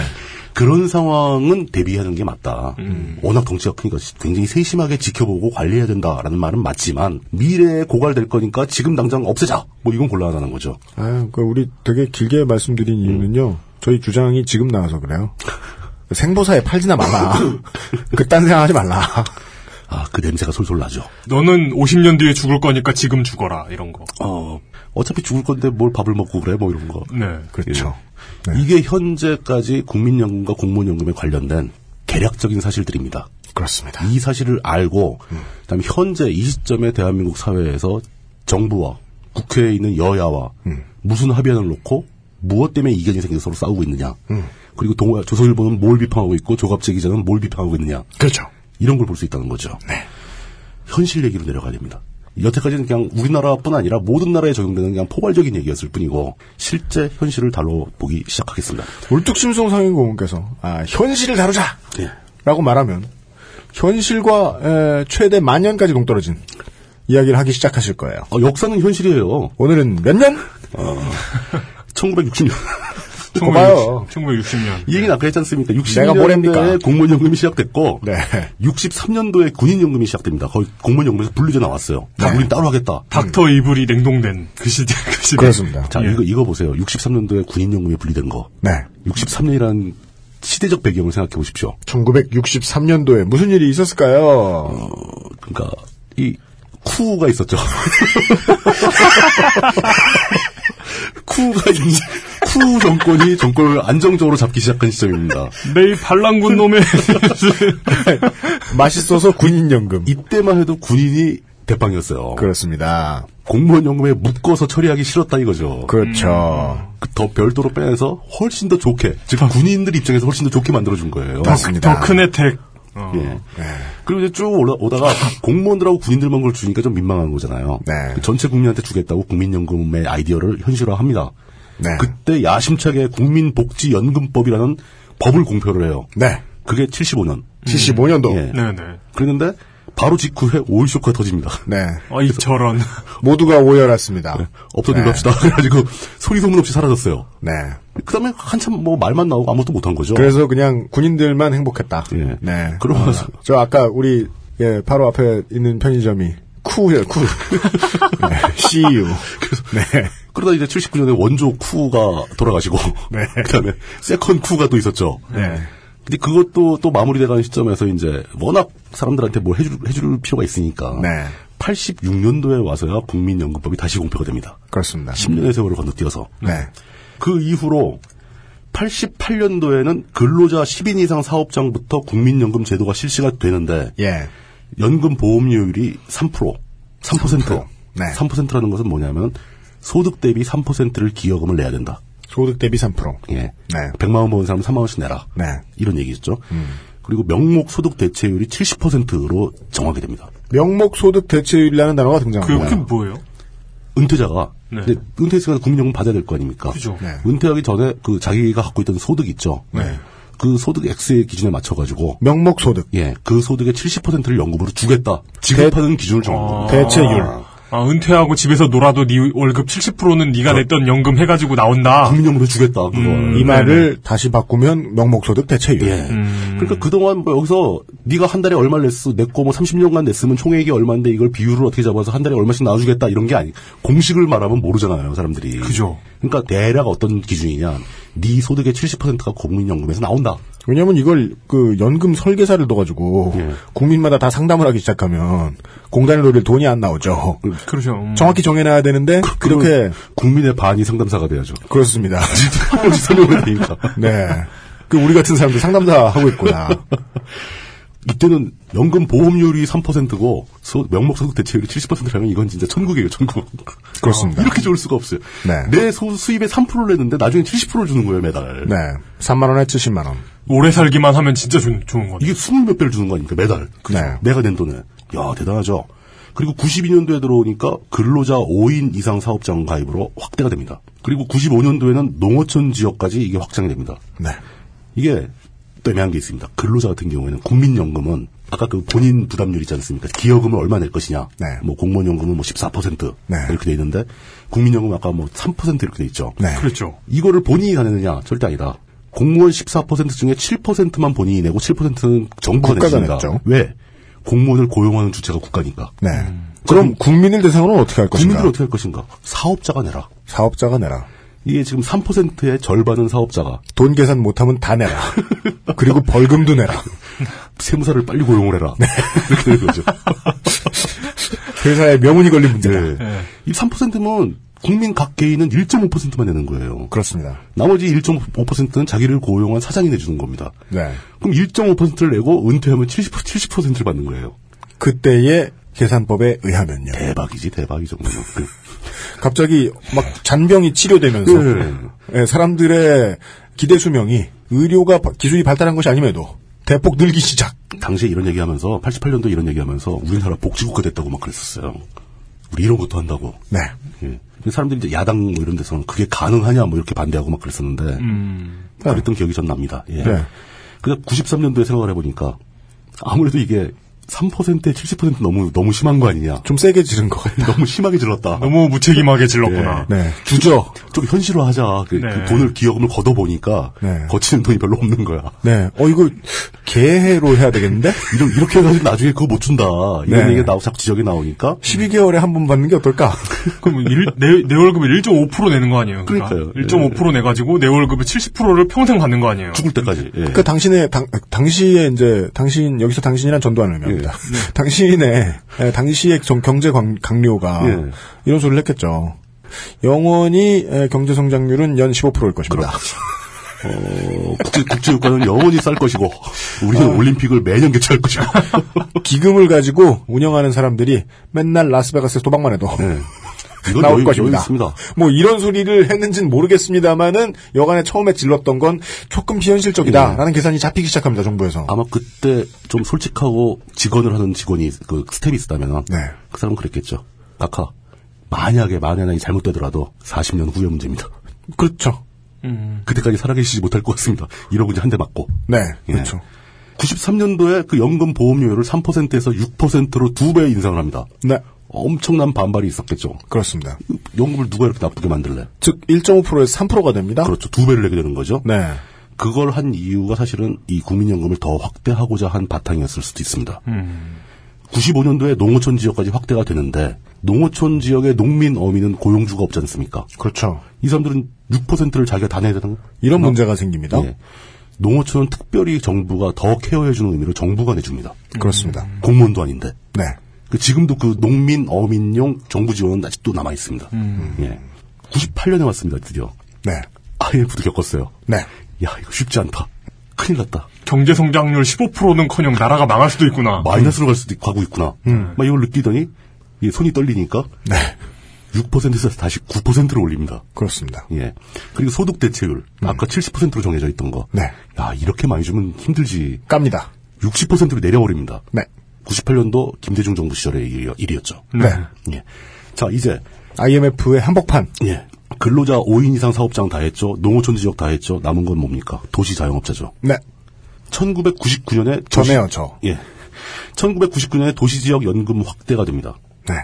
Speaker 4: 그런 상황은 대비하는 게 맞다. 워낙 덩치가 크니까 굉장히 세심하게 지켜보고 관리해야 된다라는 말은 맞지만 미래에 고갈될 거니까 지금 당장 없애자. 뭐 이건 곤란하다는 거죠.
Speaker 2: 아, 그 우리 되게 길게 말씀드린
Speaker 4: 음.
Speaker 2: 이유는요. 저희 주장이 지금 나와서 그래요. 생보사에 팔지나 말라. 그딴 생각하지 말라.
Speaker 4: 아, 그 냄새가 솔솔 나죠.
Speaker 3: 너는 50년 뒤에 죽을 거니까 지금 죽어라 이런 거.
Speaker 4: 어, 어차피 죽을 건데 뭘 밥을 먹고 그래, 뭐 이런 거.
Speaker 3: 네.
Speaker 4: 그렇죠. 이게 현재까지 국민연금과 공무원연금에 관련된 개략적인 사실들입니다.
Speaker 2: 예, 그렇습니다.
Speaker 4: 이 사실을 알고, 그다음에 현재 이 시점에 대한민국 사회에서 정부와 국회에 있는 여야와
Speaker 2: 음.
Speaker 4: 무슨 합의안을 놓고 무엇 때문에 이견이 생겨서 서로 싸우고 있느냐.
Speaker 2: 음.
Speaker 4: 그리고 동 조선일보는 뭘 비판하고 있고 조갑재 기자는 뭘 비판하고 있느냐.
Speaker 2: 그렇죠. 네.
Speaker 4: 이런 걸 볼 수 있다는 거죠. 현실 얘기로 내려가야 됩니다. 여태까지는 그냥 우리나라뿐 아니라 모든 나라에 적용되는 그냥 포괄적인 얘기였을 뿐이고 실제 현실을 다뤄 보기 시작하겠습니다.
Speaker 2: 울뚝심송 상인고문께서 아, 현실을 다루자 라고 말하면 현실과 에, 최대 만년까지 동떨어진 이야기를 하기 시작하실 거예요.
Speaker 4: 어, 역사는 현실이에요.
Speaker 2: 오늘은 몇 년?
Speaker 4: 네. 1960년. 예. 어.
Speaker 2: 봐요.
Speaker 3: 1960년.
Speaker 4: 이그 얘기는 아까 했지 않습니까?
Speaker 2: 내가 뭐랍니까? 네.
Speaker 4: 60년대에 공무원연금이 시작됐고 63년도에 군인연금이 시작됩니다. 거의 공무원연금에서 분리돼 나왔어요.
Speaker 2: 네.
Speaker 4: 야, 우린 따로 하겠다.
Speaker 3: 닥터 이불이 냉동된 그 시대 그 시대.
Speaker 4: 자, 이거, 이거 보세요. 63년도에 군인연금이 분리된 거.
Speaker 2: 네.
Speaker 4: 63년이라는 시대적 배경을 생각해 보십시오.
Speaker 2: 1963년도에 무슨 일이 있었을까요?
Speaker 4: 그러니까 이 쿠가 있었죠. 쿠가 이제 쿠 정권이 정권을 안정적으로 잡기 시작한 시점입니다.
Speaker 3: 매일 반란군 놈의
Speaker 2: 맛있어서 군인연금.
Speaker 4: 음. 이때만 해도 군인이 대빵이었어요.
Speaker 2: 그렇습니다.
Speaker 4: 공무원 연금에 묶어서 처리하기 싫었다 이거죠.
Speaker 2: 그렇죠.
Speaker 4: 더 별도로 빼내서 훨씬 더 좋게, 즉 군인들 입장에서 훨씬 더 좋게 만들어준 거예요.
Speaker 3: 더 큰 혜택. 어.
Speaker 4: 예. 그리고 이제 쭉 올라오다가 공무원들하고 군인들만 걸 주니까 좀 민망한 거잖아요. 그 전체 국민한테 주겠다고 국민연금의 아이디어를 현실화합니다. 그때 야심차게 국민복지연금법이라는 법을 공표를 해요.
Speaker 2: 네.
Speaker 4: 그게 75년. 음, 예.
Speaker 2: 75년도.
Speaker 3: 네네.
Speaker 4: 그랬는데 바로 직후에 오일 쇼크가 터집니다.
Speaker 2: 네.
Speaker 3: 어이 저런.
Speaker 2: 모두가 오열했습니다.
Speaker 4: 없어진 네. 시다 그래가지고 소리 소문 없이 사라졌어요.
Speaker 2: 네.
Speaker 4: 그다음에 한참 뭐 말만 나오고 아무것도 못한 거죠.
Speaker 2: 그래서 그냥 군인들만 행복했다. 네.
Speaker 4: 예. 그러고 나서
Speaker 2: 저 아까 우리 예 바로 앞에 있는 편의점이 쿠예요 쿠. 네, CU. 네.
Speaker 4: 그러다 이제 79년에 원조 쿠가 돌아가시고 그다음에 세컨 쿠가 또 있었죠.
Speaker 2: 네.
Speaker 4: 근데 그것도 또 마무리돼가는 시점에서 이제 워낙 사람들한테 뭘 해줄, 해줄 필요가 있으니까
Speaker 2: 네.
Speaker 4: 86년도에 와서야 국민연금법이 다시 공표가 됩니다.
Speaker 2: 그렇습니다.
Speaker 4: 10년의 세월을 건너뛰어서
Speaker 2: 네.
Speaker 4: 그 이후로 88년도에는 근로자 10인 이상 사업장부터 국민연금 제도가 실시가 되는데
Speaker 2: 예.
Speaker 4: 연금 보험료율이 3%, 3%, 3%.
Speaker 2: 네.
Speaker 4: 3%라는 것은 뭐냐면 소득 대비 3%를 기여금을 내야 된다.
Speaker 2: 소득 대비 3%.
Speaker 4: 예.
Speaker 2: 네.
Speaker 4: 100만 원 버는 사람 3만 원씩 내라.
Speaker 2: 네.
Speaker 4: 이런 얘기죠. 그리고 명목 소득 대체율이 70%로 정하게 됩니다.
Speaker 2: 명목 소득 대체율이라는 단어가
Speaker 3: 그게
Speaker 2: 등장합니다.
Speaker 3: 뭐예요?
Speaker 4: 은퇴자가
Speaker 3: 네.
Speaker 4: 근데 은퇴했으니까 국민연금 받아야 될 거 아닙니까?
Speaker 3: 그죠. 네.
Speaker 4: 은퇴하기 전에 그 자기가 갖고 있던 소득 있죠. 그 소득 X의 기준에 맞춰가지고
Speaker 2: 명목 소득
Speaker 4: 예, 그 소득의 70%를 연금으로 주겠다. 지급하는 기준을 정한 겁니다.
Speaker 3: 아, 은퇴하고 집에서 놀아도 네 월급 70%는 네가 냈던 연금 해가지고 나온다.
Speaker 4: 국민연금으로 주겠다. 그걸.
Speaker 2: 이 말을 다시 바꾸면 명목 소득 대체율. 음.
Speaker 4: 그러니까 그동안 뭐 여기서 네가 한 달에 얼마 냈어 냈고 뭐 30년간 냈으면 총액이 얼마인데 이걸 비율을 어떻게 잡아서 한 달에 얼마씩 나눠주겠다 이런 게 아니 공식을 말하면 모르잖아요 사람들이.
Speaker 3: 그죠.
Speaker 4: 그러니까 대략 어떤 기준이냐 네 소득의 70%가 국민연금에서 나온다.
Speaker 2: 왜냐하면 이걸 그 연금 설계사를 넣어가지고 국민마다 다 상담을 하기 시작하면 공단의 노릴 돈이 안 나오죠.
Speaker 3: 그렇죠.
Speaker 2: 정확히 정해놔야 되는데 음. 그렇게
Speaker 4: 국민의 반이 상담사가 돼야죠.
Speaker 2: 그렇습니다.
Speaker 4: 설명을 되니까.
Speaker 2: 네. 그 우리 같은 사람들 상담사 하고 있구나.
Speaker 4: 이때는 연금 보험료율이 3%고 소, 명목 소득 대체율이 70%라면 이건 진짜 천국이에요, 천국.
Speaker 2: 그렇습니다.
Speaker 4: 이렇게 좋을 수가 없어요.
Speaker 2: 네.
Speaker 4: 내 소, 수입의 3%를 냈는데 나중에 70%를 주는 거예요, 매달.
Speaker 2: 네. 3만 원에 70만 원.
Speaker 3: 오래 살기만 하면 진짜 좋, 좋은 거죠.
Speaker 4: 이게 20몇 배를 주는 거 아닙니까, 매달.
Speaker 2: 네.
Speaker 4: 내가 낸 돈에. 야, 대단하죠. 그리고 92년도에 들어오니까 근로자 5인 이상 사업장 가입으로 확대가 됩니다. 그리고 95년도에는 농어촌 지역까지 이게 확장이 됩니다.
Speaker 2: 네.
Speaker 4: 이게 또 애매한 게 있습니다. 근로자 같은 경우에는 국민연금은 아까 그 본인 부담률 있지 않습니까? 기여금을 얼마 낼 것이냐? 뭐 공무원연금은 뭐 14%
Speaker 2: 네.
Speaker 4: 이렇게 돼 있는데 국민연금 아까 뭐 3% 이렇게 돼 있죠.
Speaker 2: 네.
Speaker 3: 그렇죠.
Speaker 4: 이거를 본인이 다 내느냐? 절대 아니다. 공무원 14% 중에 7%만 본인이 내고 7%는 정부가
Speaker 2: 국가가
Speaker 4: 냈습니다.
Speaker 2: 냈죠.
Speaker 4: 왜? 공무원을 고용하는 주체가 국가니까.
Speaker 2: 네. 그럼 국민을 대상으로 어떻게 할 것인가?
Speaker 4: 국민들 어떻게 할 것인가? 사업자가 내라.
Speaker 2: 사업자가 내라.
Speaker 4: 이게 지금 3%의 절반은 사업자가
Speaker 2: 돈 계산 못하면 다 내라. 그리고 벌금도 내라.
Speaker 4: 세무사를 빨리 고용을 해라.
Speaker 2: 네.
Speaker 4: 이렇게 되는 거죠.
Speaker 2: 회사에 명운이 걸린 문제다.
Speaker 4: 네. 이 3%면 국민 각 개인은 1.5%만 내는 거예요.
Speaker 2: 그렇습니다.
Speaker 4: 나머지 1.5%는 자기를 고용한 사장이 내주는 겁니다.
Speaker 2: 네.
Speaker 4: 그럼 1.5%를 내고 은퇴하면 70, 70%를 받는 거예요.
Speaker 2: 그때의 계산법에 의하면요.
Speaker 4: 대박이지, 대박이죠. 정말로. 그
Speaker 2: 갑자기 막 잔병이 치료되면서
Speaker 4: 네.
Speaker 2: 예, 사람들의 기대 수명이 의료가 바- 기술이 발달한 것이 아님에도 대폭 늘기 시작.
Speaker 4: 당시에 이런 얘기하면서 88년도 이런 얘기하면서 우리나라 복지국가 됐다고 막 그랬었어요. 우리 이런 것도 한다고.
Speaker 2: 네.
Speaker 4: 예. 근데 사람들이 이제 야당 뭐 이런 데서는 그게 가능하냐 뭐 이렇게 반대하고 막 그랬었는데 그랬던 기억이 전 납니다. 예.
Speaker 2: 네.
Speaker 4: 근데 93년도에 생각을 해보니까 아무래도 이게 3%에 70% 너무 너무 심한 거 아니냐.
Speaker 2: 좀 세게 지른 거 같다.
Speaker 4: 너무 심하게 질렀다.
Speaker 3: 너무 무책임하게 질렀구나.
Speaker 2: 네. 주저.
Speaker 4: 좀 현실화하자. 그,
Speaker 3: 네.
Speaker 4: 그 돈을 기여금을 걷어 보니까
Speaker 2: 네.
Speaker 4: 거치는 돈이 별로 없는 거야.
Speaker 2: 네. 어 이거 개해로 해야 되겠는데?
Speaker 4: 이런 이렇게 해가지고 나중에 그거 못 준다. 이런
Speaker 2: 네.
Speaker 4: 얘기가 나오고 자꾸 지적이 나오니까
Speaker 2: 12개월에 한 번 받는 게 어떨까?
Speaker 3: 그럼 일, 내, 내 월급을 1.5% 내는 거 아니에요?
Speaker 4: 예. 그러니까요. 예.
Speaker 3: 1.5% 내가지고 내 월급의 70%를 평생 받는 거 아니에요?
Speaker 4: 죽을 때까지. 예.
Speaker 2: 그 당신의 당, 당시에 이제 당신 여기서 당신이란 전두환 의미합니다. 당신의 예, 당시의 정- 경제 관- 강료가
Speaker 4: 예.
Speaker 2: 이런 소리를 했겠죠. 영원히 예, 경제 성장률은 연 15%일 것입니다.
Speaker 4: 어, 국제, 국제유가는 영원히 쌀 것이고,
Speaker 2: 어.
Speaker 4: 우리는 올림픽을 매년 개최할 것이고.
Speaker 2: 기금을 가지고 운영하는 사람들이 맨날 라스베가스에서 도박만 해도
Speaker 4: 이건
Speaker 2: 나올
Speaker 4: 네. 여유-
Speaker 2: 것입니다.
Speaker 4: 여유 있습니다.
Speaker 2: 뭐 이런 소리를 했는지는 모르겠습니다만은 여간에 처음에 질렀던 건 조금 비현실적이다라는 계산이 잡히기 시작합니다. 정부에서.
Speaker 4: 네. 아마 그때 좀 솔직하고 직원을 하는 직원이, 그, 스텝이 있었다면,
Speaker 2: 네.
Speaker 4: 그 사람은 그랬겠죠. 아까, 만약에, 만약에 잘못되더라도, 40년 후의 문제입니다.
Speaker 2: 그렇죠.
Speaker 4: 그때까지 살아계시지 못할 것 같습니다. 이러고 이제 한 대 맞고.
Speaker 2: 네,
Speaker 4: 예.
Speaker 2: 그렇죠.
Speaker 4: 93년도에 그 연금 보험료를 3%에서 6%로 두 배 인상을 합니다.
Speaker 2: 네.
Speaker 4: 엄청난 반발이 있었겠죠.
Speaker 2: 그렇습니다.
Speaker 4: 연금을 누가 이렇게 나쁘게 만들래?
Speaker 2: 즉 1.5%에서 3%가 됩니다.
Speaker 4: 그렇죠. 두 배를 내게 되는 거죠.
Speaker 2: 네.
Speaker 4: 그걸 한 이유가 사실은 이 국민연금을 더 확대하고자 한 바탕이었을 수도 있습니다.
Speaker 2: 음.
Speaker 4: 95년도에 농어촌 지역까지 확대가 되는데 농어촌 지역의 농민 어민은 고용주가 없지 않습니까?
Speaker 2: 그렇죠.
Speaker 4: 이 사람들은 6%를 자기가 다 내야 되는 거
Speaker 2: 이런 문제가 생깁니다.
Speaker 4: 그렇죠. 예. 농어촌은 특별히 정부가 더 케어해주는 의미로 정부가 내줍니다.
Speaker 2: 그렇습니다.
Speaker 4: 공무원도 아닌데.
Speaker 2: 네.
Speaker 4: 그 지금도 그 농민 어민용 정부 지원은 아직도 남아 있습니다.
Speaker 2: 음.
Speaker 4: 예. 98년에 왔습니다. 드디어
Speaker 2: 네.
Speaker 4: IMF도 겪었어요.
Speaker 2: 네.
Speaker 4: 야 이거 쉽지 않다. 큰일 났다.
Speaker 3: 경제 성장률 15%는커녕 나라가 망할 수도 있구나.
Speaker 4: 마이너스로 갈 수도 있- 가고 있구나.
Speaker 2: 음.
Speaker 4: 막 이걸 느끼더니 이 손이 떨리니까
Speaker 2: 네.
Speaker 4: 6%에서 다시 9%로 올립니다.
Speaker 2: 그렇습니다.
Speaker 4: 예. 그리고 소득 대체율 아까 70%로 정해져 있던 거.
Speaker 2: 음. 네.
Speaker 4: 야 이렇게 많이 주면 힘들지.
Speaker 2: 깝니다.
Speaker 4: 60%로 내려버립니다.
Speaker 2: 네.
Speaker 4: 98년도 김대중 정부 시절의 일- 일이었죠.
Speaker 2: 네.
Speaker 4: 예. 자 이제
Speaker 2: IMF의 한복판.
Speaker 4: 예. 근로자 5인 이상 사업장 다 했죠. 농어촌 지역 다 했죠. 남은 건 뭡니까? 도시 자영업자죠.
Speaker 2: 네.
Speaker 4: 1999년에
Speaker 2: 전에요, 저.
Speaker 4: 예. 1999년에 도시지역 연금 확대가 됩니다.
Speaker 2: 네.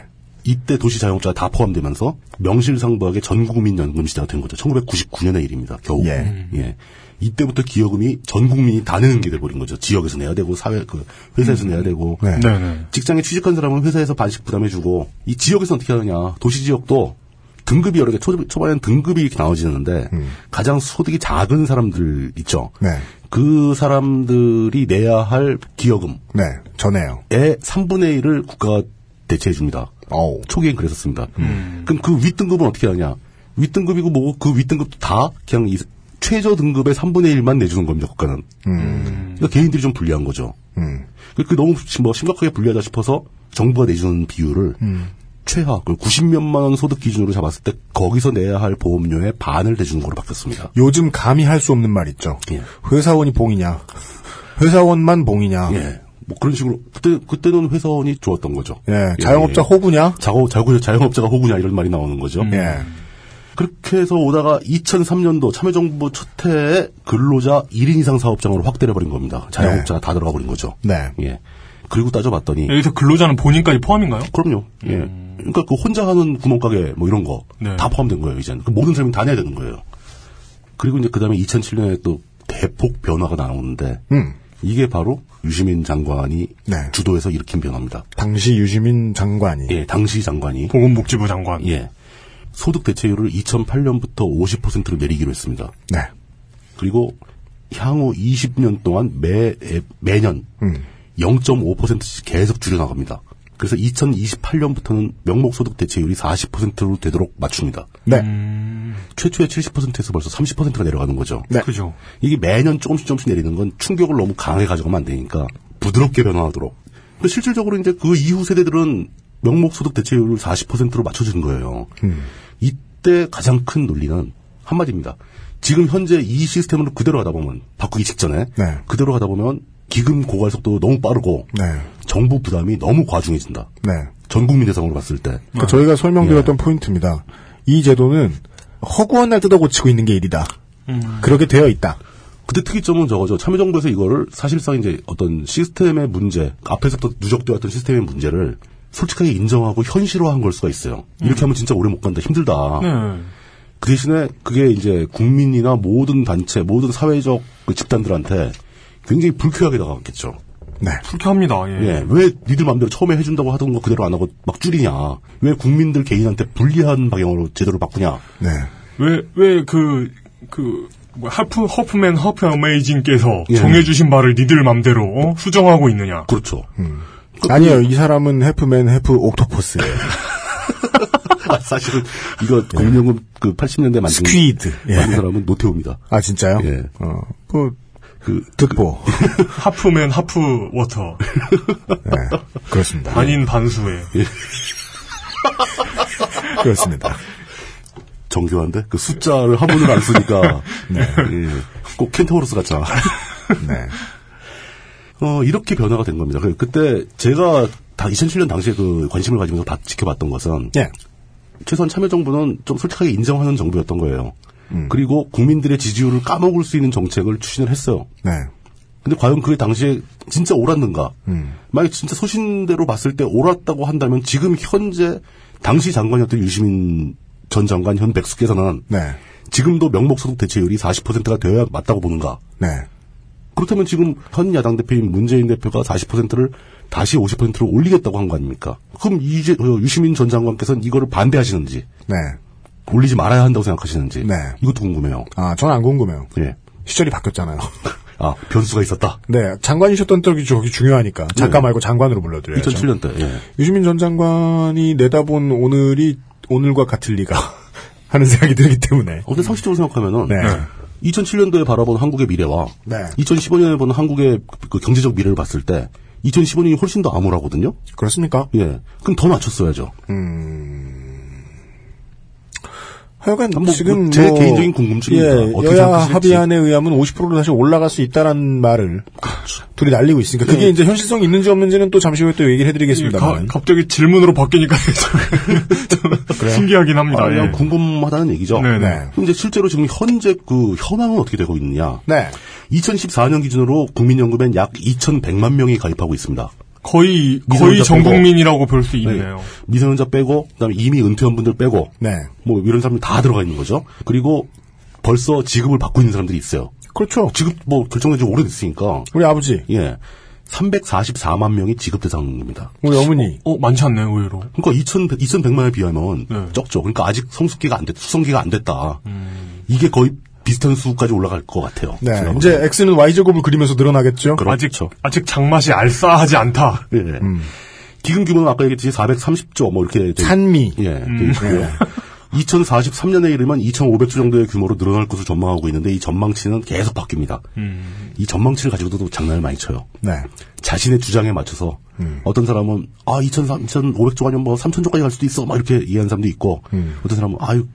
Speaker 4: 이때 도시 자영업자 다 포함되면서 명실상부하게 전국민 연금 시대가 된 거죠. 1999년의 일입니다. 겨우.
Speaker 2: 예.
Speaker 4: 예. 이때부터 기여금이 전 국민이 다 내는 게 돼버린 거죠. 지역에서 내야 되고 사회 그 회사에서 내야 되고
Speaker 2: 네.
Speaker 3: 네네.
Speaker 4: 직장에 취직한 사람은 회사에서 반씩 부담해주고 이 지역에서 어떻게 하느냐 도시 지역도 등급이 여러 개 초, 초반에는 등급이 이렇게 나눠지는데 가장 소득이 작은 사람들 있죠.
Speaker 2: 음. 네.
Speaker 4: 그 사람들이 내야 할 기여금의
Speaker 2: 네. 전에요.
Speaker 4: 3분의 1을 국가가 대체해 줍니다.
Speaker 2: 어우.
Speaker 4: 초기엔 그랬었습니다.
Speaker 2: 음.
Speaker 4: 그럼 그 윗등급은 어떻게 하냐? 윗등급이고 뭐고 그 윗등급도 다 그냥 이 최저 등급의 3분의 1만 내주는 겁니다, 국가는. 그러니까 개인들이 좀 불리한 거죠.
Speaker 2: 음.
Speaker 4: 그, 그 너무 심- 뭐 심각하게 불리하다 싶어서 정부가 내주는 비율을
Speaker 2: 음.
Speaker 4: 최하, 그 90몇만 원 소득 기준으로 잡았을 때 거기서 내야 할 보험료의 반을 내주는 걸로 바뀌었습니다.
Speaker 2: 요즘 감히 할 수 없는 말 있죠.
Speaker 4: 예.
Speaker 2: 회사원이 봉이냐. 회사원만 봉이냐. 예.
Speaker 4: 예. 뭐 그런 식으로 그때 그때는 회사원이 좋았던 거죠.
Speaker 2: 자영업자
Speaker 4: 예. 음.
Speaker 2: 호구냐.
Speaker 4: 자고 자고 자영업자가 호구냐 이런 말이 나오는 거죠.
Speaker 2: 예.
Speaker 4: 그렇게 해서 오다가 2003년도 참여정부 첫 해에 근로자 1인 이상 사업장으로 확대해 버린 겁니다. 자영업자가 다 들어가 버린 거죠.
Speaker 2: 네.
Speaker 4: 예. 그리고 따져봤더니
Speaker 3: 여기서 근로자는 본인까지 포함인가요?
Speaker 4: 그럼요. 예. 그러니까 그 혼자 하는 구멍가게 뭐 이런 거 다
Speaker 3: 네.
Speaker 4: 포함된 거예요. 이제는 그 모든 사람이 다 내야 되는 거예요. 그리고 이제 그다음에 2007년에 또 대폭 변화가 나오는데
Speaker 2: 음.
Speaker 4: 이게 바로 유시민 장관이
Speaker 2: 네.
Speaker 4: 주도해서 일으킨 변화입니다.
Speaker 2: 당시 유시민 장관이.
Speaker 4: 예, 당시 장관이
Speaker 2: 음.
Speaker 3: 보건복지부 장관.
Speaker 4: 예 소득 대체율을 2008년부터 50%로 내리기로 했습니다.
Speaker 2: 네.
Speaker 4: 그리고 향후 20년 동안 매 에, 매년
Speaker 2: 음.
Speaker 4: 0.5%씩 계속 줄여나갑니다. 그래서 2028년부터는 명목소득 대체율이 40%로 되도록 맞춥니다.
Speaker 2: 네.
Speaker 4: 최초의 70%에서 벌써 30%가 내려가는 거죠.
Speaker 2: 네.
Speaker 3: 그죠.
Speaker 4: 이게 매년 조금씩 조금씩 내리는 건 충격을 너무 강하게 가져가면 안 되니까 부드럽게 변화하도록. 근데 실질적으로 이제 그 이후 세대들은 명목소득 대체율을 40%로 맞춰주는 거예요. 이때 가장 큰 논리는 한마디입니다. 지금 현재 이 시스템으로 그대로 하다 보면 바꾸기 직전에 그대로 하다 보면 기금 고갈 속도도 너무 빠르고 정부 부담이 너무 과중해진다.
Speaker 2: 네.
Speaker 4: 전 국민 대상으로 봤을 때.
Speaker 2: 그러니까 저희가
Speaker 4: 예.
Speaker 2: 설명드렸던 포인트입니다. 이 제도는 허구한 날 뜯어고치고 있는 게 일이다.
Speaker 4: 음.
Speaker 2: 그렇게 되어 있다.
Speaker 4: 근데 특이점은 저거죠. 참여정부에서 이거를 사실상 이제 어떤 시스템의 문제, 앞에서부터 누적되었던 시스템의 문제를 솔직하게 인정하고 현실화한 걸 수가 있어요. 이렇게 하면 진짜 오래 못 간다, 힘들다. 그 대신에 그게 이제 국민이나 모든 단체, 모든 사회적 그 집단들한테 굉장히 불쾌하게 다가왔겠죠.
Speaker 2: 네.
Speaker 3: 불쾌합니다. 예.
Speaker 4: 예, 왜 니들 마음대로 처음에 해준다고 하던 거 그대로 안 하고 막 줄이냐. 왜 국민들 개인한테 불리한 방향으로 제도를 바꾸냐.
Speaker 2: 네.
Speaker 3: 왜, 왜 그, 그, 뭐, 하프, 허프맨, 허프 어메이징께서
Speaker 2: 예.
Speaker 3: 정해주신 바를 니들 맘대로, 어? 수정하고 있느냐.
Speaker 4: 그렇죠.
Speaker 2: 아니에요. 이 사람은 해프맨 해프 옥토퍼스예요.
Speaker 4: 아, 사실은 이거 공룡은 그 80년대 만든
Speaker 2: 스퀴드. 예.
Speaker 4: 만든 사람은 노태우입니다.
Speaker 2: 아 진짜요?
Speaker 4: 예.
Speaker 2: 어, 뭐,
Speaker 4: 그
Speaker 2: 득보.
Speaker 3: 하프맨, 하프 워터.
Speaker 2: 그렇습니다.
Speaker 3: 반인 반수에.
Speaker 4: 예,
Speaker 2: 그렇습니다.
Speaker 4: 정교한데 그 숫자를 한 번을 안 쓰니까 예. 꼭 켄타우로스 같잖아.
Speaker 2: 네.
Speaker 4: 어 이렇게 변화가 된 겁니다. 그- 그때 제가 다 2007년 당시에 그 관심을 가지면서 다 지켜봤던 것은
Speaker 2: 예.
Speaker 4: 최소한 참여정부는 좀 솔직하게 인정하는 정부였던 거예요.
Speaker 2: 음.
Speaker 4: 그리고 국민들의 지지율을 까먹을 수 있는 정책을 추진을 했어요.
Speaker 2: 네.
Speaker 4: 근데 과연 그게 당시에 진짜 옳았는가?
Speaker 2: 음.
Speaker 4: 만약 진짜 소신대로 봤을 때 옳았다고 한다면 지금 현재 당시 장관이었던 유시민 전 장관 현 백수께서는
Speaker 2: 네.
Speaker 4: 지금도 명목소득 대체율이 40%가 되어야 맞다고 보는가?
Speaker 2: 네.
Speaker 4: 그렇다면 지금 현 야당 대표인 문재인 대표가 40%를 다시 50%로 올리겠다고 한 거 아닙니까? 그럼 이제 어, 유시민 전 장관께서는 이거를 반대하시는지
Speaker 2: 네.
Speaker 4: 올리지 말아야 한다고 생각하시는지
Speaker 2: 네.
Speaker 4: 이것도 궁금해요.
Speaker 2: 아, 저는 안 궁금해요.
Speaker 4: 예.
Speaker 2: 시절이 바뀌었잖아요.
Speaker 4: 아 변수가 있었다.
Speaker 2: 네, 장관이셨던 적이 저기 중요하니까 작가
Speaker 4: 네.
Speaker 2: 말고 장관으로 불러드려야죠.
Speaker 4: 2007년 때. 예.
Speaker 2: 유시민 전 장관이 내다본 오늘이 오늘과 같을 리가 하는 생각이 들기 때문에.
Speaker 4: 어, 근데 상식적으로 생각하면은
Speaker 2: 네.
Speaker 4: 2007년도에 바라본 한국의 미래와
Speaker 2: 네.
Speaker 4: 2015년에 본 한국의 그 경제적 미래를 봤을 때 2015년이 훨씬 더 암울하거든요.
Speaker 2: 그렇습니까?
Speaker 4: 예. 그럼 더 낮췄어야죠.
Speaker 2: 하여간
Speaker 4: 뭐,
Speaker 2: 지금
Speaker 4: 제
Speaker 2: 뭐,
Speaker 4: 개인적인 궁금증입니다.
Speaker 2: 예,
Speaker 4: 어떻게
Speaker 2: 여야
Speaker 4: 생각하실지.
Speaker 2: 합의안에 의하면 50%로 다시 올라갈 수 있다라는 말을
Speaker 4: 그렇죠.
Speaker 2: 둘이 날리고 있으니까 그게
Speaker 3: 네.
Speaker 2: 이제 현실성이 있는지 없는지는 또 잠시 후에 또 얘기를
Speaker 3: 가-
Speaker 4: 예,
Speaker 2: 해드리겠습니다만.
Speaker 3: 갑자기 질문으로 바뀌니까 좀 신기하긴 합니다.
Speaker 4: 아, 그냥
Speaker 3: 예.
Speaker 4: 궁금하다는 얘기죠.
Speaker 3: 네네.
Speaker 4: 그럼 이제 실제로 지금 현재 그 현황은 어떻게 되고 있느냐?
Speaker 2: 네.
Speaker 4: 2014년 기준으로 국민연금엔 약 2,100만 명이 가입하고 있습니다.
Speaker 3: 거의, 거의
Speaker 4: 미성년자
Speaker 3: 전
Speaker 4: 빼고.
Speaker 3: 국민이라고 볼 수 있네요.
Speaker 4: 네. 미성년자 빼고 그다음에 이미 은퇴한 분들 빼고
Speaker 2: 네.
Speaker 4: 뭐 이런 사람들 다 들어가 있는 거죠. 그리고 벌써 지급을 받고 있는 사람들이 있어요.
Speaker 2: 그렇죠.
Speaker 4: 지급 뭐 결정된 지 오래됐으니까.
Speaker 2: 우리 아버지,
Speaker 4: 예. 344만 명이 지급 대상입니다.
Speaker 2: 우리 어머니.
Speaker 3: 어, 많지 않네요, 의외로.
Speaker 4: 그러니까 2,100, 2,100만에 비하면
Speaker 3: 네.
Speaker 4: 적죠. 그러니까 아직 성숙기가 안 됐다. 수성기가 안 됐다. 이게 거의 비슷한 수까지 올라갈 것 같아요.
Speaker 2: 네.
Speaker 4: 제가 그렇죠.
Speaker 2: 이제 X는 Y 제곱을 그리면서 늘어나겠죠.
Speaker 3: 아직, 아직 장맛이 알싸하지 않다.
Speaker 4: 예.
Speaker 2: 음.
Speaker 4: 기금 규모는 아까 얘기했듯이 430조 뭐 이렇게 돼
Speaker 2: 산미. 음. 네.
Speaker 4: 예. 돼 있고요. 2043년에 이르면 2,500조 정도의 규모로 늘어날 것으로 전망하고 있는데 이 전망치는 계속 바뀝니다.
Speaker 2: 음.
Speaker 4: 이 전망치를 가지고도 장난을 많이 쳐요.
Speaker 2: 네.
Speaker 4: 자신의 주장에 맞춰서
Speaker 2: 음.
Speaker 4: 어떤 사람은 아 2,500조 아니면 뭐 3,000조까지 갈 수도 있어 막 이렇게 얘기하는 사람도 있고
Speaker 2: 음.
Speaker 4: 어떤 사람은 아유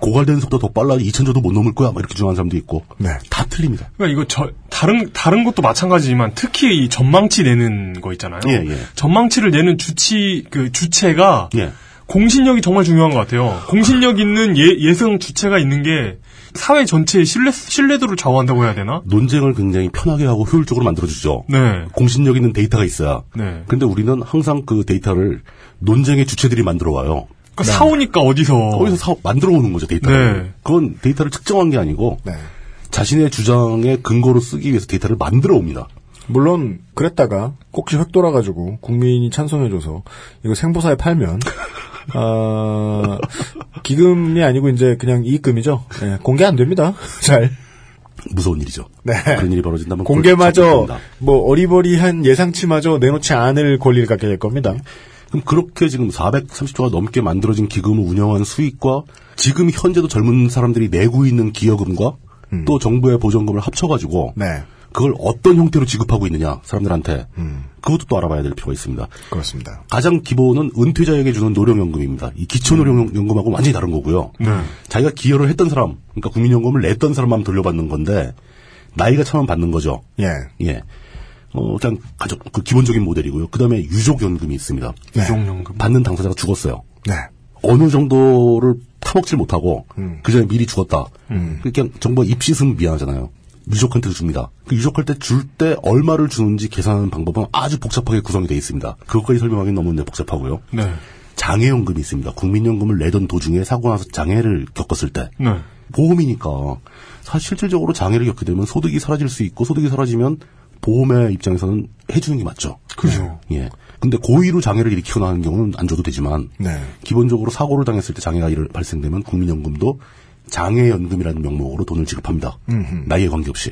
Speaker 4: 고갈되는 속도 더 빨라 2,000조도 못 넘을 거야 막 이렇게 주장하는 사람도 있고
Speaker 2: 네.
Speaker 4: 다 틀립니다.
Speaker 3: 그러니까 이거 저, 다른 다른 것도 마찬가지지만 특히 이 전망치 내는 거 있잖아요.
Speaker 4: 예, 예.
Speaker 3: 전망치를 내는 주치 그 주체가
Speaker 4: 예.
Speaker 3: 공신력이 정말 중요한 것 같아요. 공신력 있는 예, 예성 주체가 있는 게 사회 전체의 신뢰 신뢰도를 좌우한다고 해야 되나?
Speaker 4: 논쟁을 굉장히 편하게 하고 효율적으로 만들어 주죠.
Speaker 3: 네.
Speaker 4: 공신력 있는 데이터가 있어야.
Speaker 3: 네.
Speaker 4: 근데 우리는 항상 그 데이터를 논쟁의 주체들이 만들어 와요.
Speaker 3: 그러니까 사오니까 어디서
Speaker 4: 거기서 사업 만들어 오는 거죠, 데이터를.
Speaker 3: 네.
Speaker 4: 그건 데이터를 측정한 게 아니고
Speaker 2: 네.
Speaker 4: 자신의 주장의 근거로 쓰기 위해서 데이터를 만들어 옵니다.
Speaker 2: 물론 그랬다가 꼭지 획 돌아가지고 국민이 찬성해줘서 이거 생보사에 팔면 아, 기금이 아니고 이제 그냥 이익금이죠. 예, 공개 안 됩니다. 잘.
Speaker 4: 무서운 일이죠.
Speaker 2: 네.
Speaker 4: 그런 일이 벌어진다면
Speaker 2: 공개마저
Speaker 4: 그걸 잡겠습니다.
Speaker 2: 뭐 어리버리한 예상치마저 내놓지 않을 권리를 갖게 될 겁니다.
Speaker 4: 그럼 그렇게 지금 430조가 넘게 만들어진 기금을 운영한 수익과 지금 현재도 젊은 사람들이 내고 있는 기여금과
Speaker 2: 음.
Speaker 4: 또 정부의 보전금을
Speaker 2: 네.
Speaker 4: 합쳐가지고 그걸 어떤 형태로 지급하고 있느냐 사람들한테 그것도 또 알아봐야 될 필요가 있습니다.
Speaker 2: 그렇습니다.
Speaker 4: 가장 기본은 은퇴자에게 주는 노령연금입니다. 이 기초노령연금하고 완전히 다른 거고요. 자기가 기여를 했던 사람, 그러니까 국민연금을 냈던 사람만 돌려받는 건데 나이가 차면 받는 거죠.
Speaker 2: 예.
Speaker 4: 예. 어, 그냥 가족 그 기본적인 모델이고요. 그다음에 유족 연금이 있습니다. 유족 연금 받는 당사자가 죽었어요.
Speaker 2: 네.
Speaker 4: 어느 정도를 타먹질 못하고
Speaker 2: 음.
Speaker 4: 그 전에 미리 죽었다. 그러니까
Speaker 2: 음.
Speaker 4: 그냥 정부가 입시으면 미안하잖아요. 유족한테 줍니다. 그 유족할 때 줄 때 얼마를 주는지 계산하는 방법은 아주 복잡하게 구성이 되어 있습니다. 그것까지 설명하기는 너무 네, 복잡하고요.
Speaker 3: 네.
Speaker 4: 장애연금이 있습니다. 국민연금을 내던 도중에 사고 나서 장애를 겪었을 때
Speaker 3: 네.
Speaker 4: 보험이니까 사실 실질적으로 장애를 겪게 되면 소득이 사라질 수 있고 소득이 사라지면 보험의 입장에서는 해주는 게 맞죠.
Speaker 3: 그죠.
Speaker 4: 예. 근데 고의로 장애를 일으키거나 하는 경우는 안 줘도 되지만
Speaker 2: 네.
Speaker 4: 기본적으로 사고를 당했을 때 장애가 일- 발생되면 국민연금도 장애연금이라는 명목으로 돈을 지급합니다.
Speaker 3: 음흠.
Speaker 4: 나이에 관계없이.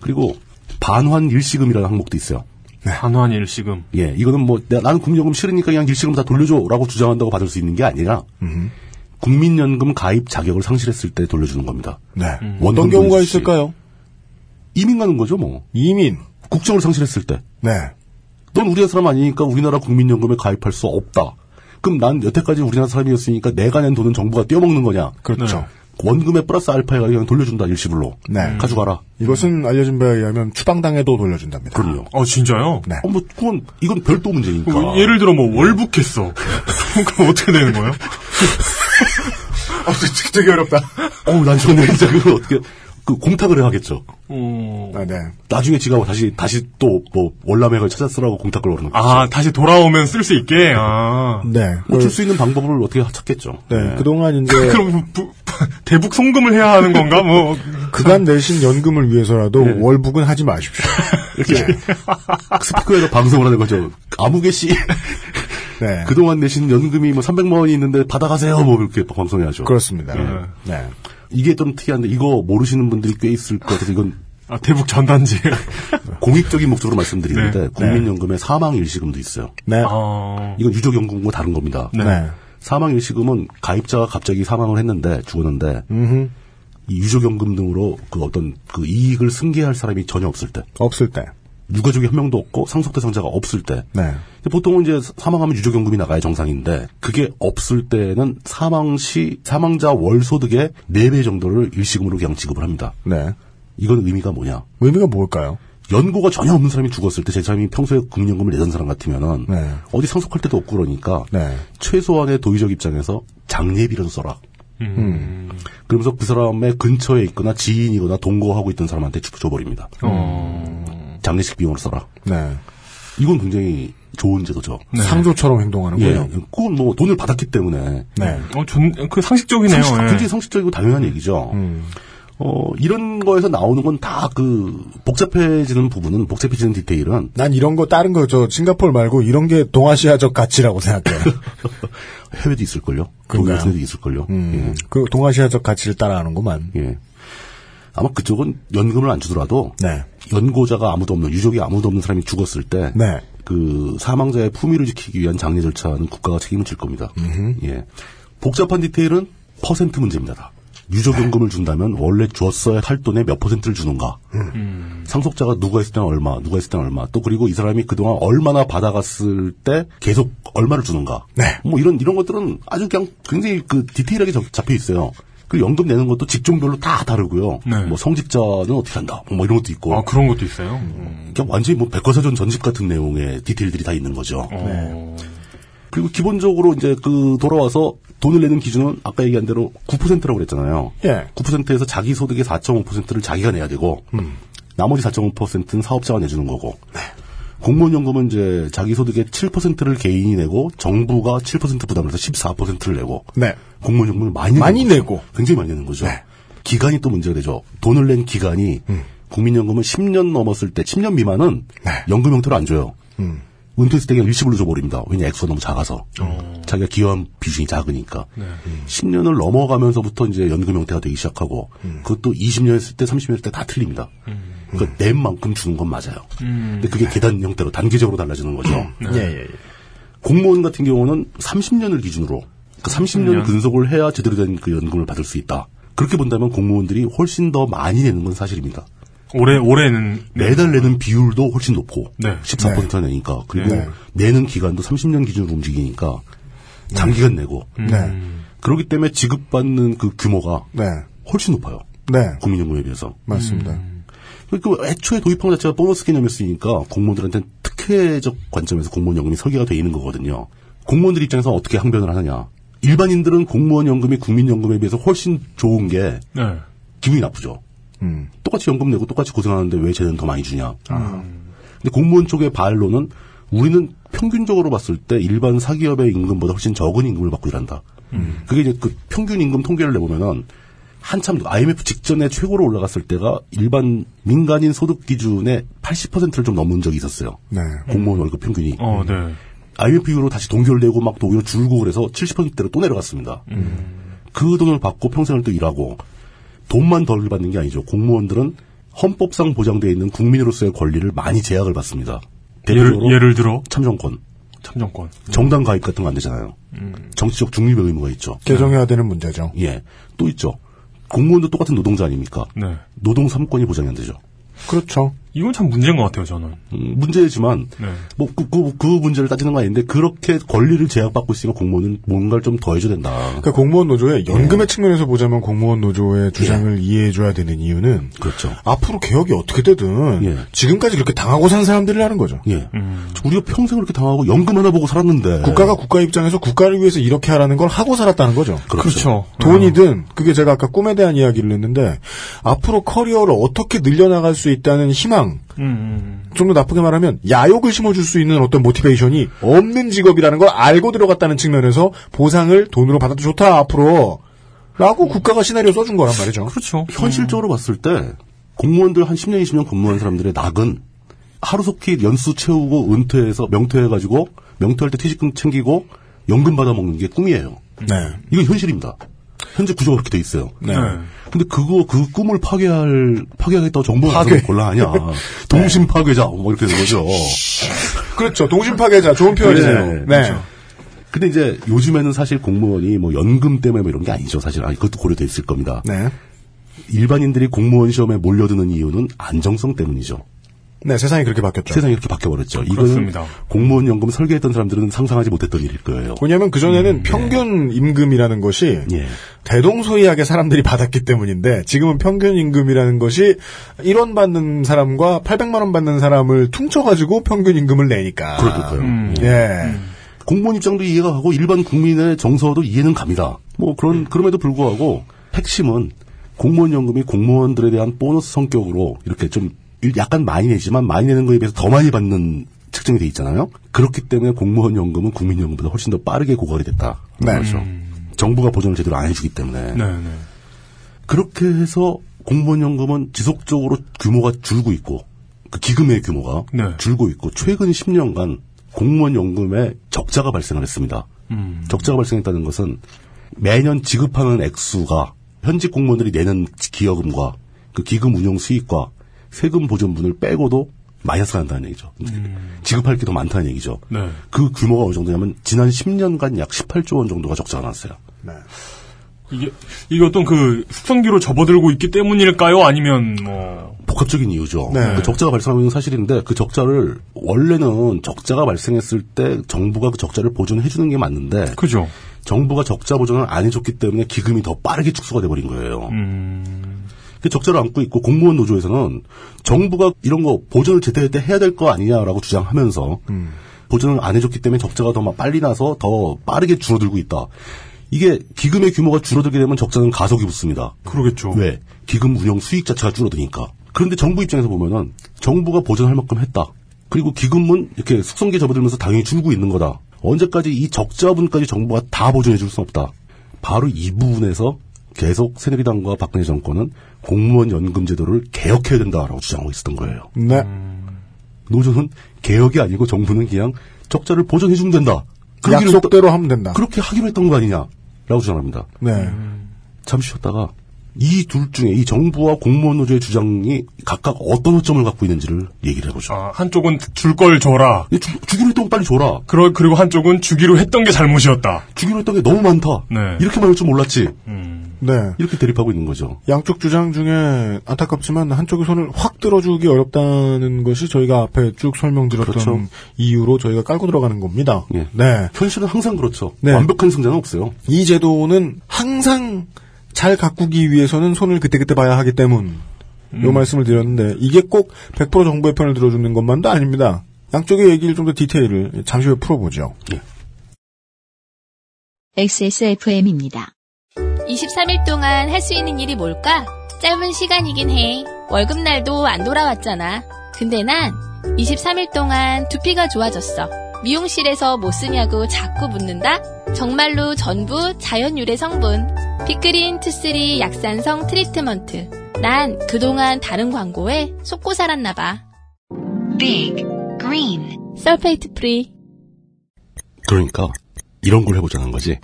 Speaker 4: 그리고 반환 일시금이라는 항목도 있어요.
Speaker 3: 한환 일시금.
Speaker 4: 예, 이거는 뭐 내가- 나는 국민연금 싫으니까 그냥 일시금 다 돌려줘라고 주장한다고 받을 수 있는 게 아니라 국민연금 가입 자격을 상실했을 때 돌려주는 겁니다.
Speaker 2: 네.
Speaker 4: 원금
Speaker 2: 어떤 경우가
Speaker 4: 돌려주듯이.
Speaker 2: 있을까요?
Speaker 4: 이민 가는 거죠, 뭐.
Speaker 2: 이민.
Speaker 4: 국적을 상실했을 때.
Speaker 2: 네.
Speaker 4: 넌 우리나라 사람 아니니까 우리나라 국민연금에 가입할 수 없다. 그럼 난 여태까지 우리나라 사람이었으니까 내가 낸 돈은 정부가 떼어먹는 거냐.
Speaker 2: 그렇죠.
Speaker 4: 네. 원금에 플러스 알파에가 그냥 돌려준다, 일시불로.
Speaker 2: 네.
Speaker 4: 가져가라.
Speaker 2: 이것은 알려진 바에 의하면 추방당해도 돌려준답니다.
Speaker 4: 그럼요.
Speaker 3: 어, 진짜요?
Speaker 2: 네.
Speaker 4: 뭐, 그건, 이건 별도 문제니까.
Speaker 3: 어, 예를 들어 뭐 월북했어. 그럼 어떻게 되는 거예요?
Speaker 2: 아, 되게, 되게 어렵다.
Speaker 4: 어우, 난 저는 진짜 그걸 어떻게, 그 공탁을 하겠죠.
Speaker 3: 어...
Speaker 2: 아, 네.
Speaker 4: 나중에 지가 뭐 다시, 다시 또, 뭐, 월남액을 찾아쓰라고 공탁을 걸어놓고.
Speaker 3: 아, 다시 돌아오면 쓸 수 있게. 아.
Speaker 2: 네.
Speaker 4: 뭐 고칠 수 있는 방법을 어떻게 찾겠죠.
Speaker 2: 네. 그동안 이제
Speaker 3: 그럼 부- 부- 대북 송금을 해야 하는 건가? 뭐
Speaker 2: 그간 내신 연금을 위해서라도 월북은 하지 마십시오.
Speaker 4: 이렇게 스피커에서 방송을 하는 거죠. 아무개 씨.
Speaker 2: 네.
Speaker 4: 그동안 내신 연금이 뭐 300만 원이 있는데 받아가세요. 뭐 이렇게 방송을 하죠.
Speaker 2: 그렇습니다.
Speaker 4: 예.
Speaker 2: 네.
Speaker 4: 이게 좀 특이한데 이거 모르시는 분들이 꽤 있을 것 같아서 이건
Speaker 3: 아, 대북 전단지.
Speaker 4: 공익적인 목적으로 말씀드리는데
Speaker 3: 네.
Speaker 4: 국민연금에 사망 일시금도 있어요.
Speaker 2: 네.
Speaker 4: 이건 유족연금과 다른 겁니다.
Speaker 3: 네. 네.
Speaker 4: 사망 일시금은 가입자가 갑자기 사망을 했는데 죽었는데
Speaker 2: 음흠.
Speaker 4: 이 유족연금 등으로 그 어떤 그 이익을 승계할 사람이 전혀 없을 때
Speaker 2: 없을 때.
Speaker 4: 유가족이 한 명도 없고 상속 대상자가 없을 때
Speaker 2: 네.
Speaker 4: 근데 보통은 이제 사망하면 유족연금이 나가야 정상인데 그게 없을 때는 사망 시 사망자 월 소득의 4배 정도를 일시금으로 그냥 지급을 합니다.
Speaker 2: 네.
Speaker 4: 이건 의미가 뭐냐?
Speaker 2: 의미가 뭘까요?
Speaker 4: 연고가 전혀 없는 사람이 죽었을 때 제 사람이 평소에 국민연금을 내던 사람 같으면은
Speaker 2: 네.
Speaker 4: 어디 상속할 데도 없고 그러니까
Speaker 2: 네.
Speaker 4: 최소한의 도의적 입장에서 장례비라도 써라.
Speaker 2: 음.
Speaker 4: 그러면서 그 사람의 근처에 있거나 지인이거나 동거하고 있던 사람한테 주- 줘버립니다.
Speaker 3: 어.
Speaker 4: 장례식 비용으로 써라.
Speaker 2: 네.
Speaker 4: 이건 굉장히 좋은 제도죠.
Speaker 3: 네.
Speaker 2: 상조처럼
Speaker 4: 예,
Speaker 2: 행동하는군요.
Speaker 4: 그건 뭐 돈을 받았기 때문에
Speaker 2: 네.
Speaker 3: 어, 전, 그 상식적이네요.
Speaker 4: 상식-
Speaker 3: 예. 음.
Speaker 4: 굉장히 상식적이고 당연한 얘기죠. 어, 이런 거에서 나오는 건 다 그 복잡해지는 부분은 복잡해지는 디테일은
Speaker 2: 난 이런 거 다른 거 저 싱가폴 말고 이런 게 동아시아적 가치라고 생각해요.
Speaker 4: 해외도 있을걸요.
Speaker 2: 그런가요?
Speaker 4: 독일 같은 데도 있을걸요.
Speaker 2: 음, 그 동아시아적 가치를 따라하는구만.
Speaker 4: 예. 예. 아마 그쪽은 연금을 안 주더라도
Speaker 2: 네.
Speaker 4: 연고자가 아무도 없는 유족이 아무도 없는 사람이 죽었을 때
Speaker 2: 네.
Speaker 4: 그 사망자의 품위를 지키기 위한 장례 절차는 국가가 책임을 질 겁니다. 예. 복잡한 디테일은 퍼센트 문제입니다. 다.
Speaker 2: 네.
Speaker 4: 유족연금을 준다면 원래 줬어야 할 돈의 몇 퍼센트를 주는가.
Speaker 2: 음.
Speaker 4: 음. 상속자가 누가 있을 때는 얼마, 누가 있을 때는 얼마. 또 그리고 이 사람이 그동안 얼마나 받아갔을 때 계속 얼마를 주는가.
Speaker 2: 네.
Speaker 4: 뭐 이런 이런 것들은 아주 그냥 굉장히 그 디테일하게 적- 잡혀 있어요. 그리고 연금 내는 것도 직종별로 다 다르고요.
Speaker 3: 네.
Speaker 4: 뭐 성직자는 어떻게 한다. 뭐 이런 것도 있고.
Speaker 3: 아, 그런 것도 있어요. 음.
Speaker 4: 그냥 완전히 뭐 백과사전 전집 같은 내용의 디테일들이 다 있는 거죠. 네.
Speaker 3: 어.
Speaker 4: 그리고 기본적으로 이제 그 돌아와서 돈을 내는 기준은 아까 얘기한 대로 9%라고 그랬잖아요.
Speaker 2: 예.
Speaker 4: 9%에서 자기 소득의 4.5%를 자기가 내야 되고
Speaker 2: 음.
Speaker 4: 나머지 4.5%는 사업자가 내주는 거고
Speaker 2: 네.
Speaker 4: 공무원 연금은 이제 자기 소득의 7%를 개인이 내고 정부가 7% 부담해서 14%를 내고
Speaker 2: 네.
Speaker 4: 공무원 연금을 많이 내는
Speaker 2: 많이
Speaker 4: 거죠.
Speaker 2: 내고.
Speaker 4: 굉장히 많이 내는 거죠.
Speaker 3: 네.
Speaker 4: 기간이 또 문제가 되죠. 돈을 낸
Speaker 3: 음. 네. 음.
Speaker 4: 기간이 국민연금은 10년 넘었을 때 10년 미만은 연금 형태로 안 줘요. 은퇴했을 때 그냥 일시불로 줘버립니다. 왜냐 액수가 너무 작아서
Speaker 3: 어.
Speaker 4: 자기가 기여한 비중이 작으니까
Speaker 3: 네. 음.
Speaker 4: 10년을 넘어가면서부터 이제 연금 형태가 되기 시작하고
Speaker 3: 음.
Speaker 4: 그것도 20년 했을 때 30년 했을 때 다 틀립니다. 그러니까 낸 만큼 주는 건 맞아요.
Speaker 3: 음.
Speaker 4: 근데 그게 계단 형태로 단계적으로 달라지는 거죠.
Speaker 3: 네. 예, 예, 예.
Speaker 4: 공무원 같은 경우는 30년을 기준으로 그 30년
Speaker 3: 30년.
Speaker 4: 근속을 해야 제대로 된 그 연금을 받을 수 있다. 그렇게 본다면 공무원들이 훨씬 더 많이 내는 건 사실입니다.
Speaker 3: 올해 올해는
Speaker 4: 매달 내는 비율도 훨씬 높고
Speaker 3: 네.
Speaker 4: 14%가 내니까 그리고
Speaker 3: 네.
Speaker 4: 내는 기간도 30년 기준으로 움직이니까 장기간 내고
Speaker 3: 음.
Speaker 2: 네.
Speaker 4: 그렇기 때문에 지급받는 그 규모가
Speaker 3: 네.
Speaker 4: 훨씬 높아요. 국민연금에 비해서
Speaker 2: 네. 맞습니다.
Speaker 4: 그 애초에 도입한 것 자체가 보너스 개념이었으니까 공무원들한테 는 특혜적 관점에서 공무원 연금이 설계가 돼 있는 거거든요. 공무원들 입장에서 어떻게 항변을 하느냐? 일반인들은 공무원 연금이 국민연금에 비해서 훨씬 좋은 게
Speaker 3: 네.
Speaker 4: 기분이 나쁘죠.
Speaker 2: 음.
Speaker 4: 똑같이 연금 내고 똑같이 고생하는데 왜 쟤는 더 많이 주냐? 음. 근데 공무원 쪽의 반론은 우리는 평균적으로 봤을 때 일반 사기업의 임금보다 훨씬 적은 임금을 받고 일한다. 그게 이제 그 평균 임금 통계를 내보면은 한참 IMF 직전에 최고로 올라갔을 때가 일반 민간인 소득 기준의 80%를 좀 넘은 적이 있었어요.
Speaker 2: 네.
Speaker 4: 공무원 월급 평균이.
Speaker 3: 어, 네.
Speaker 4: IMF 이후로 다시 동결되고 막 또 오히려 줄고 그래서 70%대로 또 내려갔습니다.
Speaker 3: 음.
Speaker 4: 그 돈을 받고 평생을 또 일하고 돈만 덜 받는 게 아니죠. 공무원들은 헌법상 보장되어 있는 국민으로서의 권리를 많이 제약을 받습니다.
Speaker 3: 예를,
Speaker 4: 대표적으로
Speaker 3: 예를 들어
Speaker 4: 참정권,
Speaker 3: 참정권.
Speaker 4: 정당 가입 같은 거 안 되잖아요.
Speaker 3: 음.
Speaker 4: 정치적 중립의 의무가 있죠.
Speaker 2: 개정해야 되는 문제죠.
Speaker 4: 예. 또 있죠. 공무원도 똑같은 노동자 아닙니까?
Speaker 3: 네.
Speaker 4: 노동 삼권이 보장이 안 되죠.
Speaker 2: 그렇죠.
Speaker 3: 이건 참 문제인 것 같아요, 저는.
Speaker 4: 음, 문제지만
Speaker 3: 네.
Speaker 4: 뭐 그, 그, 그 문제를 따지는 건 아닌데 그렇게 권리를 제약받고 있으니까 공무원은 뭔가를 좀 더 해줘야 된다.
Speaker 2: 그러니까 공무원 노조의 연금의 측면에서 보자면 공무원 노조의 주장을 이해해줘야 되는 이유는
Speaker 4: 그렇죠.
Speaker 2: 앞으로 개혁이 어떻게 되든 지금까지 그렇게 당하고 산 사람들이라는 거죠.
Speaker 4: 예. 우리가 평생 그렇게 당하고 연금 하나 보고 살았는데
Speaker 2: 음. 국가가 국가 입장에서 국가를 위해서 이렇게 하라는 걸 하고 살았다는 거죠.
Speaker 4: 네. 그렇죠.
Speaker 2: 돈이든 그게 제가 아까 꿈에 대한 이야기를 했는데 앞으로 커리어를 어떻게 늘려나갈 수 있다는 희망
Speaker 4: 음,
Speaker 2: 좀 더 나쁘게 말하면 야욕을 심어줄 수 있는 어떤 모티베이션이 없는 직업이라는 걸 알고 들어갔다는 측면에서 보상을 돈으로 받아도 좋다 앞으로 라고 국가가 시나리오 써준 거란 말이죠.
Speaker 3: 그렇죠.
Speaker 4: 어? 현실적으로 봤을 때 공무원들 한 10년, 20년 근무한 사람들의 낙은 하루속히 연수 채우고 은퇴해서 명퇴해가지고 명퇴할 때 퇴직금 챙기고 연금 받아먹는 게 꿈이에요.
Speaker 2: 네.
Speaker 4: 이건 현실입니다. 현재 구조가 그렇게 돼 있어요.
Speaker 2: 네.
Speaker 4: 근데 그거 그 꿈을 파괴할 파괴하겠다고 정부가
Speaker 2: 파괴. 네.
Speaker 4: 무슨 곤란하냐. 동심 파괴자 뭐 이렇게 되는 거죠.
Speaker 2: 그렇죠. 동심 파괴자 좋은 표현이네요.
Speaker 4: 네,
Speaker 2: 네.
Speaker 4: 그렇죠. 근데 이제 요즘에는 사실 공무원이 뭐 연금 때문에 뭐 이런 게 아니죠. 사실 아니 그것도 고려돼 있을 겁니다.
Speaker 2: 네.
Speaker 4: 일반인들이 공무원 시험에 몰려드는 이유는 안정성 때문이죠.
Speaker 2: 네, 세상이 그렇게 바뀌었죠.
Speaker 4: 세상이 이렇게 바뀌어버렸죠. 이거는
Speaker 2: 그렇습니다.
Speaker 4: 공무원 연금 설계했던 사람들은 상상하지 못했던 일일 거예요.
Speaker 2: 왜냐하면 그전에는
Speaker 4: 음, 네.
Speaker 2: 평균 임금이라는 것이
Speaker 4: 예.
Speaker 2: 대동소이하게 사람들이 받았기 때문인데 지금은 평균 임금이라는 것이 1원 받는 사람과 800만 원 받는 사람을 퉁쳐가지고 평균 임금을 내니까.
Speaker 4: 그럴 거예요.
Speaker 2: 예.
Speaker 4: 공무원 입장도 이해가 가고 일반 국민의 정서도 이해는 갑니다. 뭐
Speaker 2: 네.
Speaker 4: 그런 그럼에도 불구하고 핵심은 공무원 연금이 공무원들에 대한 보너스 성격으로 이렇게 좀 일- 약간 많이 내지만 많이 내는 거에 비해서 더 많이 받는 측정이 돼 있잖아요. 그렇기 때문에 공무원 연금은 국민 연금보다 훨씬 더 빠르게 고갈이 됐다.
Speaker 2: 네.
Speaker 4: 그렇죠. 정부가 보전을 제대로 안 해주기 때문에
Speaker 3: 네, 네.
Speaker 4: 그렇게 해서 공무원 연금은 지속적으로 규모가 줄고 있고 그 기금의 규모가
Speaker 3: 네.
Speaker 4: 줄고 있고 최근 10년간 공무원 연금에 적자가 발생을 했습니다.
Speaker 3: 음.
Speaker 4: 적자가 발생했다는 것은 매년 지급하는 액수가 현직 공무원들이 내는 기여금과 그 기금 운용 수익과 세금 보전분을 빼고도 마이너스가 난다는 얘기죠. 지급할 게 더 많다는 얘기죠.
Speaker 3: 음. 네.
Speaker 4: 그 규모가 어느 정도냐면 지난 10년간 약 18조 원 정도가 적자가 났어요.
Speaker 3: 이게 이게 어떤 그 숙성기로 접어들고 있기 때문일까요? 아니면 뭐
Speaker 4: 복합적인 이유죠.
Speaker 3: 네.
Speaker 4: 그 적자가 발생하고 있는 사실인데 그 적자를 원래는 적자가 발생했을 때 정부가 그 적자를 보존해 주는 게 맞는데
Speaker 3: 그죠.
Speaker 4: 정부가 적자 보존을 안 해줬기 때문에 기금이 더 빠르게 축소가 돼버린 거예요.
Speaker 3: 음.
Speaker 4: 그 적자를 안고 있고 공무원 노조에서는 정부가 이런 거 보존을 제때 해야 될 거 아니냐라고 주장하면서
Speaker 3: 음.
Speaker 4: 보존을 안 해줬기 때문에 적자가 더 막 빨리 나서 더 빠르게 줄어들고 있다. 이게 기금의 규모가 줄어들게 되면 적자는 가속이 붙습니다.
Speaker 3: 그러겠죠.
Speaker 4: 왜? 네. 기금 운영 수익 자체가 줄어드니까. 그런데 정부 입장에서 보면은 정부가 보존할 만큼 했다. 그리고 기금은 이렇게 숙성기 접어들면서 당연히 줄고 있는 거다. 언제까지 이 적자분까지 정부가 다 보존해 줄 수 없다. 바로 이 부분에서 계속 새누리당과 박근혜 음. 정권은 공무원 연금 제도를 개혁해야 된다라고 주장하고 있었던 거예요.
Speaker 2: 네.
Speaker 4: 노조는 개혁이 아니고 정부는 그냥 적자를 보전해주면 된다. 그 얘기를
Speaker 2: 약속대로 하면 된다.
Speaker 4: 했던- 그렇게 음. 하기로 했던 거 아니냐라고 주장합니다.
Speaker 2: 네.
Speaker 4: 잠시 쉬었다가 이 둘 중에 이 정부와 공무원 노조의 주장이 각각 어떤 허점을 갖고 있는지를 얘기를 해보죠.
Speaker 3: 아, 한쪽은 줄 걸 줘라.
Speaker 4: 주기로 했던 거 빨리 줘라.
Speaker 3: 그러, 그리고 한쪽은 주기로 했던 게 잘못이었다.
Speaker 4: 주기로 했던 게 너무 많다. 이렇게 말할 줄 몰랐지.
Speaker 2: 네.
Speaker 4: 이렇게 대립하고 있는 거죠.
Speaker 2: 양쪽 주장 중에 안타깝지만 한쪽의 손을 확 들어주기 어렵다는 것이 저희가 앞에 쭉 설명드렸던
Speaker 4: 그렇죠. 예.
Speaker 2: 이유로 저희가 깔고 들어가는 겁니다. 네.
Speaker 4: 현실은 항상 그렇죠.
Speaker 2: 네.
Speaker 4: 완벽한 승자는 없어요.
Speaker 2: 이 제도는 항상 잘 가꾸기 위해서는 손을 그때그때 봐야 하기 때문. 요 말씀을 드렸는데 이게 꼭 100% 정부의 편을 들어주는 것만도 아닙니다. 양쪽의 얘기를 좀 더 디테일을 잠시 후에 풀어보죠.
Speaker 1: XSFM입니다.
Speaker 6: 23일 동안 할 수 있는 일이 뭘까? 짧은 시간이긴 해. 월급날도 안 돌아왔잖아. 근데 난 23일 동안 두피가 좋아졌어. 미용실에서 뭐 쓰냐고 자꾸 묻는다? 정말로 전부 자연유래 성분. 피크린 투쓰리 약산성 트리트먼트. 난 그동안 다른 광고에 속고 살았나봐. Big Green 설페이트 프리.
Speaker 4: 그러니까 이런 걸 해보자는 거지.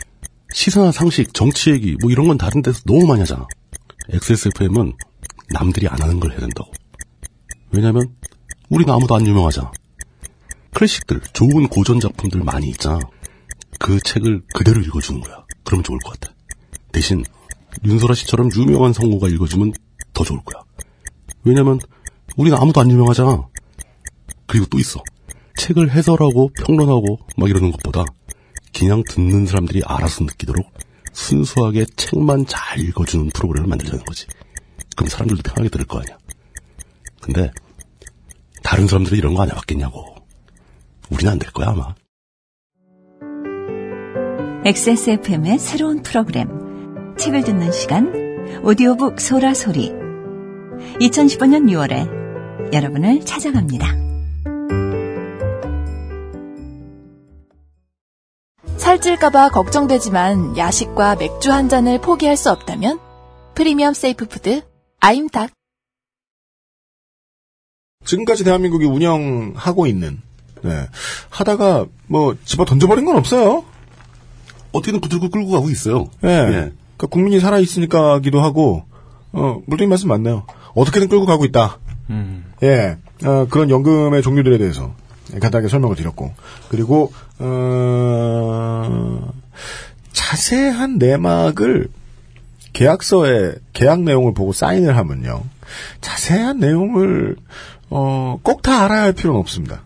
Speaker 4: 시사나 상식, 정치 얘기 뭐 이런 건 다른 데서 너무 많이 하잖아. XSFM은 남들이 안 하는 걸 해야 된다고. 왜냐면 우리는 아무도 안 유명하잖아. 클래식들, 좋은 고전 작품들 많이 있잖아. 그 책을 그대로 읽어주는 거야. 그러면 좋을 것 같아. 대신 윤소라 씨처럼 유명한 성우가 읽어주면 더 좋을 거야. 왜냐면 우리는 아무도 안 유명하잖아. 그리고 또 있어. 책을 해설하고 평론하고 막 이러는 것보다 그냥 듣는 사람들이 알아서 느끼도록 순수하게 책만 잘 읽어주는 프로그램을 만들자는 거지. 그럼 사람들도 편하게 들을 거 아니야. 근데 다른 사람들이 이런 거 안 해봤겠냐고. 우리는 안 될 거야 아마.
Speaker 8: XSFM의 새로운 프로그램 책을 듣는 시간 오디오북 소라 소리 2015년 6월에 여러분을 찾아갑니다.
Speaker 13: 살찔까봐 걱정되지만 야식과 맥주 한 잔을 포기할 수 없다면 프리미엄 세이프 푸드 아임닭
Speaker 2: 지금까지 대한민국이 운영하고 있는 네. 하다가 뭐 집어 던져버린 건 없어요.
Speaker 4: 어떻게든 붙들고 끌고 가고 있어요.
Speaker 2: 예. 그러니까 국민이 살아 있으니까기도 하고 어 물론 이 말씀 맞네요. 어떻게든 끌고 가고 있다. 예, 어, 그런 연금의 종류들에 대해서 간단하게 설명을 드렸고, 그리고, 어, 자세한 내막을 계약서에, 계약 내용을 보고 사인을 하면요. 자세한 내용을, 어, 꼭 다 알아야 할 필요는 없습니다.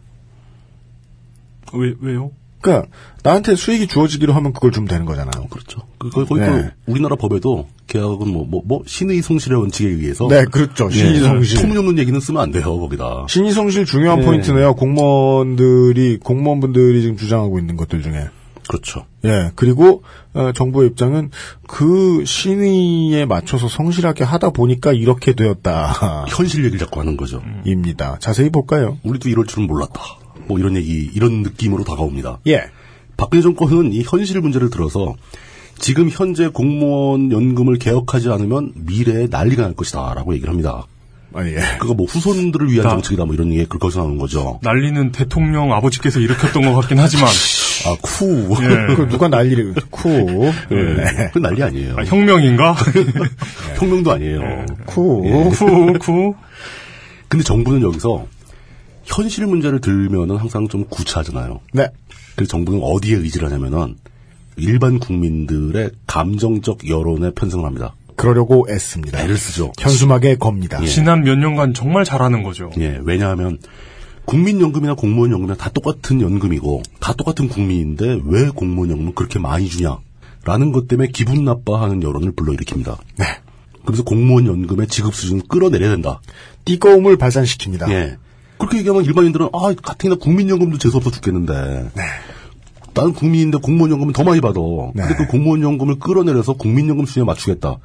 Speaker 3: 왜, 왜요?
Speaker 2: 그니까, 그러니까 나한테 수익이 주어지기로 하면 그걸 주면 되는 거잖아요.
Speaker 4: 그렇죠. 그, 거, 거기 또 우리나라 법에도 계약은 뭐, 뭐, 뭐, 신의 성실의 원칙에 의해서. 예.
Speaker 2: 네, 그렇죠. 신의 성실.
Speaker 4: 소문이 없는 얘기는 쓰면 안 돼요, 거기다.
Speaker 2: 신의성실 중요한
Speaker 4: 네.
Speaker 2: 포인트네요. 공무원들이 공무원분들이 지금 주장하고 있는 것들 중에
Speaker 4: 그렇죠.
Speaker 2: 예 그리고 어, 정부의 입장은 그 신의에 맞춰서 성실하게 하다 보니까 이렇게 되었다.
Speaker 4: 현실 얘기를 자꾸 하는 거죠.
Speaker 2: 입니다. 자세히 볼까요?
Speaker 4: 우리도 이럴 줄은 몰랐다. 뭐 이런 얘기, 이런 느낌으로 다가옵니다.
Speaker 2: 예.
Speaker 4: 박근혜 정권은 이 현실 문제를 들어서 지금 현재 공무원 연금을 개혁하지 않으면 미래에 난리가 날 것이다라고 얘기를 합니다.
Speaker 2: 아, 예.
Speaker 4: 그거 뭐 후손들을 위한
Speaker 3: 나-
Speaker 4: 정책이다 뭐 이런 얘기 그거서 나오는 거죠.
Speaker 3: 난리는 대통령 아버지께서 일으켰던 것 같긴 하지만.
Speaker 4: 아, 쿠.
Speaker 3: 예.
Speaker 2: 그 누가 난리를 쿠. 네.
Speaker 4: 그 난리 아니에요.
Speaker 3: 아, 혁명인가?
Speaker 4: 예. 혁명도 아니에요.
Speaker 2: 쿠.
Speaker 4: 예.
Speaker 3: 쿠, 쿠.
Speaker 4: 근데 정부는 여기서 현실 문제를 들면은 항상 좀 구차하잖아요.
Speaker 2: 네.
Speaker 4: 그래서 정부는 어디에 의지를 하냐면은 일반 국민들의 감정적 여론에 편승을 합니다.
Speaker 2: 그러려고 애씁니다.
Speaker 4: 애를 쓰죠.
Speaker 2: 현수막에 겁니다.
Speaker 3: 지난 몇 년간 정말 잘하는 거죠.
Speaker 4: 예, 왜냐하면 국민연금이나 공무원연금이나 다 똑같은 연금이고 다 똑같은 국민인데 왜 공무원연금은 그렇게 많이 주냐라는 것 때문에 기분 나빠하는 여론을 불러일으킵니다. 네. 그래서 공무원연금의 지급 수준을 끌어내려야 된다.
Speaker 2: 띠꺼움을 발산시킵니다.
Speaker 4: 예. 그렇게 얘기하면 일반인들은 아 가뜩이나 국민연금도 재수 없어 죽겠는데. 나는 국민인데 공무원연금은 더 많이 받아. 근데 그 공무원연금을 끌어내려서 국민연금 수준에 맞추겠다.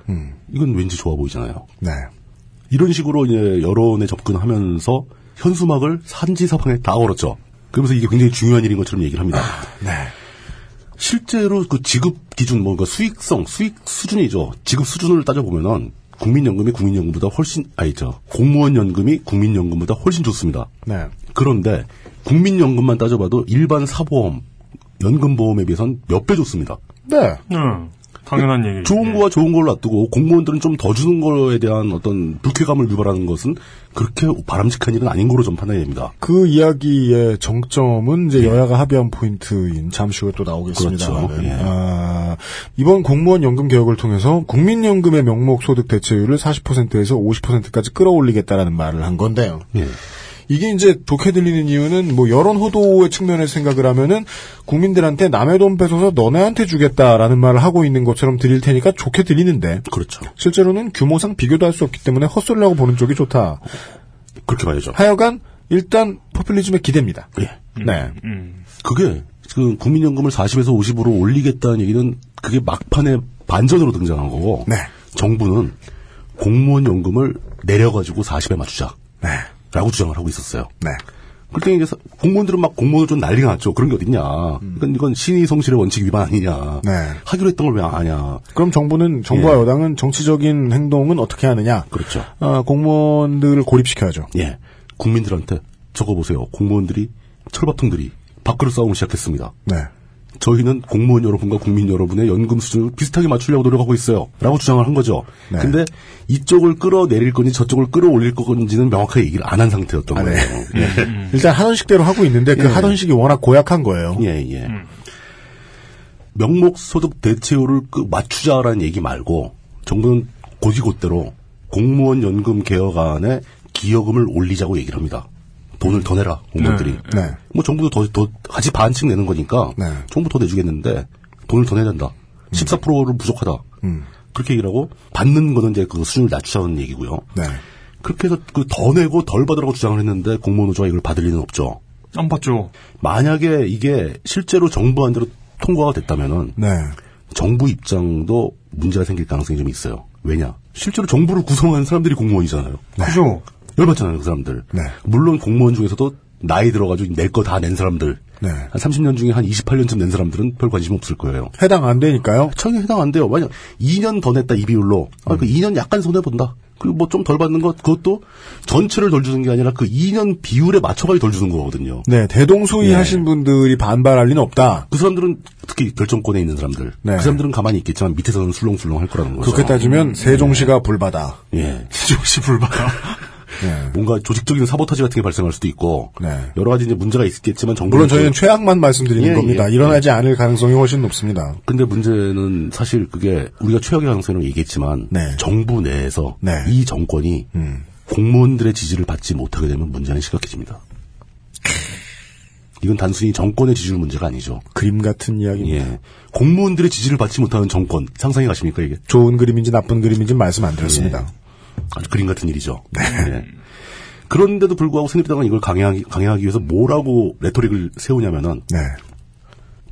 Speaker 4: 이건 왠지 좋아 보이잖아요.
Speaker 2: 네.
Speaker 4: 이런 식으로 이제 여론에 접근하면서 현수막을 산지사방에 다 걸었죠. 그러면서 이게 굉장히 중요한 일인 것처럼 얘기를 합니다.
Speaker 2: 네.
Speaker 4: 실제로 그 지급 기준, 뭐, 그 수익성, 수익 수준이죠. 지급 수준을 따져보면은, 국민연금이 국민연금보다 훨씬, 아니, 죠 공무원연금이 국민연금보다 훨씬 좋습니다.
Speaker 2: 네.
Speaker 4: 그런데 국민연금만 따져봐도 일반 사보험 연금보험에 비해선 몇 배 좋습니다.
Speaker 2: 네.
Speaker 3: 응. 당연한 얘기.
Speaker 4: 좋은 거와 좋은 걸 놔두고 공무원들은 좀 더 주는 거에 대한 어떤 불쾌감을 유발하는 것은 그렇게 바람직한 일은 아닌 거로 좀 판단됩니다.
Speaker 2: 그 이야기의 정점은 이제 여야가 합의한 포인트인 잠시 후에 또 나오겠습니다.
Speaker 4: 예. 그렇죠. 예.
Speaker 2: 아, 이번 공무원 연금 개혁을 통해서 국민연금의 명목 소득 대체율을 40%에서 50%까지 끌어올리겠다라는 말을 한 건데요.
Speaker 4: 예.
Speaker 2: 이게 이제 좋게 들리는 이유는 뭐 여론 호도의 측면에서 생각을 하면은 국민들한테 남의 돈 뺏어서 너네한테 주겠다라는 말을 하고 있는 것처럼 들릴 테니까 좋게 들리는데
Speaker 4: 그렇죠.
Speaker 2: 실제로는 규모상 비교도 할 수 없기 때문에 헛소리라고 보는 쪽이 좋다.
Speaker 4: 그렇게 봐야죠. 예.
Speaker 2: 하여간 일단 포퓰리즘의 기대입니다. 네.
Speaker 4: 음. 그게 지금 국민연금을 40에서 50으로 올리겠다는 얘기는 그게 막판에 반전으로 등장한 거고 정부는 공무원 연금을 내려가지고 40에 맞추자. 라고 주장을 하고 있었어요.
Speaker 2: 네.
Speaker 4: 그때 이제 사- 공무원들은 막 공무원을 좀 난리가 났죠. 그런 게 어딨냐. 그러니까 이건, 이건 신의 성실의 원칙 위반 아니냐. 하기로 했던 걸 왜 아- 안 하냐.
Speaker 2: 그럼 정부는 정부와 여당은 정치적인 행동은 어떻게 하느냐?
Speaker 4: 예. 그렇죠.
Speaker 2: 아, 공무원들을 고립시켜야죠.
Speaker 4: 예. 국민들한테 적어 보세요. 공무원들이 철밥통들이 밥그릇 싸움을 시작했습니다.
Speaker 2: 네.
Speaker 4: 저희는 공무원 여러분과 국민 여러분의 연금 수준을 비슷하게 맞추려고 노력하고 있어요. 라고 주장을 한 거죠.
Speaker 2: 네.
Speaker 4: 근데 이쪽을 끌어내릴 건지 저쪽을 끌어올릴 건지는 명확하게 얘기를 안 한 상태였던 거예요. 예.
Speaker 2: 일단 하던 식대로 하고 있는데 그
Speaker 4: 예.
Speaker 2: 하던 식이 워낙 고약한 거예요.
Speaker 4: 예, 예.
Speaker 2: 음.
Speaker 4: 명목 소득 대체율을 그 맞추자라는 얘기 말고 정부는 고지곳대로 공무원 연금 개혁안에 기여금을 올리자고 얘기를 합니다. 돈을 더 내라 공무원들이.
Speaker 2: 네.
Speaker 4: 뭐 정부도 더, 더 같이 반씩 내는 거니까 정부 더 내주겠는데 돈을 더 내야 된다. 14%로 부족하다.
Speaker 2: 음.
Speaker 4: 그렇게 얘기를 하고 받는 거는 이제 그 수준을 낮추자는 얘기고요.
Speaker 2: 네.
Speaker 4: 그렇게 해서 그 더 내고 덜 받으라고 주장을 했는데 공무원 노조가 이걸 받을 리는 없죠.
Speaker 3: 안 봤죠.
Speaker 4: 만약에 이게 실제로 정부 안대로 통과가 됐다면은
Speaker 2: 네.
Speaker 4: 정부 입장도 문제가 생길 가능성이 좀 있어요. 왜냐? 실제로 정부를 구성한 사람들이 공무원이잖아요.
Speaker 2: 네.
Speaker 3: 그죠.
Speaker 4: 열받잖아요, 그 사람들. 물론 공무원 중에서도 나이 들어가지고 내 거 다 낸 사람들. 한 30년 중에 한 28년쯤 낸 사람들은 별 관심 없을 거예요.
Speaker 2: 해당 안 되니까요?
Speaker 4: 전혀 해당 안 돼요. 만약 2년 더 냈다, 이 비율로. 아, 그 2년 약간 손해본다. 그리고 뭐 좀 덜 받는 것, 그것도 전체를 덜 주는 게 아니라 그 2년 비율에 맞춰가지고 덜 주는 거거든요.
Speaker 2: 네, 대동소이
Speaker 4: 예.
Speaker 2: 하신 분들이 반발할 리는 없다.
Speaker 4: 그 사람들은 특히 결정권에 있는 사람들.
Speaker 2: 네.
Speaker 4: 그 사람들은 가만히 있겠지만 밑에서는 술렁술렁 할 거라는 거죠. 음.
Speaker 2: 그렇게 따지면 세종시가 불바다.
Speaker 4: 예. 세종시 불바다.
Speaker 2: 네.
Speaker 4: 뭔가 조직적인 사보타지 같은 게 발생할 수도 있고 여러 가지 이제 문제가 있겠지만 정부는
Speaker 2: 물론 저희는
Speaker 4: 그-
Speaker 2: 최악만 말씀드리는
Speaker 4: 예,
Speaker 2: 겁니다.
Speaker 4: 예,
Speaker 2: 일어나지 않을 가능성이 훨씬 높습니다.
Speaker 4: 근데 문제는 사실 그게 우리가 최악의 가능성을 얘기했지만
Speaker 2: 네.
Speaker 4: 정부 내에서 이 정권이
Speaker 2: 음.
Speaker 4: 공무원들의 지지를 받지 못하게 되면 문제는 심각해집니다. 이건 단순히 정권의 지지율 문제가 아니죠.
Speaker 2: 그림 같은 이야기입니다.
Speaker 4: 예. 공무원들의 지지를 받지 못하는 정권 상상이 가십니까 이게?
Speaker 2: 좋은 그림인지 나쁜 그림인지 말씀 안 드렸습니다.
Speaker 4: 아주 그림 같은 일이죠.
Speaker 2: 네.
Speaker 4: 예. 그런데도 불구하고 새누리당은 이걸 강행하기, 강행하기 위해서 뭐라고 레토릭을 세우냐면은
Speaker 2: 네.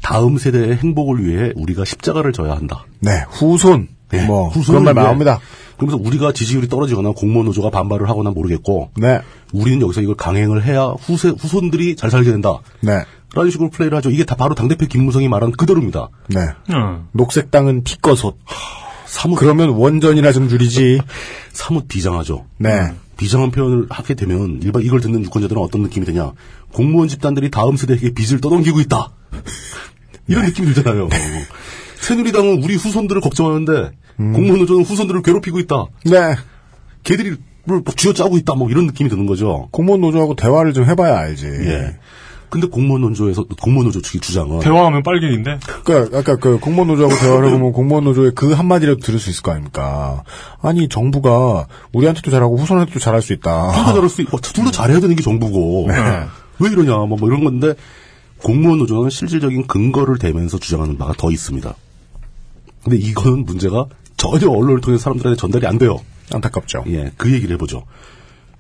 Speaker 4: 다음 세대의 행복을 위해 우리가 십자가를 져야 한다.
Speaker 2: 네, 후손. 뭐, 그런 말 나옵니다.
Speaker 4: 그러면서 우리가 지지율이 떨어지거나 공무원 노조가 반발을 하거나 모르겠고,
Speaker 2: 네.
Speaker 4: 우리는 여기서 이걸 강행을 해야 후세, 후손들이 잘 살게 된다.
Speaker 2: 네.
Speaker 4: 라는 식으로 플레이를 하죠. 이게 다 바로 당대표 김무성이 말한 그대로입니다.
Speaker 2: 네. 녹색당은 피꺼솥. 그러면 원전이나 좀 줄이지.
Speaker 4: 사뭇 비장하죠.
Speaker 2: 네.
Speaker 4: 비장한 표현을 하게 되면 일반 이걸 듣는 유권자들은 어떤 느낌이 드냐? 공무원 집단들이 다음 세대에게 빚을 떠넘기고 있다. 이런 느낌이 들잖아요. 새누리당은 우리 후손들을 걱정하는데 공무원 노조는 후손들을 괴롭히고 있다.
Speaker 2: 네.
Speaker 4: 걔들이 뭘 쥐어짜고 있다. 뭐 이런 느낌이 드는 거죠.
Speaker 2: 공무원 노조하고 대화를 좀 해봐야 알지.
Speaker 4: 예. 근데 공무원 노조에서 공무원 노조 측의 주장은
Speaker 3: 대화하면 빨갱인데.
Speaker 2: 그러니까 아까 그 공무원 노조하고 대화를 해보면 공무원 노조의 그 한마디라도 들을 수 있을 거 아닙니까? 아니 정부가 우리한테도 잘하고 후손한테도 잘할 수
Speaker 4: 둘다
Speaker 2: 있다.
Speaker 4: 잘할 수 있고 둘다 잘해야 되는 게 정부고
Speaker 2: 아. 네.
Speaker 4: 왜 이러냐 뭐, 뭐 이런 건데 공무원 노조는 실질적인 근거를 대면서 주장하는 바가 더 있습니다. 근데 이거는 문제가 전혀 언론을 통해서 사람들한테 전달이 안 돼요.
Speaker 2: 안타깝죠.
Speaker 4: 예, 그 얘기를 해보죠.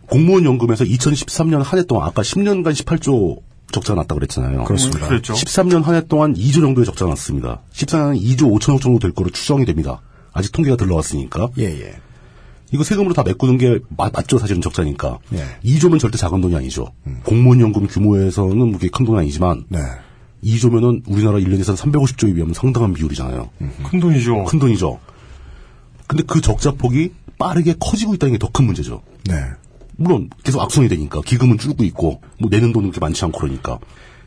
Speaker 4: 공무원 연금에서 2013년 한 해 동안 아까 10년간 18조 적자 났다 그랬잖아요.
Speaker 2: 그렇습니다. 음, 그랬죠.
Speaker 4: 13년 한 해 동안 2조 정도의 적자 났습니다. 14년은 2조 5천억 정도 될 거로 추정이 됩니다. 아직 통계가 들러왔으니까.
Speaker 2: 예예.
Speaker 4: 이거 세금으로 다 메꾸는 게 맞, 죠 사실은 적자니까.
Speaker 2: 예.
Speaker 4: 2조면 절대 작은 돈이 아니죠. 공무원 연금 규모에서는 뭐 그게 큰 돈이 아니지만
Speaker 2: 네,
Speaker 4: 2조면은 우리나라 1년에서 350조에 비하면 상당한 비율이잖아요.
Speaker 3: 큰 돈이죠.
Speaker 4: 큰 돈이죠. 근데 그 적자 폭이 빠르게 커지고 있다는 게 더 큰 문제죠.
Speaker 2: 네.
Speaker 4: 물론 계속 악순환이 되니까 기금은 줄고 있고 뭐 내는 돈은 그렇게 많지 않고 그러니까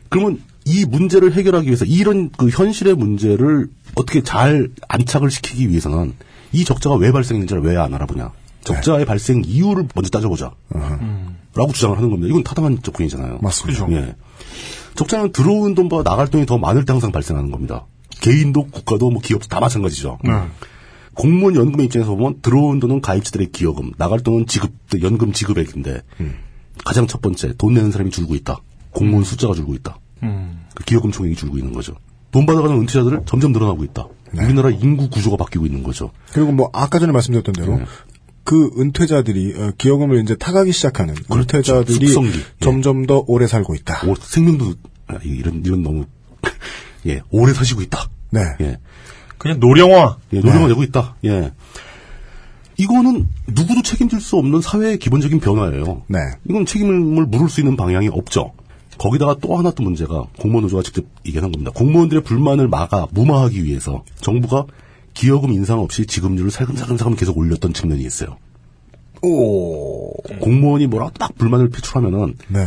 Speaker 4: 그러면 이 문제를 해결하기 위해서 이런 그 현실의 문제를 어떻게 잘 안착을 시키기 위해서는 이 적자가 왜 발생했는지를 왜 안 알아보냐 적자의 발생 이유를 먼저 따져보자 라고 주장을 하는 겁니다. 이건 타당한 접근이잖아요. 맞습니다. 예. 적자는 들어오는 돈보다 나갈 돈이 더 많을 때 항상 발생하는 겁니다. 개인도 국가도 뭐 기업도 다 마찬가지죠. 공무원 연금의 입장에서 보면 들어온 돈은 가입자들의 기여금, 나갈 돈은 지급 연금 지급액인데 가장 첫 번째 돈 내는 사람이 줄고 있다. 공무원 숫자가 줄고 있다. 그 기여금 총액이 줄고 있는 거죠. 돈 받아가는 은퇴자들은 점점 늘어나고 있다. 우리나라 인구 구조가 바뀌고 있는 거죠.
Speaker 2: 그리고 뭐 아까 전에 말씀드렸던 대로
Speaker 4: 음.
Speaker 2: 그 은퇴자들이 어, 기여금을 이제 타가기 시작하는 은퇴자들이
Speaker 4: 숙성기. 예.
Speaker 2: 점점 더 오래 살고 있다.
Speaker 4: 오, 생명도 아, 이런 이런 너무 예 오래 사시고 있다.
Speaker 2: 네.
Speaker 4: 예.
Speaker 3: 그냥 노령화.
Speaker 4: 예, 노령화 되고 있다. 예. 이거는 누구도 책임질 수 없는 사회의 기본적인 변화예요.
Speaker 2: 네.
Speaker 4: 이건 책임을 물을 수 있는 방향이 없죠. 거기다가 또 하나 또 문제가 공무원 노조가 직접 얘기한 겁니다. 공무원들의 불만을 막아 무마하기 위해서 정부가 기여금 인상 없이 지급률을 살금살금살금 계속 올렸던 측면이 있어요.
Speaker 2: 오.
Speaker 4: 공무원이 뭐라 딱 불만을 표출하면은
Speaker 2: 네.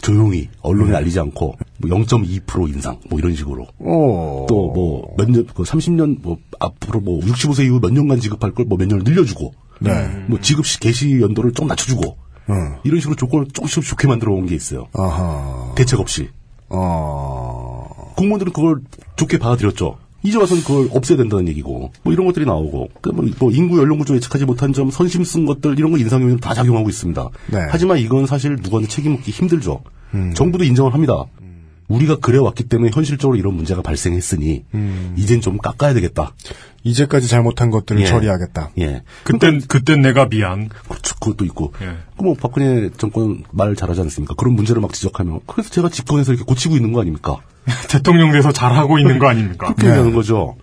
Speaker 4: 조용히 언론에 알리지 않고 뭐0.2% 인상 뭐 이런 식으로
Speaker 2: 오.
Speaker 4: 또 뭐 몇년 30년 뭐 앞으로 뭐 65세 이후 몇 년간 지급할 걸 뭐 몇 년을 늘려주고
Speaker 2: 네.
Speaker 4: 뭐 지급 시 개시 연도를 좀 낮춰주고 이런 식으로 조건을 조금씩 좋게 만들어 온 게 있어요.
Speaker 2: 아하. 어.
Speaker 4: 대책 없이. 공무원들은 그걸 좋게 받아들였죠. 이제 와서는 그걸 없애야 된다는 얘기고 뭐 이런 것들이 나오고 그뭐 인구 연령 구조 예측하지 못한 점 선심 쓴 것들 이런 거 인상 요인 다 작용하고 있습니다.
Speaker 2: 네.
Speaker 4: 하지만 이건 사실 누구한테 책임 묻기 힘들죠. 정부도 인정을 합니다. 우리가 그래왔기 때문에 현실적으로 이런 문제가 발생했으니 이젠 좀 깎아야 되겠다.
Speaker 2: 이제까지 잘못한 것들을
Speaker 4: 예.
Speaker 2: 처리하겠다.
Speaker 4: 예.
Speaker 3: 그땐 그땐 내가 미안.
Speaker 4: 그렇죠. 그것도 있고. 그뭐 박근혜 정권 말 잘하지 않습니까? 그런 문제를 막 지적하면 그래서 제가 집권해서 이렇게 고치고 있는 거 아닙니까?
Speaker 3: 대통령 돼서 잘하고 있는 거 아닙니까?
Speaker 4: 그렇게 얘기하는 거죠.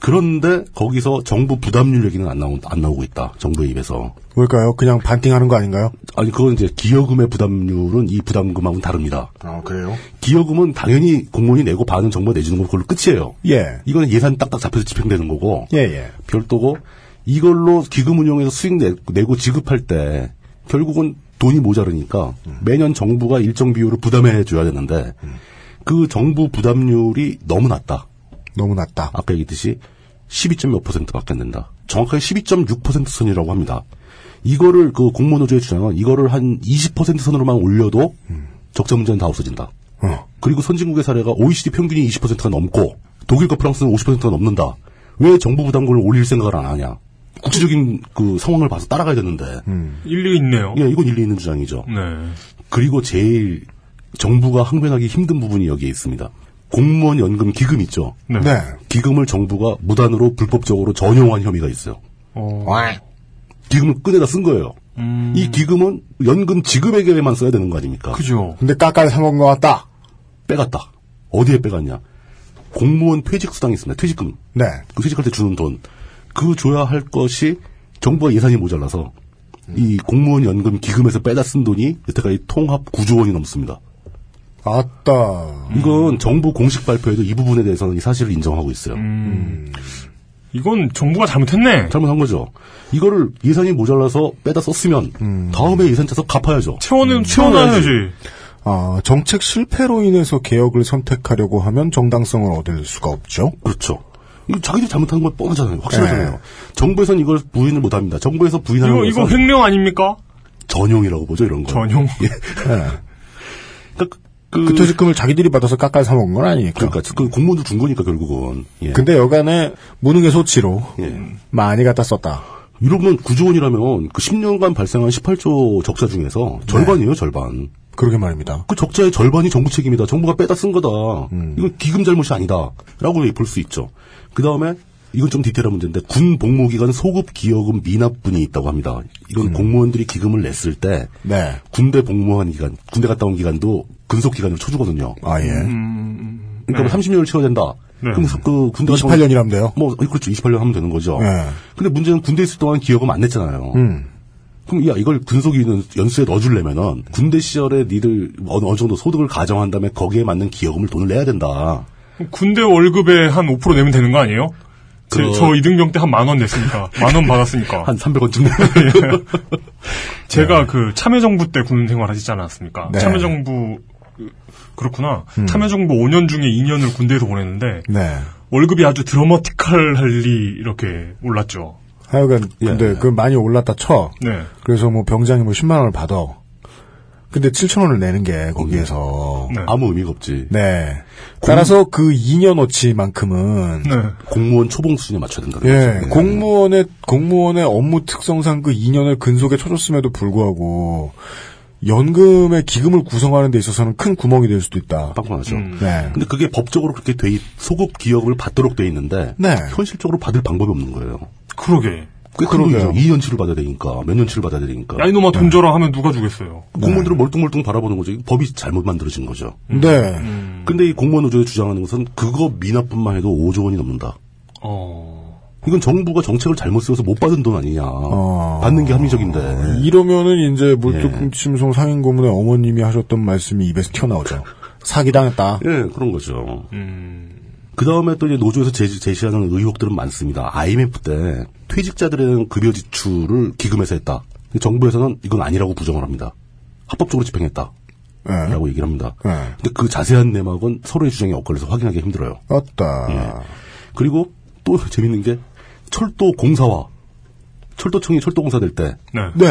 Speaker 4: 그런데 거기서 정부 부담률 얘기는 안 나오 안 나오고 있다. 정부의 입에서.
Speaker 2: 왜일까요? 그냥 반띵하는 거 아닌가요?
Speaker 4: 아니 그건 이제 기여금의 부담률은 이 부담금하고는 다릅니다.
Speaker 2: 아 그래요?
Speaker 4: 기여금은 당연히 공무원이 내고 반은 정부가 내주는 건 그걸로 끝이에요.
Speaker 2: 예.
Speaker 4: 이거는 예산 딱딱 잡혀서 집행되는 거고.
Speaker 2: 예, 예.
Speaker 4: 별도고 이걸로 기금 운용해서 수익 내, 내고 지급할 때 결국은 돈이 모자르니까 매년 정부가 일정 비율을 부담해 줘야 되는데 그 정부 부담률이 너무 낮다.
Speaker 2: 너무 낮다.
Speaker 4: 아까 얘기했듯이 12.몇 퍼센트밖에 안 된다. 정확하게 12.6% 선이라고 합니다. 이거를 그 공무원 노조의 주장은 이거를 한 20% 선으로만 올려도 적자 문제는 다 없어진다. 그리고 선진국의 사례가 OECD 평균이 20%가 넘고 독일과 프랑스는 50%가 넘는다. 왜 정부 부담금을 올릴 생각을 안 하냐? 국제적인 그 상황을 봐서 따라가야 되는데.
Speaker 3: 일리 있네요.
Speaker 4: 예, 이건 일리 있는 주장이죠.
Speaker 3: 네.
Speaker 4: 그리고 제일 정부가 항변하기 힘든 부분이 여기에 있습니다. 공무원 연금 기금 있죠.
Speaker 3: 네.
Speaker 4: 기금을 정부가 무단으로 불법적으로 전용한 혐의가 있어요. 기금을 끄내다 쓴 거예요. 이 기금은 연금 지급액에만 써야 되는 거 아닙니까?
Speaker 3: 그죠.
Speaker 2: 근데 깎아야 사먹은 것 같다.
Speaker 4: 빼갔다. 어디에 빼갔냐? 공무원 퇴직 수당이 있습니다. 퇴직금.
Speaker 2: 네.
Speaker 4: 그 퇴직할 때 주는 돈. 그 줘야 할 것이 정부가 예산이 모자라서 이 공무원 연금 기금에서 빼다 쓴 돈이 여태까지 통합 9조 원이 넘습니다.
Speaker 2: 아따.
Speaker 4: 이건 정부 공식 발표에도 이 부분에 대해서는 이 사실을 인정하고 있어요.
Speaker 3: 이건 정부가 잘못했네.
Speaker 4: 잘못한 거죠. 이거를 예산이 모자라서 빼다 썼으면 다음에 예산 짜서 갚아야죠.
Speaker 3: 채원은 채원해야지.
Speaker 2: 아, 정책 실패로 인해서 개혁을 선택하려고 하면 정당성을 얻을 수가 없죠.
Speaker 4: 그렇죠. 이거 자기들이 잘못한 건 뻔하잖아요. 확실하잖아요. 정부에선 이걸 부인을 못 합니다. 정부에서 부인하는
Speaker 3: 네. 이거 이거
Speaker 4: 것은
Speaker 3: 횡령 아닙니까?
Speaker 4: 전용이라고 보죠, 이런 거.
Speaker 3: 전용.
Speaker 4: 그,
Speaker 2: 그 퇴직금을 자기들이 받아서 깎아 사먹은 건 아니니까.
Speaker 4: 그러니까 그 공무원도 준 거니까 결국은. 예.
Speaker 3: 그
Speaker 2: 근데 여간에 무능의 소치로
Speaker 4: 예.
Speaker 2: 많이 갖다 썼다.
Speaker 4: 이러면 9조 원이라면 그 10년간 발생한 18조 적자 중에서
Speaker 3: 네.
Speaker 4: 절반이에요, 절반.
Speaker 2: 그러게 말입니다.
Speaker 4: 그 적자의 절반이 정부 책임이다. 정부가 빼다 쓴 거다.
Speaker 2: 음.
Speaker 4: 이건 기금 잘못이 아니다. 라고 볼 수 있죠. 그 다음에 이건 좀 디테일한 문제인데 군 복무기간 소급 기여금 미납분이 있다고 합니다.
Speaker 2: 음.
Speaker 4: 이건 공무원들이 기금을 냈을 때
Speaker 2: 네.
Speaker 4: 군대 복무한 기간, 군대 갔다 온 기간도 근속 기간으로 쳐주거든요.
Speaker 2: 아, 예.
Speaker 4: 그러니까 뭐 30년을 채워야 된다.
Speaker 3: 네.
Speaker 4: 그럼 그 군대 갔다 온-
Speaker 2: 28년이라면 돼요.
Speaker 4: 뭐 어, 그렇죠. 28년 하면 되는 거죠.
Speaker 2: 예.
Speaker 4: 근데 문제는 군대 있을 동안 기여금 안 냈잖아요.
Speaker 2: 음.
Speaker 4: 그럼 야 이걸 근속이 있는 연수에 넣어주려면은 군대 시절에 니들 어느, 어느 정도 소득을 가정한 다음에 거기에 맞는 기여금을 돈을 내야 된다.
Speaker 3: 군대 월급의 한 5% 내면 되는 거 아니에요? 제- 저 이등병 때 한 만 원 냈으니까 만 원 받았으니까
Speaker 4: 한 300원쯤
Speaker 3: 제가 그 참여정부 때 군 생활하시지 않았습니까?
Speaker 2: 네.
Speaker 3: 참여정부 그- 그렇구나.
Speaker 2: 음.
Speaker 3: 참여정부 5년 중에 2년을 군대에서 보냈는데
Speaker 2: 네.
Speaker 3: 월급이 아주 드라마틱할리 이렇게 올랐죠.
Speaker 2: 하여간 근데 그 많이 올랐다 쳐.
Speaker 3: 네.
Speaker 2: 그래서 뭐 병장이 뭐 10만 원을 받아. 근데 7천 원을 내는 게 거기에서
Speaker 4: 아무 의미가 없지.
Speaker 2: 네. 따라서 그 2년어치만큼은
Speaker 3: 네.
Speaker 4: 공무원 초봉 수준에 맞춰야 된다는
Speaker 2: 예,
Speaker 4: 거죠.
Speaker 2: 공무원의 공무원의 업무 특성상 그 2년을 근속에 쳐줬음에도 불구하고 연금의 기금을 구성하는 데 있어서는 큰 구멍이 될 수도 있다.
Speaker 4: 빵빵하죠.
Speaker 2: 네.
Speaker 4: 근데 그게 법적으로 그렇게 돼 있, 소급 기업을 받도록 돼 있는데
Speaker 2: 네.
Speaker 4: 현실적으로 받을 방법이 없는 거예요.
Speaker 3: 그러게.
Speaker 4: 꽤큰 돈이죠. 2년치를 받아야 되니까 몇 년치를 받아야 되니까.
Speaker 3: 야 이놈아 돈 줘라 하면 누가 주겠어요?
Speaker 4: 공무원들을 멀뚱멀뚱 바라보는 거죠. 이거 법이 잘못 만들어진 거죠.
Speaker 2: 네.
Speaker 4: 근데 이 공무원 노조에 주장하는 것은 그거 미납뿐만 해도 5조 원이 넘는다.
Speaker 3: 어.
Speaker 4: 이건 정부가 정책을 잘못 세워서 못 받은 돈 아니냐. 받는 게
Speaker 2: 음.
Speaker 4: 합리적인데.
Speaker 2: 이러면은 이제 물뚝심송 상인 고문의 어머님이 하셨던 말씀이 입에서 튀어나오죠. 사기당했다.
Speaker 4: 예, 그런 거죠. 그 다음에 또 이제 노조에서 제시, 제시하는 의혹들은 많습니다. IMF 때 퇴직자들에 대한 급여 지출을 기금에서 했다. 근데 정부에서는 이건 아니라고 부정을 합니다. 합법적으로 집행했다. 라고 얘기를 합니다. 근데 그 자세한 내막은 서로의 주장이 엇갈려서 확인하기 힘들어요.
Speaker 2: 맞다.
Speaker 4: 예. 그리고 또 재밌는 게 철도 공사와 철도청이 철도공사 될 때 그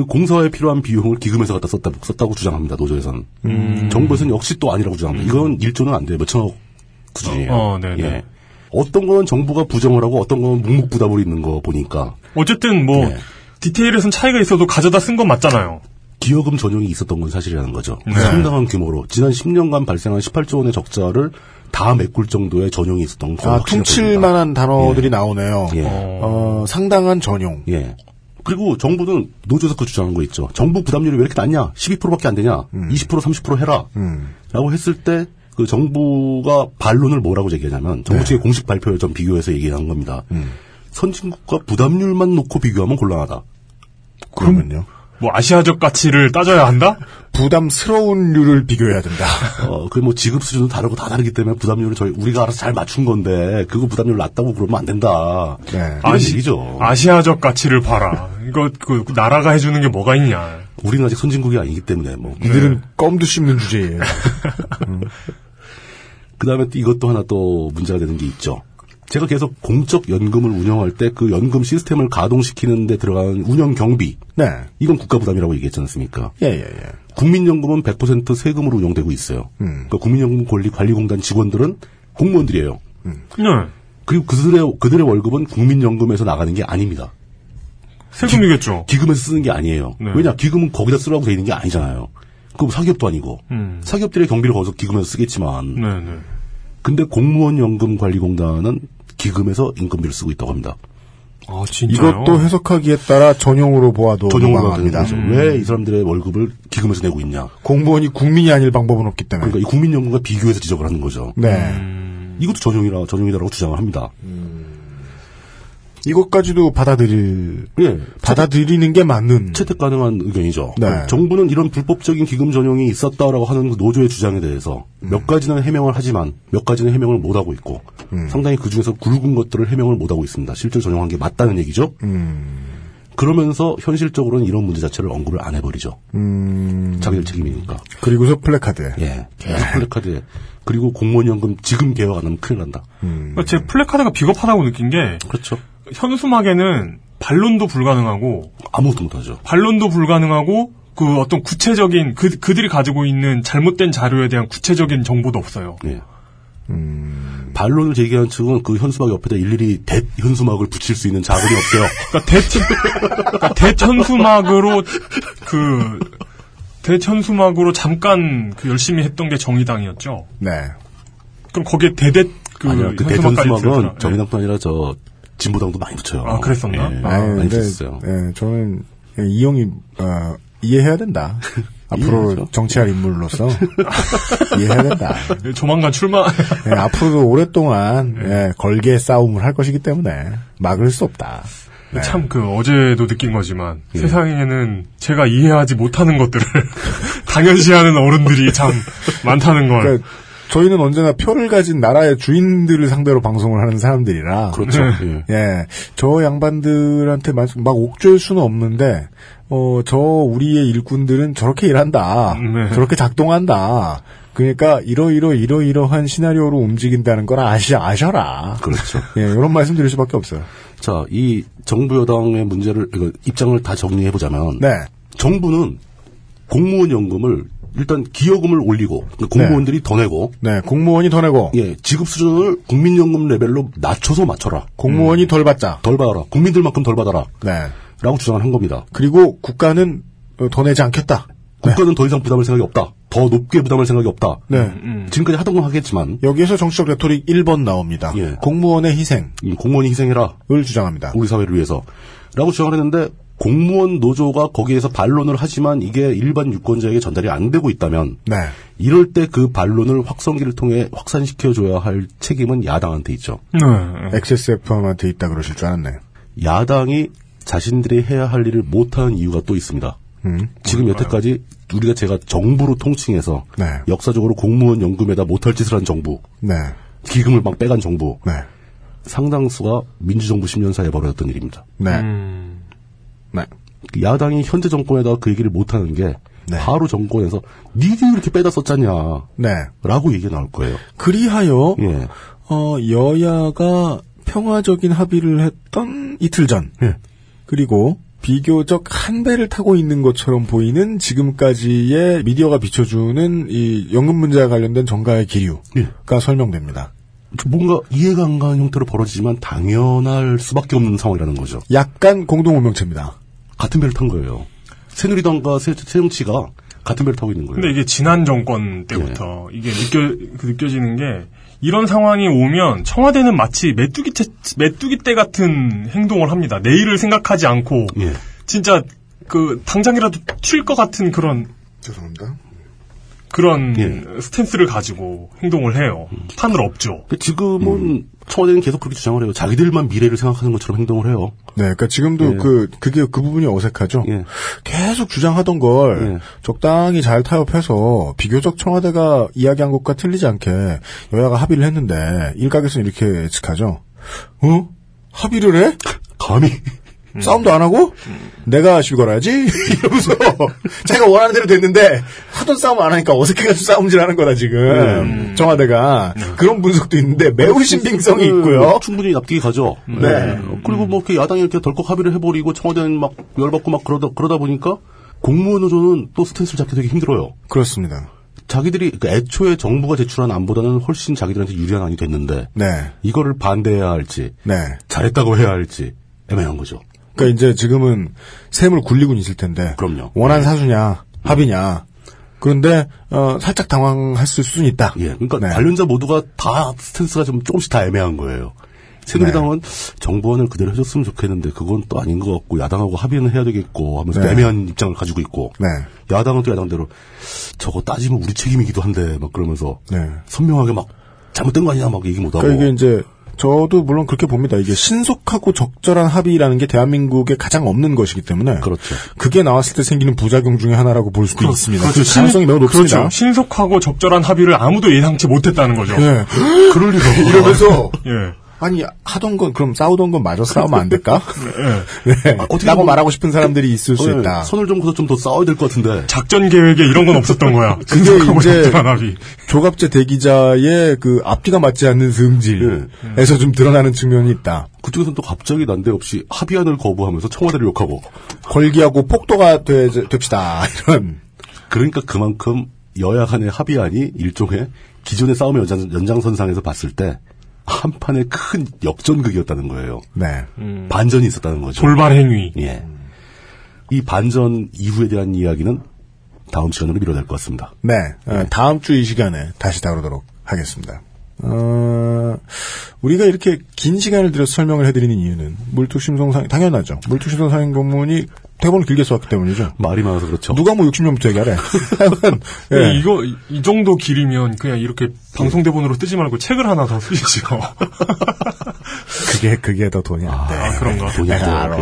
Speaker 2: 네.
Speaker 4: 공사에 필요한 비용을 기금에서 갖다 썼다, 썼다고 주장합니다. 노조에서는.
Speaker 3: 음.
Speaker 4: 정부에서는 역시 또 아니라고 주장합니다. 이건 1조는 안 돼요. 몇천억 수준이에요.
Speaker 3: 어, 네, 네.
Speaker 4: 예. 어떤 건 정부가 부정을 하고 어떤 건 묵묵부답으로 있는 거 보니까
Speaker 3: 어쨌든 뭐
Speaker 4: 네.
Speaker 3: 디테일에선 차이가 있어도 가져다 쓴 건 맞잖아요.
Speaker 4: 기여금 전용이 있었던 건 사실이라는 거죠.
Speaker 3: 네.
Speaker 4: 상당한 규모로 지난 10년간 발생한 18조 원의 적자를 다 메꿀 정도의 전용이 있었던 거.
Speaker 2: 아, 퉁칠만한 단어들이 나오네요. 어, 상당한 전용.
Speaker 4: 예. 그리고 정부는 노조에서 그 주장한 거 있죠. 정부 부담률이 왜 이렇게 낮냐? 12%밖에 안 되냐? 20% 30% 해라. 라고 했을 때 그 정부가 반론을 뭐라고 제기하냐면 정부 측의 공식 발표 전 비교해서 얘기한 겁니다. 선진국과 부담률만 놓고 비교하면 곤란하다.
Speaker 2: 그러면요?
Speaker 4: 음.
Speaker 3: 뭐 아시아적 가치를 따져야 한다?
Speaker 2: 부담스러운 류를 비교해야 된다.
Speaker 4: 어, 그 뭐 지급 수준은 다르고 다 다르기 때문에 부담률을 저희 우리가 알아서 잘 맞춘 건데 그거 부담률 낮다고 그러면 안 된다. 이런 얘기죠.
Speaker 3: 아시아적 가치를 봐라. 이거 그 나라가 해주는 게 뭐가 있냐.
Speaker 4: 우리는 아직 선진국이 아니기 때문에 뭐
Speaker 2: 이들은 껌도 씹는 주제예요.
Speaker 4: 그다음에 또 이것도 하나 또 문제가 되는 게 있죠. 제가 계속 공적 연금을 운영할 때 그 연금 시스템을 가동시키는 데 들어가는 운영 경비.
Speaker 2: 네.
Speaker 4: 이건 국가 부담이라고 얘기했지 않습니까?
Speaker 2: 예, 예, 예.
Speaker 4: 국민연금은 100% 세금으로 운영되고 있어요. 그러니까 국민연금 권리 관리공단 직원들은 공무원들이에요.
Speaker 3: 네.
Speaker 4: 그리고 그들의 그들의 월급은 국민연금에서 나가는 게 아닙니다.
Speaker 3: 세금이겠죠.
Speaker 4: 기금에서 쓰는 게 아니에요.
Speaker 3: 네.
Speaker 4: 왜냐 기금은 거기다 쓰라고 돼 있는 게 아니잖아요. 그럼 사기업도 아니고
Speaker 3: 음.
Speaker 4: 사기업들의 경비를 거기서 기금에서 쓰겠지만
Speaker 3: 네, 네.
Speaker 4: 근데 공무원 연금 관리 공단은 기금에서 인건비를 쓰고 있다고 합니다.
Speaker 3: 아,
Speaker 2: 이것도 해석하기에 따라 전용으로 보아도
Speaker 4: 전용으로 되는
Speaker 2: 전용합니다.
Speaker 4: 거죠. 왜
Speaker 3: 음.
Speaker 4: 이 사람들의 월급을 기금에서 내고 있냐?
Speaker 2: 공무원이 국민이 아닐 방법은 없기 때문에.
Speaker 3: 네.
Speaker 4: 그러니까 음. 이 국민연금과 비교해서 지적을 하는 거죠.
Speaker 3: 음.
Speaker 2: 네.
Speaker 4: 이것도 전용이라 전용이다라고 주장을 합니다.
Speaker 2: 이것까지도 받아들일
Speaker 4: 예.
Speaker 2: 받아들이는 게 맞는
Speaker 4: 채택 가능한 의견이죠.
Speaker 2: 네.
Speaker 4: 정부는 이런 불법적인 기금 전용이 있었다라고 하는 그 노조의 주장에 대해서 몇 가지는 해명을 하지만 몇 가지는 해명을 못 하고 있고 상당히 그 중에서 굵은 것들을 해명을 못 하고 있습니다. 실제 로 전용한 게 맞다는 얘기죠. 음. 그러면서 현실적으로는 이런 문제 자체를 언급을 안 해버리죠.
Speaker 2: 음.
Speaker 4: 자기들 책임이니까.
Speaker 2: 그리고서 플래카드.
Speaker 4: 예. 계속 플래카드에 그리고 공무원연금 지금 개혁 안 하면 큰일 난다.
Speaker 3: 그러니까 제 플래카드가 비겁하다고 느낀 게
Speaker 4: 음, 그렇죠.
Speaker 3: 현수막에는 반론도 불가능하고
Speaker 4: 아무것도 못하죠.
Speaker 3: 반론도 불가능하고 그 어떤 구체적인 그 그들이 가지고 있는 잘못된 자료에 대한 구체적인 정보도 없어요.
Speaker 4: 예. 반론을 제기한 측은 그 현수막 옆에다 일일이 대 현수막을 붙일 수 있는 자금이 없어요.
Speaker 3: 그러니까 대체 그러니까 대천수막으로 그 대천수막으로 잠깐 그 열심히 했던 게 정의당이었죠.
Speaker 2: 네.
Speaker 3: 그럼 거기에 대대 그,
Speaker 4: 아니요, 그
Speaker 3: 현수막까지 들었구나.
Speaker 4: 대전수막은 정의당뿐 아니라 저 진보당도 많이 붙여요.
Speaker 3: 아, 그랬었나?
Speaker 4: 예,
Speaker 3: 아,
Speaker 2: 아니,
Speaker 4: 많이
Speaker 2: 근데,
Speaker 4: 붙였어요.
Speaker 2: 예, 저는 예, 이용이 어, 이해해야 된다. 앞으로 정치할 인물로서 이해해야 된다.
Speaker 3: 예, 조만간 출마.
Speaker 2: 예, 앞으로도 오랫동안 예, 걸개 싸움을 할 것이기 때문에 막을 수 없다. 네.
Speaker 3: 참 그 어제도 느낀 거지만 세상에는 제가 이해하지 못하는 것들을 당연시하는 어른들이 참 많다는 걸.
Speaker 2: 그러니까 저희는 언제나 표를 가진 나라의 주인들을 상대로 방송을 하는 사람들이라.
Speaker 4: 그렇죠.
Speaker 3: 네.
Speaker 4: 예.
Speaker 2: 예. 저 양반들한테 막, 막 옥죄일 수는 없는데, 어, 저 우리의 일꾼들은 저렇게 일한다.
Speaker 3: 네.
Speaker 2: 저렇게 작동한다. 그러니까 이러이러 이러이러한 시나리오로 움직인다는 걸 아시, 아셔라.
Speaker 4: 그렇죠.
Speaker 2: 예, 이런 말씀 드릴 수밖에 없어요.
Speaker 4: 자, 이 정부 여당의 문제를 이거 입장을 다 정리해 보자면,
Speaker 2: 네.
Speaker 4: 정부는 공무원 연금을 일단 기여금을 올리고 그러니까 공무원들이 더 내고,
Speaker 2: 네, 공무원이 더 내고,
Speaker 4: 예, 지급 수준을 국민연금 레벨로 낮춰서 맞춰라. 음,
Speaker 2: 공무원이 덜 받자.
Speaker 4: 덜 받아라. 국민들만큼 덜 받아라.
Speaker 2: 네.
Speaker 4: 라고 주장을 한 겁니다.
Speaker 2: 그리고 국가는 어, 더 내지 않겠다.
Speaker 4: 국가는 더 이상 부담할 생각이 없다. 더 높게 부담할 생각이 없다.
Speaker 2: 네.
Speaker 4: 지금까지 하던 건 하겠지만
Speaker 2: 여기에서 정치적 레토릭 1번 나옵니다.
Speaker 4: 예.
Speaker 2: 공무원의 희생.
Speaker 4: 이 공무원이 희생해라를
Speaker 2: 주장합니다.
Speaker 4: 우리 사회를 위해서라고 주장을 했는데 공무원 노조가 거기에서 반론을 하지만 이게 일반 유권자에게 전달이 안 되고 있다면
Speaker 2: 네.
Speaker 4: 이럴 때 그 반론을 확성기를 통해 확산시켜줘야 할 책임은 야당한테 있죠.
Speaker 3: 네.
Speaker 2: XSFM한테 있다 그러실 줄 알았네.
Speaker 4: 야당이 자신들이 해야 할 일을 못하는 이유가 또 있습니다.
Speaker 2: 음.
Speaker 4: 지금 여태까지 우리가 제가 정부로 통칭해서
Speaker 2: 네.
Speaker 4: 역사적으로 공무원 연금에다 못할 짓을 한 정부,
Speaker 2: 네.
Speaker 4: 기금을 막 빼간 정부,
Speaker 2: 네.
Speaker 4: 상당수가 민주정부 10년 사이에 벌어졌던 일입니다.
Speaker 2: 네. 네.
Speaker 4: 야당이 현재 정권에다 그 얘기를 못하는 게 바로 정권에서 니들 이렇게 빼다 썼잖냐
Speaker 2: 네.
Speaker 4: 라고 얘기가 나올 거예요.
Speaker 2: 그리하여
Speaker 4: 예.
Speaker 2: 어, 여야가 평화적인 합의를 했던 이틀 전 그리고 비교적 한 배를 타고 있는 것처럼 보이는 지금까지의 미디어가 비춰주는 이 연금 문제와 관련된 정가의 기류가 설명됩니다.
Speaker 4: 뭔가 이해가 안 가는 형태로 벌어지지만 당연할 수밖에 없는 상황이라는 거죠.
Speaker 2: 약간 공동 운명체입니다.
Speaker 4: 같은 배를 탄 거예요. 새누리당과 새, 새정치가 같은 배를 타고 있는 거예요.
Speaker 3: 근데 이게 지난
Speaker 2: 네.
Speaker 3: 정권 때부터 이게 느껴 그 느껴지는 게 이런 상황이 오면 청와대는 마치 메뚜기 채, 메뚜기 떼 같은 행동을 합니다. 내일을 생각하지 않고
Speaker 4: 예.
Speaker 3: 진짜 그 당장이라도 튈 것 같은 그런
Speaker 2: 죄송합니다.
Speaker 3: 그런
Speaker 2: 예.
Speaker 3: 스탠스를 가지고 행동을 해요. 판을 없죠.
Speaker 4: 근데 지금은
Speaker 3: 음.
Speaker 4: 청와대는 계속 그렇게 주장을 해요. 자기들만 미래를 생각하는 것처럼 행동을 해요.
Speaker 2: 네, 그러니까 지금도
Speaker 4: 예.
Speaker 2: 그 그게 그 부분이 어색하죠. 계속 주장하던 걸 적당히 잘 타협해서 비교적 청와대가 이야기한 것과 틀리지 않게 여야가 합의를 했는데 일각에서는 이렇게 예측하죠. 어? 합의를 해?
Speaker 4: 감히
Speaker 2: 싸움도 안 하고 내가 쉬걸어야지 이러면서 자기가 원하는 대로 됐는데 하던 싸움 안 하니까 어색해가지고 싸움질하는 거다 지금 청와대가 그런 분석도 있는데 매우 신빙성이 있고요.
Speaker 4: 그 충분히 납득이 가죠.
Speaker 3: 음.
Speaker 2: 네.
Speaker 4: 어, 그리고 뭐 이렇게 야당이 이렇게 덜컥 합의를 해버리고 청와대는 막 열받고 막 그러다 그러다 보니까 공무원 노조는 또 스탠스를 잡기 되게 힘들어요.
Speaker 2: 그렇습니다.
Speaker 4: 자기들이 그러니까 애초에 정부가 제출한 안보다는 훨씬 자기들한테 유리한 안이 됐는데
Speaker 2: 네.
Speaker 4: 이거를 반대해야 할지
Speaker 2: 네.
Speaker 4: 잘했다고 해야 할지 애매한 거죠.
Speaker 2: 그러니까 이제 지금은 샘을 굴리고 있을 텐데
Speaker 4: 그럼요. 네.
Speaker 2: 원한 사수냐 합의냐 그런데 어, 살짝 당황했을 수는 있다.
Speaker 4: 예, 그러니까
Speaker 2: 네.
Speaker 4: 관련자 모두가 다 스탠스가 좀 조금씩 다 애매한 거예요. 새누리당은
Speaker 2: 네.
Speaker 4: 정부안을 그대로 해줬으면 좋겠는데 그건 또 아닌 것 같고 야당하고 합의는 해야 되겠고 하면서
Speaker 2: 네.
Speaker 4: 애매한 입장을 가지고 있고
Speaker 2: 네.
Speaker 4: 야당은 또 야당대로 저거 따지면 우리 책임이기도 한데 막 그러면서
Speaker 2: 네.
Speaker 4: 선명하게 막 잘못된 거 아니냐 막 얘기 못하고
Speaker 2: 그러니까 이게 이제 저도 물론 그렇게 봅니다. 이게 신속하고 적절한 합의라는 게 대한민국에 가장 없는 것이기 때문에
Speaker 4: 그렇죠.
Speaker 2: 그게 나왔을 때 생기는 부작용 중에 하나라고 볼 수도 있습니다. 그
Speaker 4: 그렇죠.
Speaker 3: 신-
Speaker 2: 가능성이 매우 높습니다.
Speaker 3: 그렇죠. 신속하고 적절한 합의를 아무도 예상치 못했다는 거죠.
Speaker 2: 네.
Speaker 3: 그럴 리가 없
Speaker 2: 이러면서
Speaker 3: 예.
Speaker 2: 아니 하던 건 그럼 싸우던 건 마저 싸우면 안 될까?
Speaker 3: 예.
Speaker 2: 네.
Speaker 4: 아, 어떻게
Speaker 2: 라고
Speaker 4: 보면-
Speaker 2: 말하고 싶은 사람들이 있을 수
Speaker 4: 예,
Speaker 2: 있다.
Speaker 4: 선을 좀 그어서 좀 더 싸워야 될 것 같은데
Speaker 3: 작전 계획에 이런 건 없었던 거야.
Speaker 2: 그게
Speaker 3: 신속하고
Speaker 2: 이제-
Speaker 3: 적절한 합의.
Speaker 2: 조갑제 대기자의 그 앞뒤가 맞지 않는 승질에서 좀 드러나는 측면이 있다.
Speaker 4: 그쪽에서는 또 갑자기 난데없이 합의안을 거부하면서 청와대를 욕하고
Speaker 2: 걸기하고 폭도가 되, 됩시다. 이런.
Speaker 4: 그러니까 그만큼 여야 간의 합의안이 일종의 기존의 싸움의 연장, 연장선상에서 봤을 때 한판의 큰 역전극이었다는 거예요.
Speaker 2: 네.
Speaker 4: 반전이 있었다는 거죠.
Speaker 3: 돌발 행위.
Speaker 4: 예. 이 반전 이후에 대한 이야기는 다음 시간으로 미뤄야 될 것 같습니다.
Speaker 2: 네. 어, 다음 주 이 시간에 다시 다루도록 하겠습니다. 어, 우리가 이렇게 긴 시간을 들여서 설명을 해드리는 이유는 물뚝심송상, 당연하죠. 물뚝심송상인 고문이 대본을 길게 써왔기 때문이죠.
Speaker 4: 말이 많아서 그렇죠.
Speaker 2: 누가 뭐 60년부터 얘기하래. 하여간,
Speaker 3: 근데
Speaker 2: 예.
Speaker 3: 그 이거 이- 이 정도 길이면 그냥 이렇게 방송 대본으로 뜨지 말고 책을 하나 더 쓰시죠.
Speaker 2: 그게, 그게 더 돈이 안 돼.
Speaker 3: 아, 그런가?
Speaker 2: 돈이 내가 알아.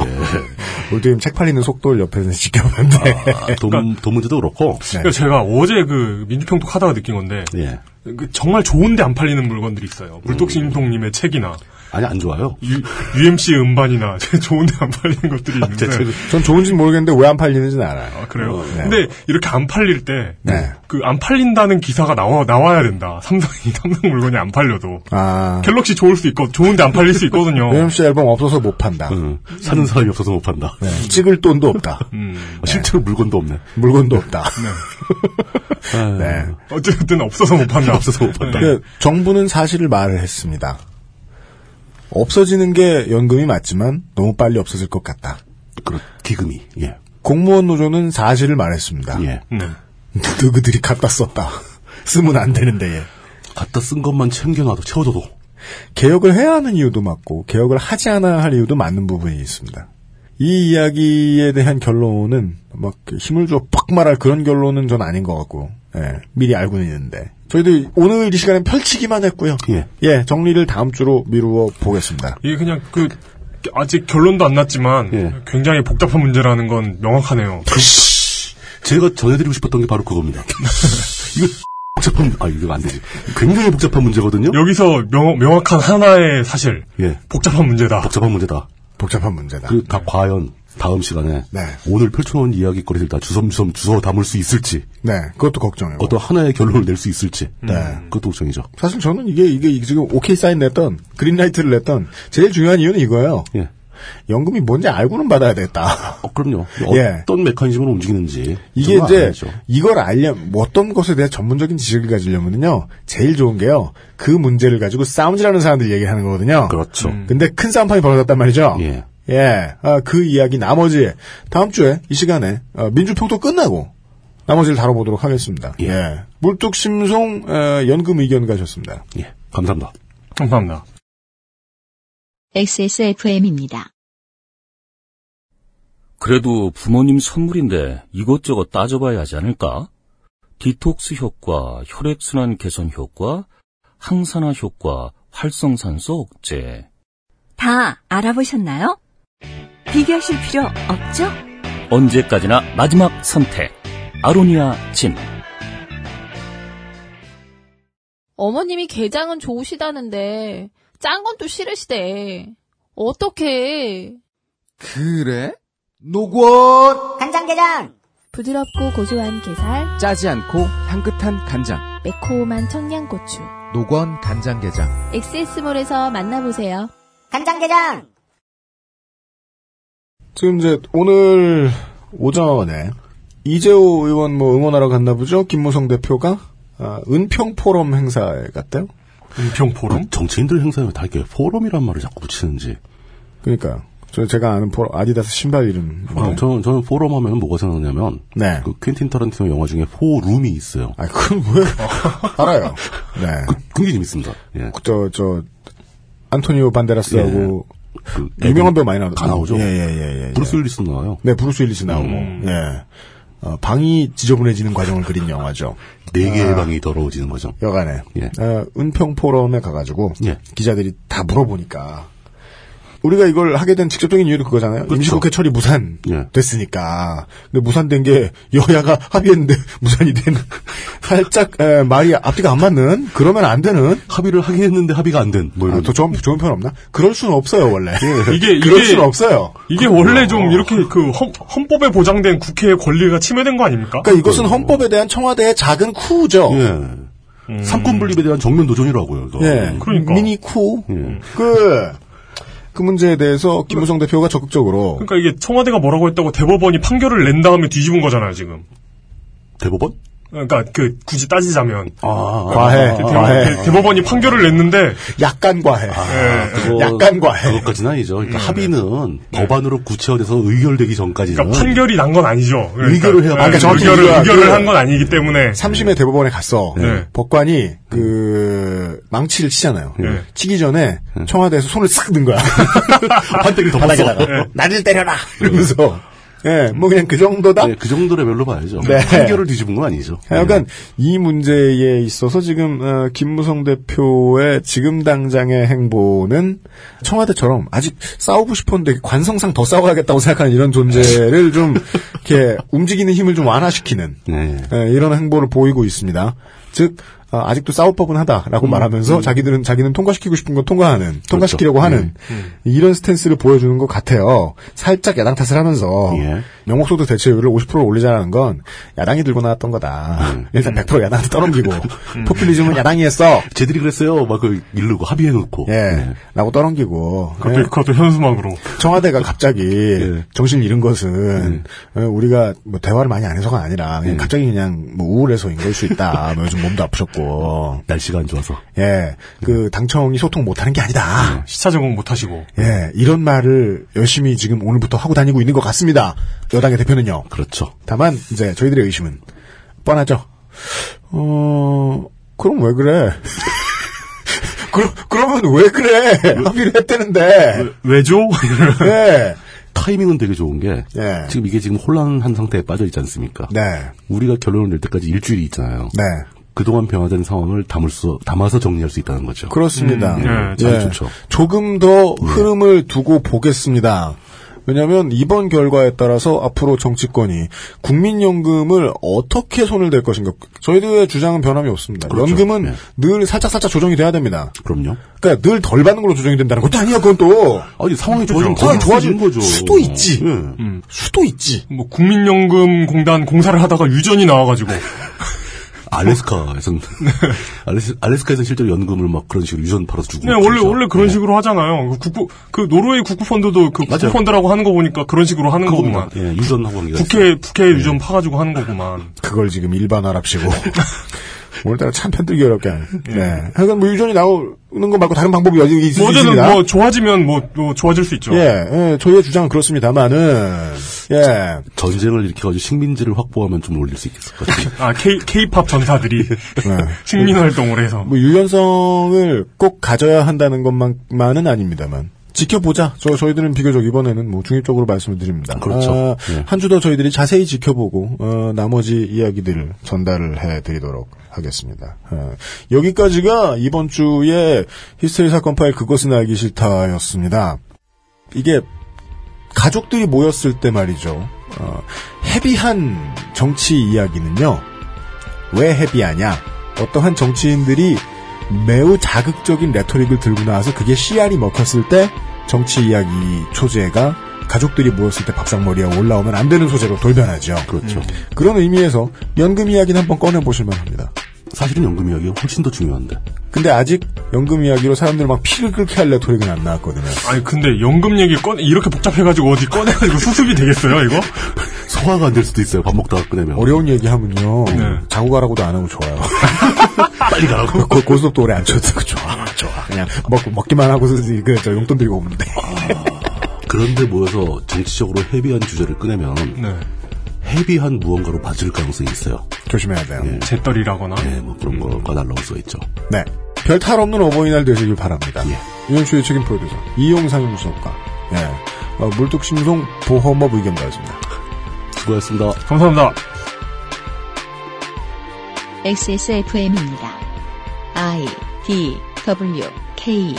Speaker 2: 우리 지금 책 팔리는 속도를 옆에서 지켜봤는데.
Speaker 3: 아.
Speaker 4: 아, 돈, 돈 문제도 그렇고.
Speaker 2: 네.
Speaker 3: 그러니까 제가 어제 그 민주평독 하다가 느낀 건데
Speaker 4: 예.
Speaker 3: 그 정말 좋은데 안 팔리는 물건들이 있어요. 물독심통님의 책이나
Speaker 4: 아니 안 좋아요.
Speaker 3: 유, UMC 음반이나 좋은데 안 팔리는 것들이 있는데
Speaker 2: 전 좋은지는 모르겠는데 왜 안 팔리는지는 알아요.
Speaker 3: 그래요.
Speaker 2: 네.
Speaker 3: 근데 이렇게 안 팔릴 때 그
Speaker 2: 네.
Speaker 3: 안 팔린다는 기사가 나와 나와야 된다. 삼성이 삼성 물건이 안 팔려도
Speaker 4: 어,
Speaker 2: 아. 네.
Speaker 3: 갤럭시 좋을 수 있고 좋은데 안 팔릴 수 있거든요.
Speaker 2: 류현 씨 앨범 없어서 못 판다.
Speaker 4: 음. 사는 사람이 없어서 못 판다. 아,
Speaker 2: 네. 찍을 돈도 없다.
Speaker 4: 실제로 물건도 음. 없네.
Speaker 2: 물건도 없다.
Speaker 4: 아유.
Speaker 2: 네.
Speaker 3: 어쨌든 없어서 못 판다.
Speaker 4: 없어서 못 판다.
Speaker 2: 그 정부는 사실을 말을 했습니다. 없어지는 게 연금이 맞지만 너무 빨리 없어질 것 같다.
Speaker 4: 그렇 기금이. 예.
Speaker 2: 공무원 노조는 사실을 말했습니다.
Speaker 4: 예.
Speaker 2: 너그들이 갖다 썼다. 쓰면 안 되는데. 예.
Speaker 4: 갖다 쓴 것만 챙겨놔도 채워줘도
Speaker 2: 개혁을 해야 하는 이유도 맞고 개혁을 하지 않아야 할 이유도 맞는 부분이 있습니다. 이 이야기에 대한 결론은 막 힘을 주어 팍 말할 그런 결론은 전 아닌 것 같고 예, 미리 알고는 있는데 저희도 오늘 이 시간에 펼치기만 했고요.
Speaker 4: 예.
Speaker 2: 정리를 다음 주로 미루어 보겠습니다.
Speaker 3: 이게 그냥 그 아직 결론도 안 났지만 굉장히 복잡한 문제라는 건 명확하네요.
Speaker 4: 제가 전해드리고 싶었던 게 바로 그겁니다. 이거 복잡한 아 이거 안 되지. 굉장히 복잡한 문제거든요.
Speaker 3: 여기서 명, 명확한 하나의 사실
Speaker 4: 예.
Speaker 3: 복잡한 문제다.
Speaker 4: 복잡한 문제다.
Speaker 2: 복잡한 문제다.
Speaker 4: 그 다 과연 다음 시간에
Speaker 2: 네.
Speaker 4: 오늘 펼쳐놓은 이야기거리를 다 주섬주섬 주워 담을 수 있을지
Speaker 2: 네, 그것도 걱정이고
Speaker 4: 어떤 하나의 결론을 낼 수 있을지 음,
Speaker 2: 네.
Speaker 4: 그것도 걱정이죠.
Speaker 2: 사실 저는 이게 이게 지금 오케이 사인 냈던 그린라이트를 냈던 제일 중요한 이유는 이거예요.
Speaker 4: 예.
Speaker 2: 연금이 뭔지 알고는 받아야 됐다.
Speaker 4: 어, 그럼요.
Speaker 2: 예.
Speaker 4: 어떤 메커니즘으로 움직이는지
Speaker 2: 이게
Speaker 4: 정말
Speaker 2: 이제
Speaker 4: 알아야죠.
Speaker 2: 이걸 알려 뭐 어떤 것에 대해 전문적인 지식을 가지려면요 제일 좋은 게요 그 문제를 가지고 싸움질하는 사람들 얘기하는 거거든요.
Speaker 4: 그렇죠.
Speaker 2: 근데 큰 싸움판이 벌어졌단 말이죠.
Speaker 4: 예.
Speaker 2: 예, 아, 그 이야기 나머지 다음 주에 이 시간에 어, 민주평도 끝나고 나머지를 다뤄보도록 하겠습니다. 예, 물뚝심송 어, 연금 의견 가셨습니다.
Speaker 4: 예, 감사합니다.
Speaker 3: 감사합니다.
Speaker 1: XSFM입니다.
Speaker 14: 그래도 부모님 선물인데 이것저것 따져봐야 하지 않을까? 디톡스 효과, 혈액순환 개선 효과, 항산화 효과, 활성산소 억제.
Speaker 8: 다 알아보셨나요? 비교하실 필요 없죠?
Speaker 14: 언제까지나 마지막 선택. 아로니아 진.
Speaker 6: 어머님이 게장은 좋으시다는데 짠 건 또 싫으시대. 어떻게?
Speaker 5: 그래? 노건!
Speaker 15: 간장게장! 부드럽고 고소한 게살,
Speaker 5: 짜지 않고 향긋한 간장.
Speaker 15: 매콤한 청양고추.
Speaker 5: 노건 간장게장.
Speaker 6: 엑세스몰에서 만나보세요.
Speaker 15: 간장게장!
Speaker 2: 지금 이제 오늘 오전에 이재호 의원 뭐 응원하러 갔나 보죠? 김무성 대표가 아, 은평 포럼 행사에 갔대요.
Speaker 3: 은평 포럼?
Speaker 4: 아, 정치인들 행사에 다 이렇게 포럼이란 말을 자꾸 붙이는지.
Speaker 2: 그러니까요. 저 제가 아는 포럼 아디다스 신발 이름.
Speaker 4: 아, 저는 저는 포럼 하면 뭐가 생각나냐면
Speaker 2: 네.
Speaker 4: 그 퀸틴 타란티노 영화 중에 포룸이 있어요.
Speaker 2: 아, 그건 왜 알아요? 그, 네.
Speaker 4: 그, 굉장히 재밌습니다. 예.
Speaker 2: 저저 안토니오 반데라스하고
Speaker 4: 그
Speaker 2: 유명한 배우 많이 나오-
Speaker 4: 다 나오죠.
Speaker 2: 예, 예, 예.
Speaker 4: 브루스 음. 윌리스 나와요.
Speaker 2: 네 브루스 윌리스 나오고 예. 어, 방이 지저분해지는 과정을 그린 영화죠.
Speaker 4: 네 개의
Speaker 2: 아.
Speaker 4: 방이 더러워지는 거죠.
Speaker 2: 여간에
Speaker 4: 예.
Speaker 2: 어, 은평 포럼에 가가지고
Speaker 4: 예.
Speaker 2: 기자들이 다 물어보니까 우리가 이걸 하게 된 직접적인 이유도 그거잖아요. 임시국회 처리 무산
Speaker 4: 예.
Speaker 2: 됐으니까. 근데 무산된 게 여야가 합의했는데 무산이 된 살짝 에, 말이 앞뒤가 안 맞는 그러면 안 되는
Speaker 4: 합의를 하긴 했는데 합의가 안 된. 뭐
Speaker 2: 아,
Speaker 4: 이런.
Speaker 2: 더 좋은 좋은 표현 없나? 그럴 수는 없어요 원래.
Speaker 3: 이게
Speaker 2: 그럴
Speaker 3: 이게
Speaker 2: 수는 없어요.
Speaker 3: 이게 원래 좀 이렇게 그 헌, 헌법에 보장된 국회의 권리가 침해된 거 아닙니까?
Speaker 2: 그러니까 이것은 헌법에 대한 청와대의 작은 쿠죠.
Speaker 4: 예. 삼권 분립에 대한 정면 도전이라고요. 이거.
Speaker 2: 음. 예.
Speaker 3: 그러니까.
Speaker 2: 미니 쿠.
Speaker 4: 예.
Speaker 2: 그, 그 문제에 대해서 김무성 대표가 적극적으로
Speaker 3: 그러니까 이게 청와대가 뭐라고 했다고 대법원이 판결을 낸 다음에 뒤집은 거잖아요 지금.
Speaker 4: 대법원?
Speaker 3: 그러니까 그 굳이 따지자면 그
Speaker 4: 아,
Speaker 3: 예.
Speaker 2: 과해,
Speaker 4: 아,
Speaker 2: 과해.
Speaker 4: 아,
Speaker 3: 대- 대법원이 판결을 냈는데
Speaker 2: 어, 약간 과해.
Speaker 3: 예,
Speaker 4: 그거-
Speaker 2: 약간 과해. 음. 네.
Speaker 4: 그것까지는 아니죠. 그러니까 합의는 법안으로 구체화돼서 의결되기 전까지는
Speaker 3: 그러니까 판결이 난 건 아니죠.
Speaker 4: 의결을 해야-
Speaker 3: 예,
Speaker 4: 아, 그러니까
Speaker 2: 정확히
Speaker 3: 의결을
Speaker 2: 우리가 그-
Speaker 3: 의결을 한 건 아니기 때문에
Speaker 2: 삼심의 대법원에 갔어.
Speaker 3: 네.
Speaker 2: 법관이 그 망치를 치잖아요.
Speaker 4: 네.
Speaker 2: 치기 전에 청와대에서 손을 싹 넣은 거야.
Speaker 4: 판때기 덮었어. 네.
Speaker 2: 바닥에다가 나를 때려라 이러면서. 예, 뭐 그냥 그 정도다?
Speaker 4: 네, 그 정도 레벨로 봐야죠.
Speaker 2: 네.
Speaker 4: 판결을 뒤집은 건 아니죠. 예.
Speaker 2: 하여간 이 문제에 있어서 지금 어, 김무성 대표의 지금 당장의 행보는 청와대처럼 아직 싸우고 싶었는데 관성상 더 싸워야겠다고 생각하는 이런 존재를 좀 이렇게 움직이는 힘을 좀 완화시키는
Speaker 4: 네.
Speaker 2: 예, 이런 행보를 보이고 있습니다. 즉 아, 아직도 싸울 법은 하다라고 말하면서 자기들은 자기는 통과시키고 싶은 건 통과하는 통과시키려고 하는 음, 이런 스탠스를 보여주는 것 같아요. 살짝 야당 탓을 하면서 명목소득 대체율을 50%를 올리자는 건 야당이 들고 나왔던 거다. 일단 100% 야당한테 떠넘기고 포퓰리즘은 야당이 했어.
Speaker 4: 쟤들이 그랬어요. 막 그 이르고 합의해놓고. 네.
Speaker 2: 예, 라고 떠넘기고
Speaker 3: 갑자기 그것도 현수막으로
Speaker 2: 청와대가 갑자기 정신 을 잃은 것은 어, 우리가 뭐 대화를 많이 안 해서가 아니라 그냥 갑자기 그냥 뭐 우울해서인 걸 수 있다. 뭐 요즘 몸도 아프셨고
Speaker 4: 어, 날씨가 안 좋아서
Speaker 2: 예, 그 당청이 소통 못하는 게 아니다.
Speaker 3: 시차 적응 못하시고
Speaker 2: 예, 이런 말을 열심히 지금 오늘부터 하고 다니고 있는 것 같습니다. 여당의 대표는요.
Speaker 4: 그렇죠.
Speaker 2: 다만 이제 저희들의 의심은 뻔하죠. 어, 그럼 왜 그래? 그럼 그러면 왜 그래? 합의를 했다는데
Speaker 3: 왜죠?
Speaker 2: 예.
Speaker 4: 타이밍은 되게 좋은 게 지금 이게 지금 혼란한 상태에 빠져 있지 않습니까?
Speaker 2: 네.
Speaker 4: 우리가 결론을 낼 때까지 일주일이 있잖아요.
Speaker 2: 네.
Speaker 4: 그동안 변화된 상황을 담을 수 담아서 정리할 수 있다는 거죠.
Speaker 2: 그렇습니다.
Speaker 4: 음, 예,
Speaker 2: 예.
Speaker 4: 아주 좋죠. 예.
Speaker 2: 조금 더 흐름을 두고 보겠습니다. 왜냐하면 이번 결과에 따라서 앞으로 정치권이 국민연금을 어떻게 손을 댈 것인가 저희들의 주장은 변함이 없습니다.
Speaker 4: 그렇죠.
Speaker 2: 연금은
Speaker 4: 예.
Speaker 2: 늘 살짝 살짝 조정이 돼야 됩니다.
Speaker 4: 그럼요.
Speaker 2: 그러니까 늘 덜 받는 걸로 조정이 된다는 것도 아니야 그건 또
Speaker 4: 아니 상황이 좋아지면
Speaker 2: 그죠. 상황이
Speaker 4: 더
Speaker 2: 좋아지는
Speaker 4: 쓰는 거죠.
Speaker 2: 수도 있지. 음,
Speaker 4: 예.
Speaker 2: 수도 있지.
Speaker 3: 뭐 국민연금공단 공사를 하다가 유전이 나와가지고 네,
Speaker 4: 알래스카에서는 알래스, 알래스카에서 실제로 연금을 막 그런 식으로 유전 팔아서 주고
Speaker 3: 네, 원래 원래 그런 식으로 하잖아요. 그 국부 그 노르웨이 국부펀드도 그
Speaker 4: 맞아요.
Speaker 3: 국부펀드라고 하는 거 보니까 그런 식으로 하는 거구만.
Speaker 4: 그거구만. 예, 유전하고 관계가
Speaker 3: 국회 국회 유전 파가지고 하는 거구만.
Speaker 2: 그걸 지금 일반화랍시고 오늘따라 참 편들기 어렵게 하네. 네. 하여간 뭐 유전이 나오는 거 말고 다른 방법이 여기 있을 수
Speaker 3: 뭐든
Speaker 4: 예.
Speaker 2: 있습니다.
Speaker 3: 뭐 좋아지면 뭐, 뭐 좋아질 수 있죠.
Speaker 2: 예, 예, 저희의 주장은 그렇습니다만은 예,
Speaker 4: 전쟁을 일으켜가지고 식민지를 확보하면 좀 올릴 수 있겠을 것 같아요.
Speaker 3: 아 K K-팝 전사들이
Speaker 4: 예. 네.
Speaker 3: 식민 활동을 해서
Speaker 2: 뭐 유연성을 꼭 가져야 한다는 것만만은 아닙니다만 지켜보자. 저 저희들은 비교적 이번에는 뭐 중립적으로 말씀을 드립니다. 아,
Speaker 4: 그렇죠. 예.
Speaker 2: 한 주 더 저희들이 자세히 지켜보고 어, 나머지 이야기들을 전달을 해드리도록 하겠습니다. 어, 여기까지가 이번 주에 히스테리 사건 파일 그것은 알기 싫다였습니다. 이게 가족들이 모였을 때 말이죠. 어, 헤비한 정치 이야기는요. 왜 헤비하냐? 어떠한 정치인들이 매우 자극적인 레토릭을 들고 나와서 그게 씨알이 먹혔을 때 정치 이야기 소재가 가족들이 모였을 때 밥상머리에 올라오면 안 되는 소재로 돌변하죠. 음.
Speaker 4: 그렇죠.
Speaker 2: 그런 의미에서 연금 이야기는 한번 꺼내보실만 합니다.
Speaker 4: 사실은 연금 이야기가 훨씬 더 중요한데.
Speaker 2: 근데 아직 연금 이야기로 사람들 막 피를 끓게 할 레토릭은 안 나왔거든요.
Speaker 3: 아니 근데 연금 얘기 꺼 이렇게 복잡해가지고 어디 꺼내가지고 수습이 되겠어요 이거?
Speaker 4: 소화가 안 될 수도 있어요. 밥 먹다가 꺼내면.
Speaker 2: 어려운 얘기하면요.
Speaker 3: 네.
Speaker 2: 자고 가라고도 안 하고 좋아요.
Speaker 4: 빨리 가라고.
Speaker 2: 고, 고속도 오래 안 쳐도 좋아, 좋아. 그냥 먹, 먹기만 하고 그, 저 용돈 들고 오는데.
Speaker 4: 아. 그런데 모여서 정치적으로 헤비한 주제를 꺼내면
Speaker 3: 네.
Speaker 4: 헤비한 무언가로 봐줄 가능성이 있어요.
Speaker 2: 조심해야 돼요.
Speaker 4: 예.
Speaker 3: 재떨이라거나
Speaker 4: 예, 뭐 그런 거가 날라올 수가 있죠.
Speaker 2: 네. 별 탈 없는 어버이날 되시길 바랍니다. 이현수의 책임 프로듀서, 이용상 임수석과, 예. 어, 물뚝심송 보험업 의견가였습니다.
Speaker 4: 수고하셨습니다.
Speaker 3: 감사합니다.
Speaker 1: XSFM입니다. I D W K